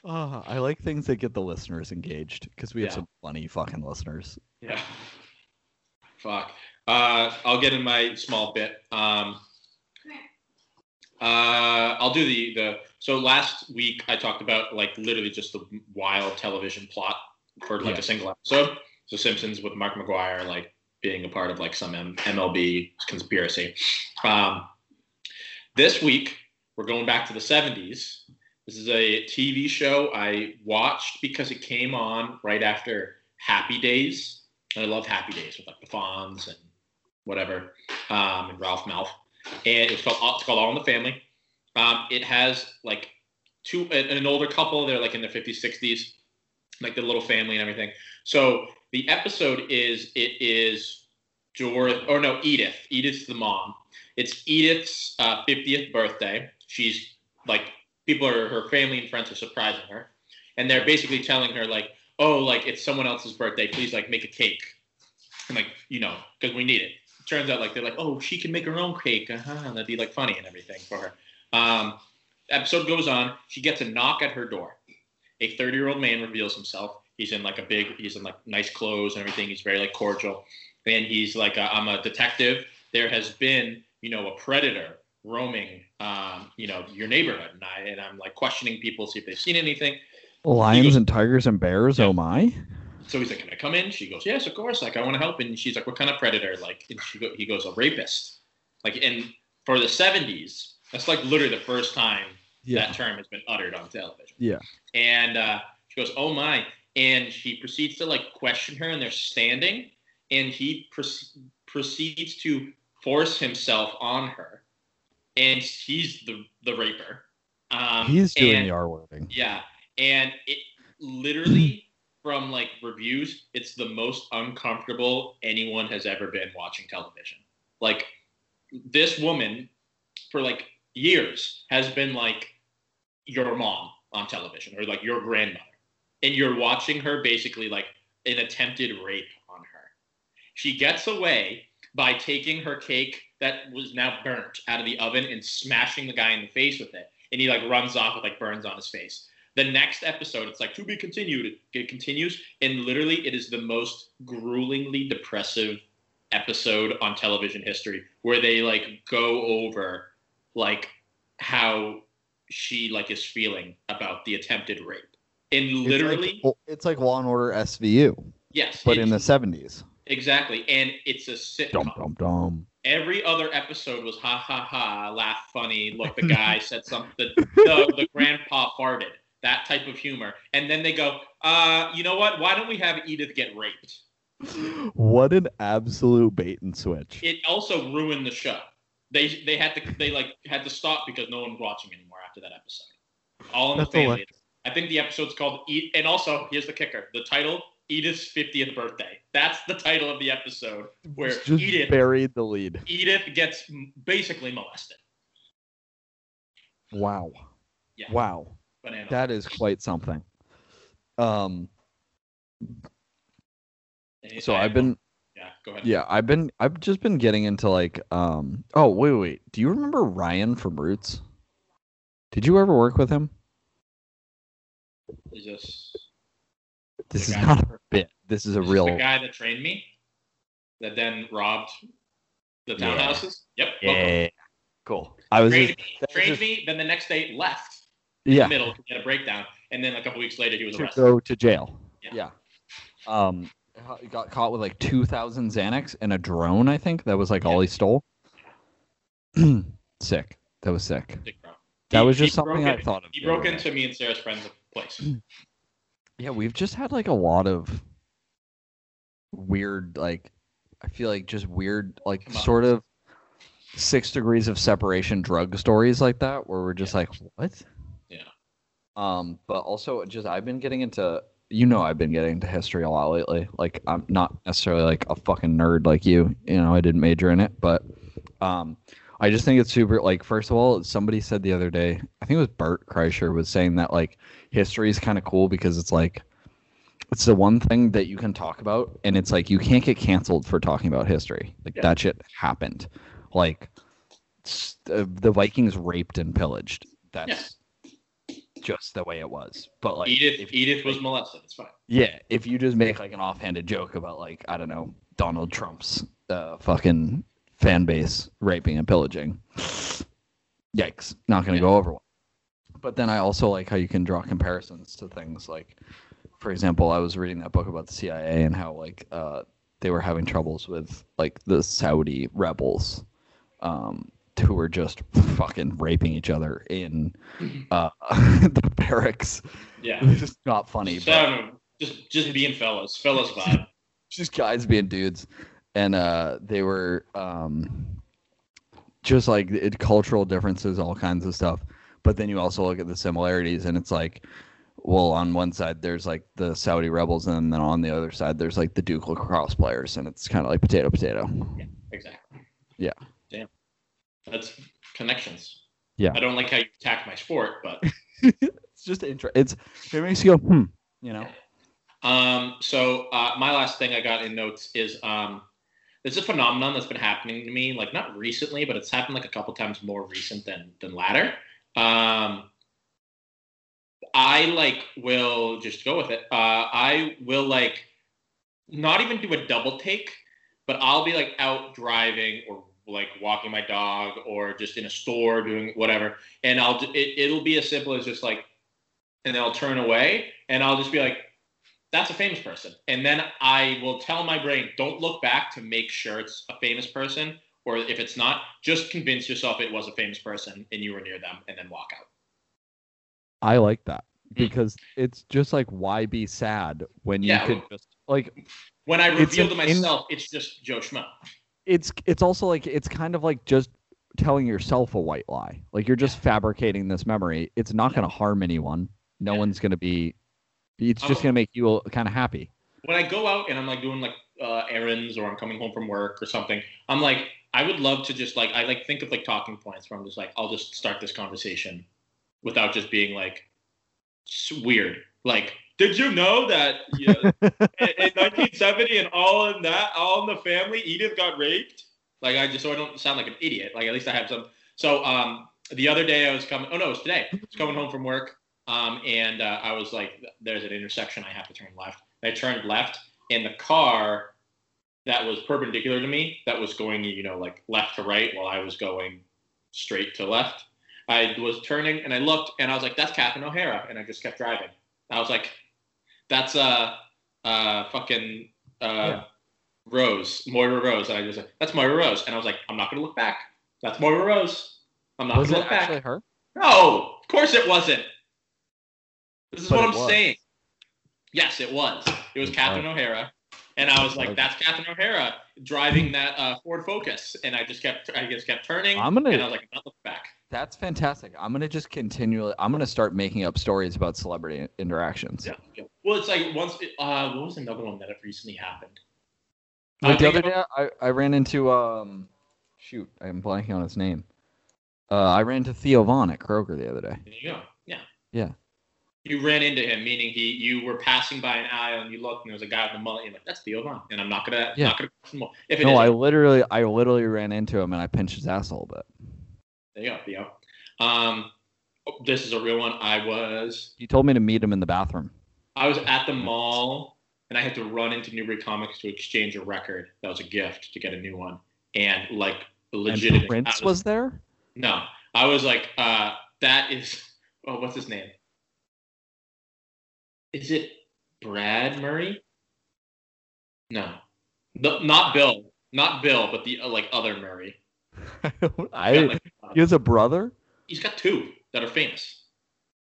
Speaker 3: Ah, I like things that get the listeners engaged because we have
Speaker 4: Yeah.
Speaker 3: some funny fucking listeners.
Speaker 4: Yeah. Fuck. Uh, I'll get in my small bit. Um, uh, I'll do the the. So last week I talked about like literally just the wild television plot for like
Speaker 3: Yeah.
Speaker 4: a single episode. So Simpsons with Mark McGuire like being a part of like some M- MLB conspiracy. Um, this week we're going back to the 70s This is a TV show I watched because it came on right after Happy Days. And I love Happy Days with like the Fonz and whatever, um, and Ralph Mouth. And it's called it's called All in the Family. Um, it has like two an an older couple. They're like in their 50s, 60s, like the little family and everything. So the episode is it is Dorothy or no Edith. Edith's the mom. It's Edith's uh, 50th birthday. She's like people are her family and friends are surprising her, and they're basically telling her like, oh, like it's someone else's birthday. Please like make a cake, and like you know because we need it. Turns out like they're like, oh, she can make her own cake. Uh-huh, that'd be like funny and everything for her. Um, episode goes on. She gets a knock at her door. A 30 year old man reveals himself. He's in like a big, he's in like nice clothes and everything. He's very like cordial. And he's like, uh, I'm a detective. There has been, you know, a predator roaming, um, you know, your neighborhood. And, I, and I'm like questioning people, see if they've seen anything.
Speaker 3: Lions and tigers and bears.
Speaker 4: Yeah.
Speaker 3: Oh my!
Speaker 4: So he's like, "Can I come in?" She goes, "Yes, of course. Like, I want to help." And she's like, "What kind of predator?" Like, and she go, he goes, "A rapist." Like, and for the '70s, that's like literally the first time that term has been uttered on television.
Speaker 3: Yeah.
Speaker 4: And uh, she goes, "Oh my!" And she proceeds to like question her, and they're standing, and he pre- proceeds to force himself on her, and he's the the raper. Um,
Speaker 3: He's doing
Speaker 4: and-
Speaker 3: the R wording.
Speaker 4: yeah, and it literally from like reviews, it's the most uncomfortable anyone has ever been watching television. Like this woman for like years has been like your mom on television or like your grandmother. And you're watching her basically like an attempted rape on her. She gets away by taking her cake that was now burnt out of the oven and smashing the guy in the face with it. And he like runs off with like burns on his face. The next episode, it's like to be continued. It continues, and literally, it is the most gruelingly depressive episode on television history, where they like go over like how she like is feeling about the attempted rape, and literally,
Speaker 3: oh,
Speaker 6: It's like, it's like Law and Order SVU,
Speaker 4: yes,
Speaker 6: but in
Speaker 4: it's-
Speaker 6: the 70s.
Speaker 4: exactly, and it's a sitcom.
Speaker 3: Dum dum dum.
Speaker 4: every other episode was ha ha ha, laugh funny, look the guy said something, the, the, the grandpa farted, that type of humor. And then they go, uh, you know what? Why don't we have Edith get raped?
Speaker 6: What an absolute bait and switch.
Speaker 4: It also ruined the show. They they had to they like had to stop because no one was watching anymore after that episode. All in the
Speaker 3: That's a lot.
Speaker 4: family. I think the episode's called Eat. And also, here's the kicker: the title, Edith's 50th birthday. That's the title of the episode where
Speaker 6: Just
Speaker 4: Edith
Speaker 6: buried the lead.
Speaker 4: Edith gets m- basically molested.
Speaker 3: Wow.
Speaker 4: Yeah.
Speaker 3: Wow.
Speaker 4: Banana.
Speaker 3: That is quite something. Um.
Speaker 4: And-
Speaker 3: So
Speaker 4: I-
Speaker 3: I've been
Speaker 4: Yeah, go ahead.
Speaker 3: Yeah, I've been I've just been getting into like um oh wait wait, wait. do you remember Ryan from Roots? Did you ever work with him?
Speaker 4: Is this
Speaker 3: This is
Speaker 4: the guy-
Speaker 3: not a bit. This is a
Speaker 4: is this
Speaker 3: real
Speaker 4: the guy that trained me that then robbed the
Speaker 3: Yeah.
Speaker 4: townhouses? Yep. Local.
Speaker 3: yeah. Cool. I was
Speaker 4: Trained
Speaker 3: just,
Speaker 4: me,
Speaker 3: that was
Speaker 4: trained
Speaker 3: just-
Speaker 4: me, then the next day left in
Speaker 3: yeah
Speaker 4: the middle to get a breakdown. And then a couple weeks later he was
Speaker 3: to
Speaker 4: arrested.
Speaker 3: go to jail.
Speaker 4: Yeah.
Speaker 3: Yeah. Um he got caught with like 2000 Xanax and a drone I think. That was like all he stole. sick. That was sick.
Speaker 4: Dick Brown.
Speaker 3: That
Speaker 4: He-
Speaker 3: was
Speaker 4: he
Speaker 3: just something
Speaker 4: broke
Speaker 3: I
Speaker 4: in-
Speaker 3: thought of.
Speaker 4: He
Speaker 3: the other
Speaker 4: broke
Speaker 3: day.
Speaker 4: into me and Sarah's friend's place.
Speaker 3: Yeah, we've just had like a lot of weird, like I feel like just weird, like
Speaker 4: Come on.
Speaker 3: sort of six degrees of separation drug stories like that, where we're just
Speaker 4: Yeah.
Speaker 3: like, what?
Speaker 4: Yeah.
Speaker 3: Um, but also just I've been getting into you know I've been getting into history a lot lately. Like I'm not necessarily like a fucking nerd like you. You know, I didn't major in it, but um I just think it's super like first of all, somebody said the other day, I think it was Bert Kreischer was saying that like history is kind of cool because it's like it's the one thing that you can talk about and it's like you can't get canceled for talking about history. Like
Speaker 4: Yeah.
Speaker 3: that shit happened. Like s- uh, the Vikings raped and pillaged. That's just the way it was. But like
Speaker 4: Edith
Speaker 3: if-
Speaker 4: Edith was molested. It's fine.
Speaker 3: yeah, if you just make like an offhanded joke about like I don't know Donald Trump's uh, fucking fan base raping and pillaging, yikes, not gonna go over well. But then I also like how you can draw comparisons to things like, for example, I was reading that book about the CIA and how like uh, they were having troubles with like the Saudi rebels um, who are just fucking raping each other in uh, the barracks.
Speaker 4: Yeah.
Speaker 3: It's just not funny.
Speaker 4: Just,
Speaker 3: but-
Speaker 4: I don't know, just just being fellas, fellas vibe.
Speaker 3: just guys being dudes and uh they were um just like it, cultural differences all kinds of stuff but then you also look at the similarities and it's like well on one side there's like the saudi rebels and then on the other side there's like the duke lacrosse players and it's kind of like potato potato
Speaker 4: Exactly.
Speaker 3: Yeah.
Speaker 4: Damn. That's connections.
Speaker 3: Yeah.
Speaker 4: I don't like how you attack my sport, but
Speaker 3: it's just inter- it's it makes you go hmm you know
Speaker 4: um, so uh, my last thing I got in notes is um, there's a phenomenon that's been happening to me, like not recently, but it's happened like a couple times more recent than than latter. Um, I like will just go with it. Uh, I will like not even do a double take, but I'll be like out driving or like walking my dog or just in a store doing whatever, and I'll ju- it, it'll be as simple as just like, and then I'll turn away and I'll just be like, that's a famous person, and then I will tell my brain, don't look back to make sure it's a famous person, or if it's not, just convince yourself it was a famous person and you were near them, and then walk out.
Speaker 3: I like that
Speaker 4: Mm.
Speaker 3: because it's just like why be sad when you
Speaker 4: Yeah.
Speaker 3: could just like
Speaker 4: When I
Speaker 3: It's
Speaker 4: reveal
Speaker 3: an
Speaker 4: to
Speaker 3: in-
Speaker 4: myself, it's just Joe Schmo.
Speaker 3: it's it's also like it's kind of like just telling yourself a white lie. Like you're just fabricating this memory. It's not going to harm anyone. No
Speaker 4: Yeah.
Speaker 3: one's going to be. It's just
Speaker 4: Oh.
Speaker 3: going to make you kind of happy.
Speaker 4: when I go out and I'm like doing like uh, errands or I'm coming home from work or something, I'm like, I would love to just like I like think of like talking points where I'm just like, I'll just start this conversation without just being like s- weird. Like, did you know that yeah, in, in 1970 and all in that, all in the family, Edith got raped? Like, I just so I don't sound like an idiot. Like, at least I have some. So, um, the other day I was coming. Oh no, it was today. I was coming home from work, um, and uh, I was like, "There's an intersection. I have to turn left." And I turned left, and the car that was perpendicular to me, that was going, you know, like left to right, while I was going straight to left. I was turning, and I looked, and I was like, "That's Catherine O'Hara," and I just kept driving. I was like, "That's uh, uh, fucking uh, Rose, Moira Rose," and I was like, "That's Moira Rose," and I was like, "I'm not gonna look back. That's Moira Rose. I'm not
Speaker 3: Was it
Speaker 4: gonna look back."
Speaker 3: actually her?
Speaker 4: No, of course it wasn't. This is
Speaker 3: But
Speaker 4: what
Speaker 3: it
Speaker 4: I'm
Speaker 3: was.
Speaker 4: saying. Yes, it was. It was
Speaker 3: It
Speaker 4: Catherine O'Hara, and I was like,
Speaker 3: Okay.
Speaker 4: "That's Catherine O'Hara driving that uh, Ford Focus," and I just kept, I just kept turning,
Speaker 3: I'm gonna-
Speaker 4: and I was like, "I'm not looking back."
Speaker 3: That's fantastic. I'm going to just continually. I'm going to start making up stories about celebrity interactions.
Speaker 4: Yeah. yeah. Well, it's like once. It, uh, what was another one that recently happened? I
Speaker 3: Like the
Speaker 4: think
Speaker 3: other day, I, I ran into um, shoot, I'm blanking on his name. Uh, I ran into Theo Vaughn at Kroger the other day.
Speaker 4: There you go. Yeah.
Speaker 3: Yeah.
Speaker 4: You ran into him, meaning he you were passing by an aisle and you looked and there was a guy with a mullet. And you're like, "That's Theo Von," and I'm not gonna
Speaker 3: Yeah.
Speaker 4: not gonna question more. If it
Speaker 3: No,
Speaker 4: is,
Speaker 3: I literally, I literally ran into him and I pinched his ass a little bit.
Speaker 4: There you go, Theo. Um, oh, this is a real one. I was
Speaker 3: He told me to meet him in the bathroom.
Speaker 4: I was at the mall and I had to run into Newbury Comics to exchange a record that was a gift to get a new one. And like legitimate
Speaker 3: and Prince
Speaker 4: I
Speaker 3: was there.
Speaker 4: no. I was like, uh, that is oh, what's his name? Is it Brad Murray? No. The, not Bill. Not Bill, but the uh, like other Murray.
Speaker 3: I
Speaker 4: Got, like, uh,
Speaker 3: he has a brother.
Speaker 4: he's got two that are famous.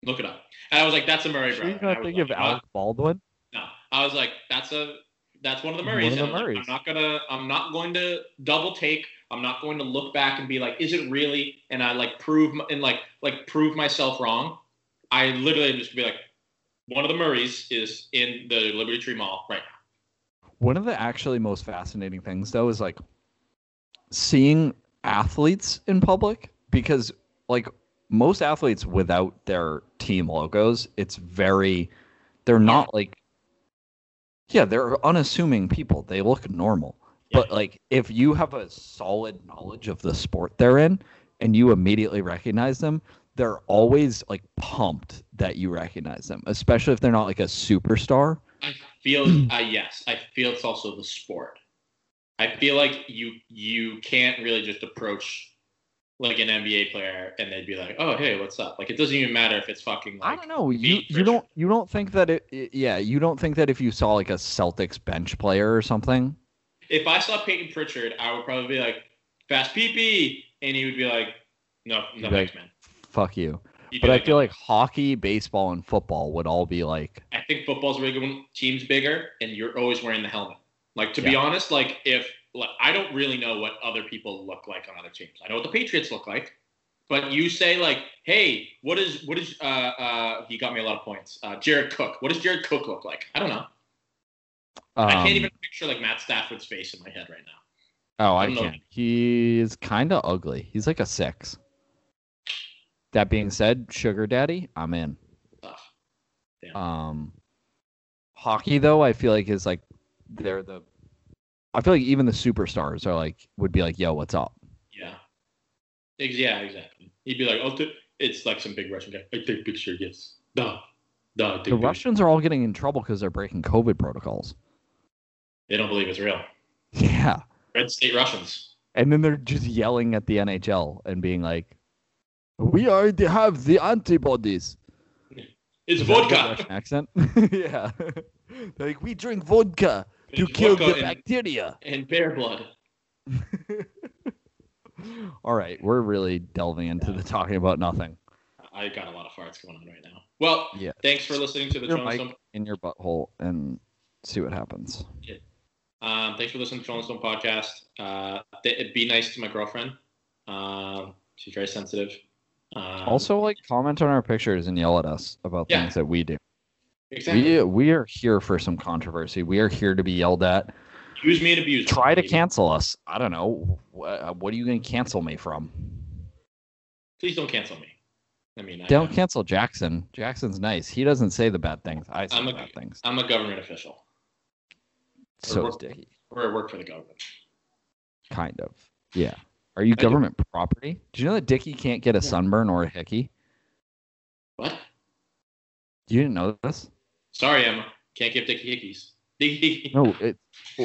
Speaker 4: Look it up. And I was like, that's a Murray
Speaker 3: Are
Speaker 4: brother.
Speaker 3: you gonna
Speaker 4: And I was
Speaker 3: think of
Speaker 4: like,
Speaker 3: Alec Baldwin?
Speaker 4: No, I was like, that's a that's one of the
Speaker 3: One
Speaker 4: Murrays.
Speaker 3: of the
Speaker 4: and I was like,
Speaker 3: Murrays.
Speaker 4: I'm not gonna I'm not going to double take. I'm not going to look back and be like, is it really? And I like prove m- and like like prove myself wrong. I literally am just gonna be like, one of the Murrays is in the Liberty Tree Mall right now.
Speaker 3: One of the actually most fascinating things though is like seeing athletes in public because like most athletes without their team logos, it's very they're not like yeah, they're unassuming people. They look normal.
Speaker 4: Yeah.
Speaker 3: But like if you have a solid knowledge of the sport they're in and you immediately recognize them, they're always like pumped that you recognize them, especially if they're not like a superstar.
Speaker 4: I feel
Speaker 3: Mm.
Speaker 4: uh, yes, I feel it's also the sport. I feel like you you can't really just approach like an NBA player and they'd be like, oh hey, what's up? Like it doesn't even matter if it's fucking
Speaker 3: I
Speaker 4: like
Speaker 3: don't know. You
Speaker 4: feet
Speaker 3: you
Speaker 4: version.
Speaker 3: don't you don't think that it it- yeah, you don't think that if you saw like a Celtics bench player or something.
Speaker 4: if I saw Peyton Pritchard, I would probably be like, fast peepee, and he would be like, no, no
Speaker 3: Right.
Speaker 4: X Men.
Speaker 3: Fuck you. But I feel like hockey, baseball, and football would all be like,
Speaker 4: I think football's really good when teams bigger and you're always wearing the helmet. Like to be honest, like if like, I don't really know what other people look like on other teams. I know what the Patriots look like, but you say like, hey, what is what is uh uh he got me a lot of points. Uh, Jared Cook. What does Jared Cook look like? I don't know.
Speaker 3: um,
Speaker 4: I can't even picture like Matt Stafford's face in my head right now.
Speaker 3: Oh,
Speaker 4: I
Speaker 3: I
Speaker 4: don't know.
Speaker 3: can't. He's kind of ugly. He's like a six. That being said, Sugar Daddy, I'm in.
Speaker 4: Tough. Damn.
Speaker 3: Um, hockey though, I feel like is like they're the. I feel like even the superstars are like would be like, "Yo, what's up?"
Speaker 4: Yeah. Ex- Yeah, exactly. He'd be like, oh, t- it's like some big Russian guy. I take picture, yes. Duh. Duh. I take
Speaker 3: The
Speaker 4: picture.
Speaker 3: Russians are all getting in trouble because they're breaking COVID protocols.
Speaker 4: They don't believe it's real.
Speaker 3: Yeah,
Speaker 4: Red state Russians.
Speaker 3: and then they're just yelling at the NHL and being like, "We already have the antibodies."
Speaker 4: It's
Speaker 3: Is that a good
Speaker 4: vodka.
Speaker 3: Russian accent. yeah, They're like we drink vodka. to
Speaker 4: It's
Speaker 3: kill
Speaker 4: vodka
Speaker 3: the
Speaker 4: and,
Speaker 3: bacteria.
Speaker 4: and bear blood.
Speaker 3: All right, we're really delving into the talking about nothing.
Speaker 4: I got a lot of farts going on right now. Well,
Speaker 3: Yeah.
Speaker 4: thanks for listening to the
Speaker 3: Your
Speaker 4: Toronto
Speaker 3: mic.
Speaker 4: Stone.
Speaker 3: In your butthole and see what happens.
Speaker 4: Um, thanks for listening to Toronto Stone podcast. Uh, th- be nice to my girlfriend. Um, she's very sensitive. Um,
Speaker 3: also, like comment on our pictures and yell at us about
Speaker 4: Yeah.
Speaker 3: things that we do.
Speaker 4: exactly.
Speaker 3: We we are here for some controversy. We are here to be yelled at.
Speaker 4: use me and abuse. me,
Speaker 3: Try to
Speaker 4: baby.
Speaker 3: cancel us. I don't know. What, what are you going to cancel me from?
Speaker 4: Please don't cancel me. I mean, I,
Speaker 3: Don't
Speaker 4: am-
Speaker 3: cancel Jackson. Jackson's nice. He doesn't say the bad things. I say
Speaker 4: I'm
Speaker 3: the
Speaker 4: a-
Speaker 3: bad things.
Speaker 4: I'm a government official,
Speaker 3: So
Speaker 4: we're-
Speaker 3: is Dickie.
Speaker 4: or I work for the government.
Speaker 3: Kind of. Yeah. Are you
Speaker 4: do.
Speaker 3: government property? Do you know that Dickie can't get a
Speaker 4: Yeah.
Speaker 3: sunburn or a hickey?
Speaker 4: What?
Speaker 3: You didn't know this?
Speaker 4: Sorry, Emma. Can't give Dickie hickeys. Dickie-
Speaker 3: No, it.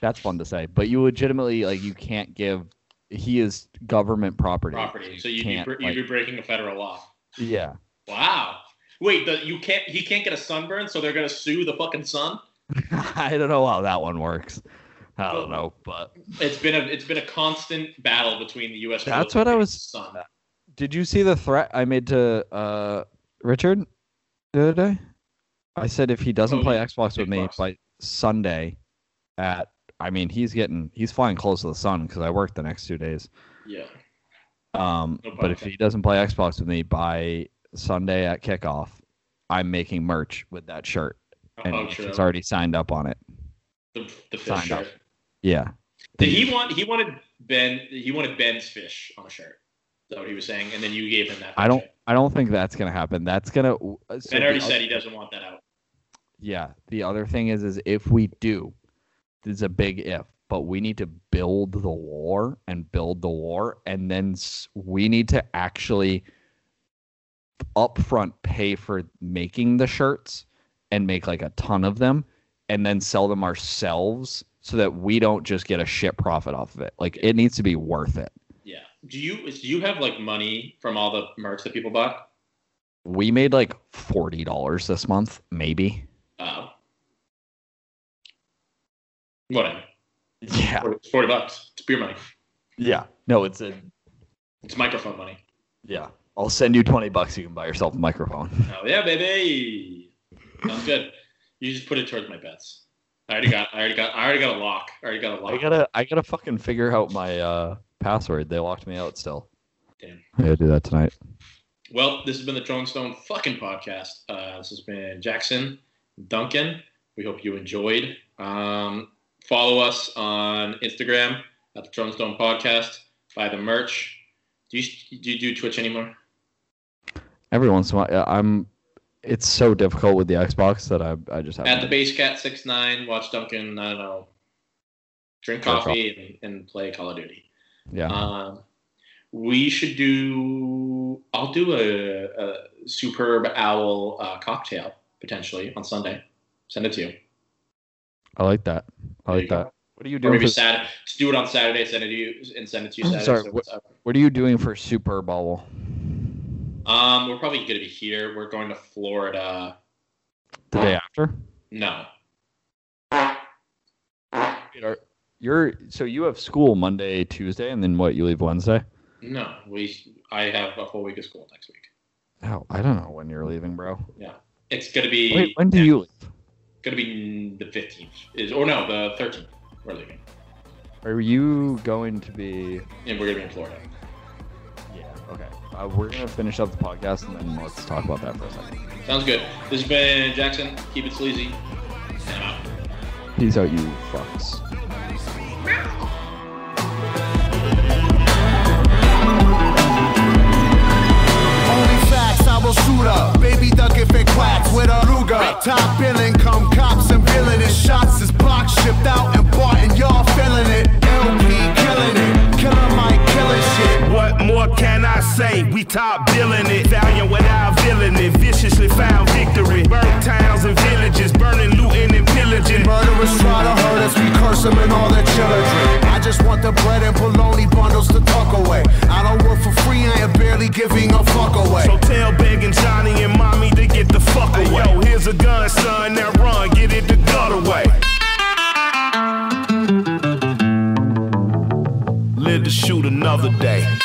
Speaker 3: that's fun to say, but you legitimately like you can't give. He is government property.
Speaker 4: property. So you'd be,
Speaker 3: can't,
Speaker 4: br- you'd
Speaker 3: like-
Speaker 4: be breaking a federal law.
Speaker 3: Yeah.
Speaker 4: Wow. Wait, the, you can't. He can't get a sunburn, so they're gonna sue the fucking sun.
Speaker 3: I don't know how that one works. I don't know, but
Speaker 4: It's been a it's been a constant battle between the U.S.
Speaker 3: That's
Speaker 4: Philippines
Speaker 3: what I
Speaker 4: and
Speaker 3: was-
Speaker 4: the Sun.
Speaker 3: did you see the threat I made to uh, Richard the other day? I said if he doesn't
Speaker 4: Oh,
Speaker 3: play
Speaker 4: yeah.
Speaker 3: Xbox with me
Speaker 4: Xbox.
Speaker 3: by Sunday, at I mean he's getting he's flying close to the sun because I work the next two days.
Speaker 4: Yeah.
Speaker 3: Um,
Speaker 4: No
Speaker 3: but if
Speaker 4: podcast.
Speaker 3: he doesn't play Xbox with me by Sunday at kickoff, I'm making merch with that shirt, and
Speaker 4: oh, true.
Speaker 3: he's already signed up on it.
Speaker 4: The, the fish
Speaker 3: Signed
Speaker 4: shirt.
Speaker 3: up. Yeah,
Speaker 4: Did he want? He wanted Ben. He wanted Ben's fish on a shirt. Is that what he was saying? And then you gave him that.
Speaker 3: I don't,
Speaker 4: picture.
Speaker 3: I don't think that's gonna happen. That's gonna. so
Speaker 4: Ben
Speaker 3: the
Speaker 4: already
Speaker 3: oth-
Speaker 4: said he doesn't want that out.
Speaker 3: Yeah, the other thing is, is if we do, this is a big if. But we need to build the war and build the war, and then s- we need to actually upfront pay for making the shirts and make like a ton of them, and then sell them ourselves so that we don't just get a shit profit off of it. Like it needs to be worth it.
Speaker 4: Yeah. Do you do you have like money from all the merch that people bought?
Speaker 3: We made like forty dollars this month, maybe.
Speaker 4: Oh. Whatever.
Speaker 3: Yeah,
Speaker 4: It's Forty bucks. It's beer money.
Speaker 3: yeah. No, it's a
Speaker 4: It's microphone money.
Speaker 3: Yeah. I'll send you 20 bucks. You can buy yourself a microphone.
Speaker 4: Oh yeah, baby. Sounds good. You just put it towards my bets. I already got. I already got. I already got a lock. I already got a lock.
Speaker 3: I gotta, I gotta fucking figure out my uh, password. They locked me out still.
Speaker 4: Damn.
Speaker 3: I gotta do that tonight.
Speaker 4: Well, this has been the Drone Stone fucking podcast. Uh, this has been Jackson, Duncan. We hope you enjoyed. Um, follow us on Instagram at the Drone Stone Podcast. Buy the merch. Do you do, you do Twitch anymore?
Speaker 3: Every once in a while, I- I'm. It's so difficult with the Xbox that I, I just have.
Speaker 4: At the base cat six nine. Watch Duncan. I don't know. Drink
Speaker 3: Play Call-
Speaker 4: coffee and, and play Call of Duty.
Speaker 3: yeah.
Speaker 4: Um, we should do. I'll do a, a superb owl uh, cocktail potentially on Sunday. Send it to you.
Speaker 3: I like that. I
Speaker 4: there you
Speaker 3: like
Speaker 4: go.
Speaker 3: that. What are you
Speaker 4: Or
Speaker 3: doing?
Speaker 4: maybe
Speaker 3: For,
Speaker 4: Saturday. Just do it on Saturday. Send it to you and send it to you Saturday.
Speaker 3: Sorry,
Speaker 4: so
Speaker 3: what-
Speaker 4: it's up.
Speaker 3: what are you doing for Super Bowl?
Speaker 4: Um, we're probably gonna be here. We're going to Florida.
Speaker 3: The day after.
Speaker 4: No,
Speaker 3: You're so you have school Monday, Tuesday, and then what? You leave Wednesday?
Speaker 4: No, we. I have a whole week of school next week.
Speaker 3: Oh, I don't know when you're leaving, bro.
Speaker 4: It's gonna be.
Speaker 3: Wait, when do you leave?
Speaker 4: Gonna be the fifteenth. Is or no, the thirteenth. We're leaving,
Speaker 3: Are you going to be?
Speaker 4: and we're gonna be in Florida.
Speaker 3: Yeah. Okay. Uh, we're gonna finish up the podcast and then let's talk about that for a second.
Speaker 4: Sounds good. This has been Jackson. Keep it sleazy. And I'm out.
Speaker 3: Peace out, you fucks.
Speaker 2: Only facts, I will shoot up. Baby duck if it quacks with a Ruger. Top billing, come cops and villainous shots. This block shipped out and bought, and y'all feeling it. LP killing it. Killer Mike killing shit.
Speaker 9: What more can I say? We top billing it. Valiant without villain it. Viciously found victory. Burnt towns and villages. Burning, looting, and pillaging.
Speaker 2: Murderers try to hurt us, we curse them and all their children. I just want the bread and bologna bundles to tuck away. I don't work for free, I am barely giving a fuck away.
Speaker 9: So tell Big and Johnny and Mommy to get the fuck away. yo, here's a gun, son. Now run. Get it the gut away. Live to shoot another day.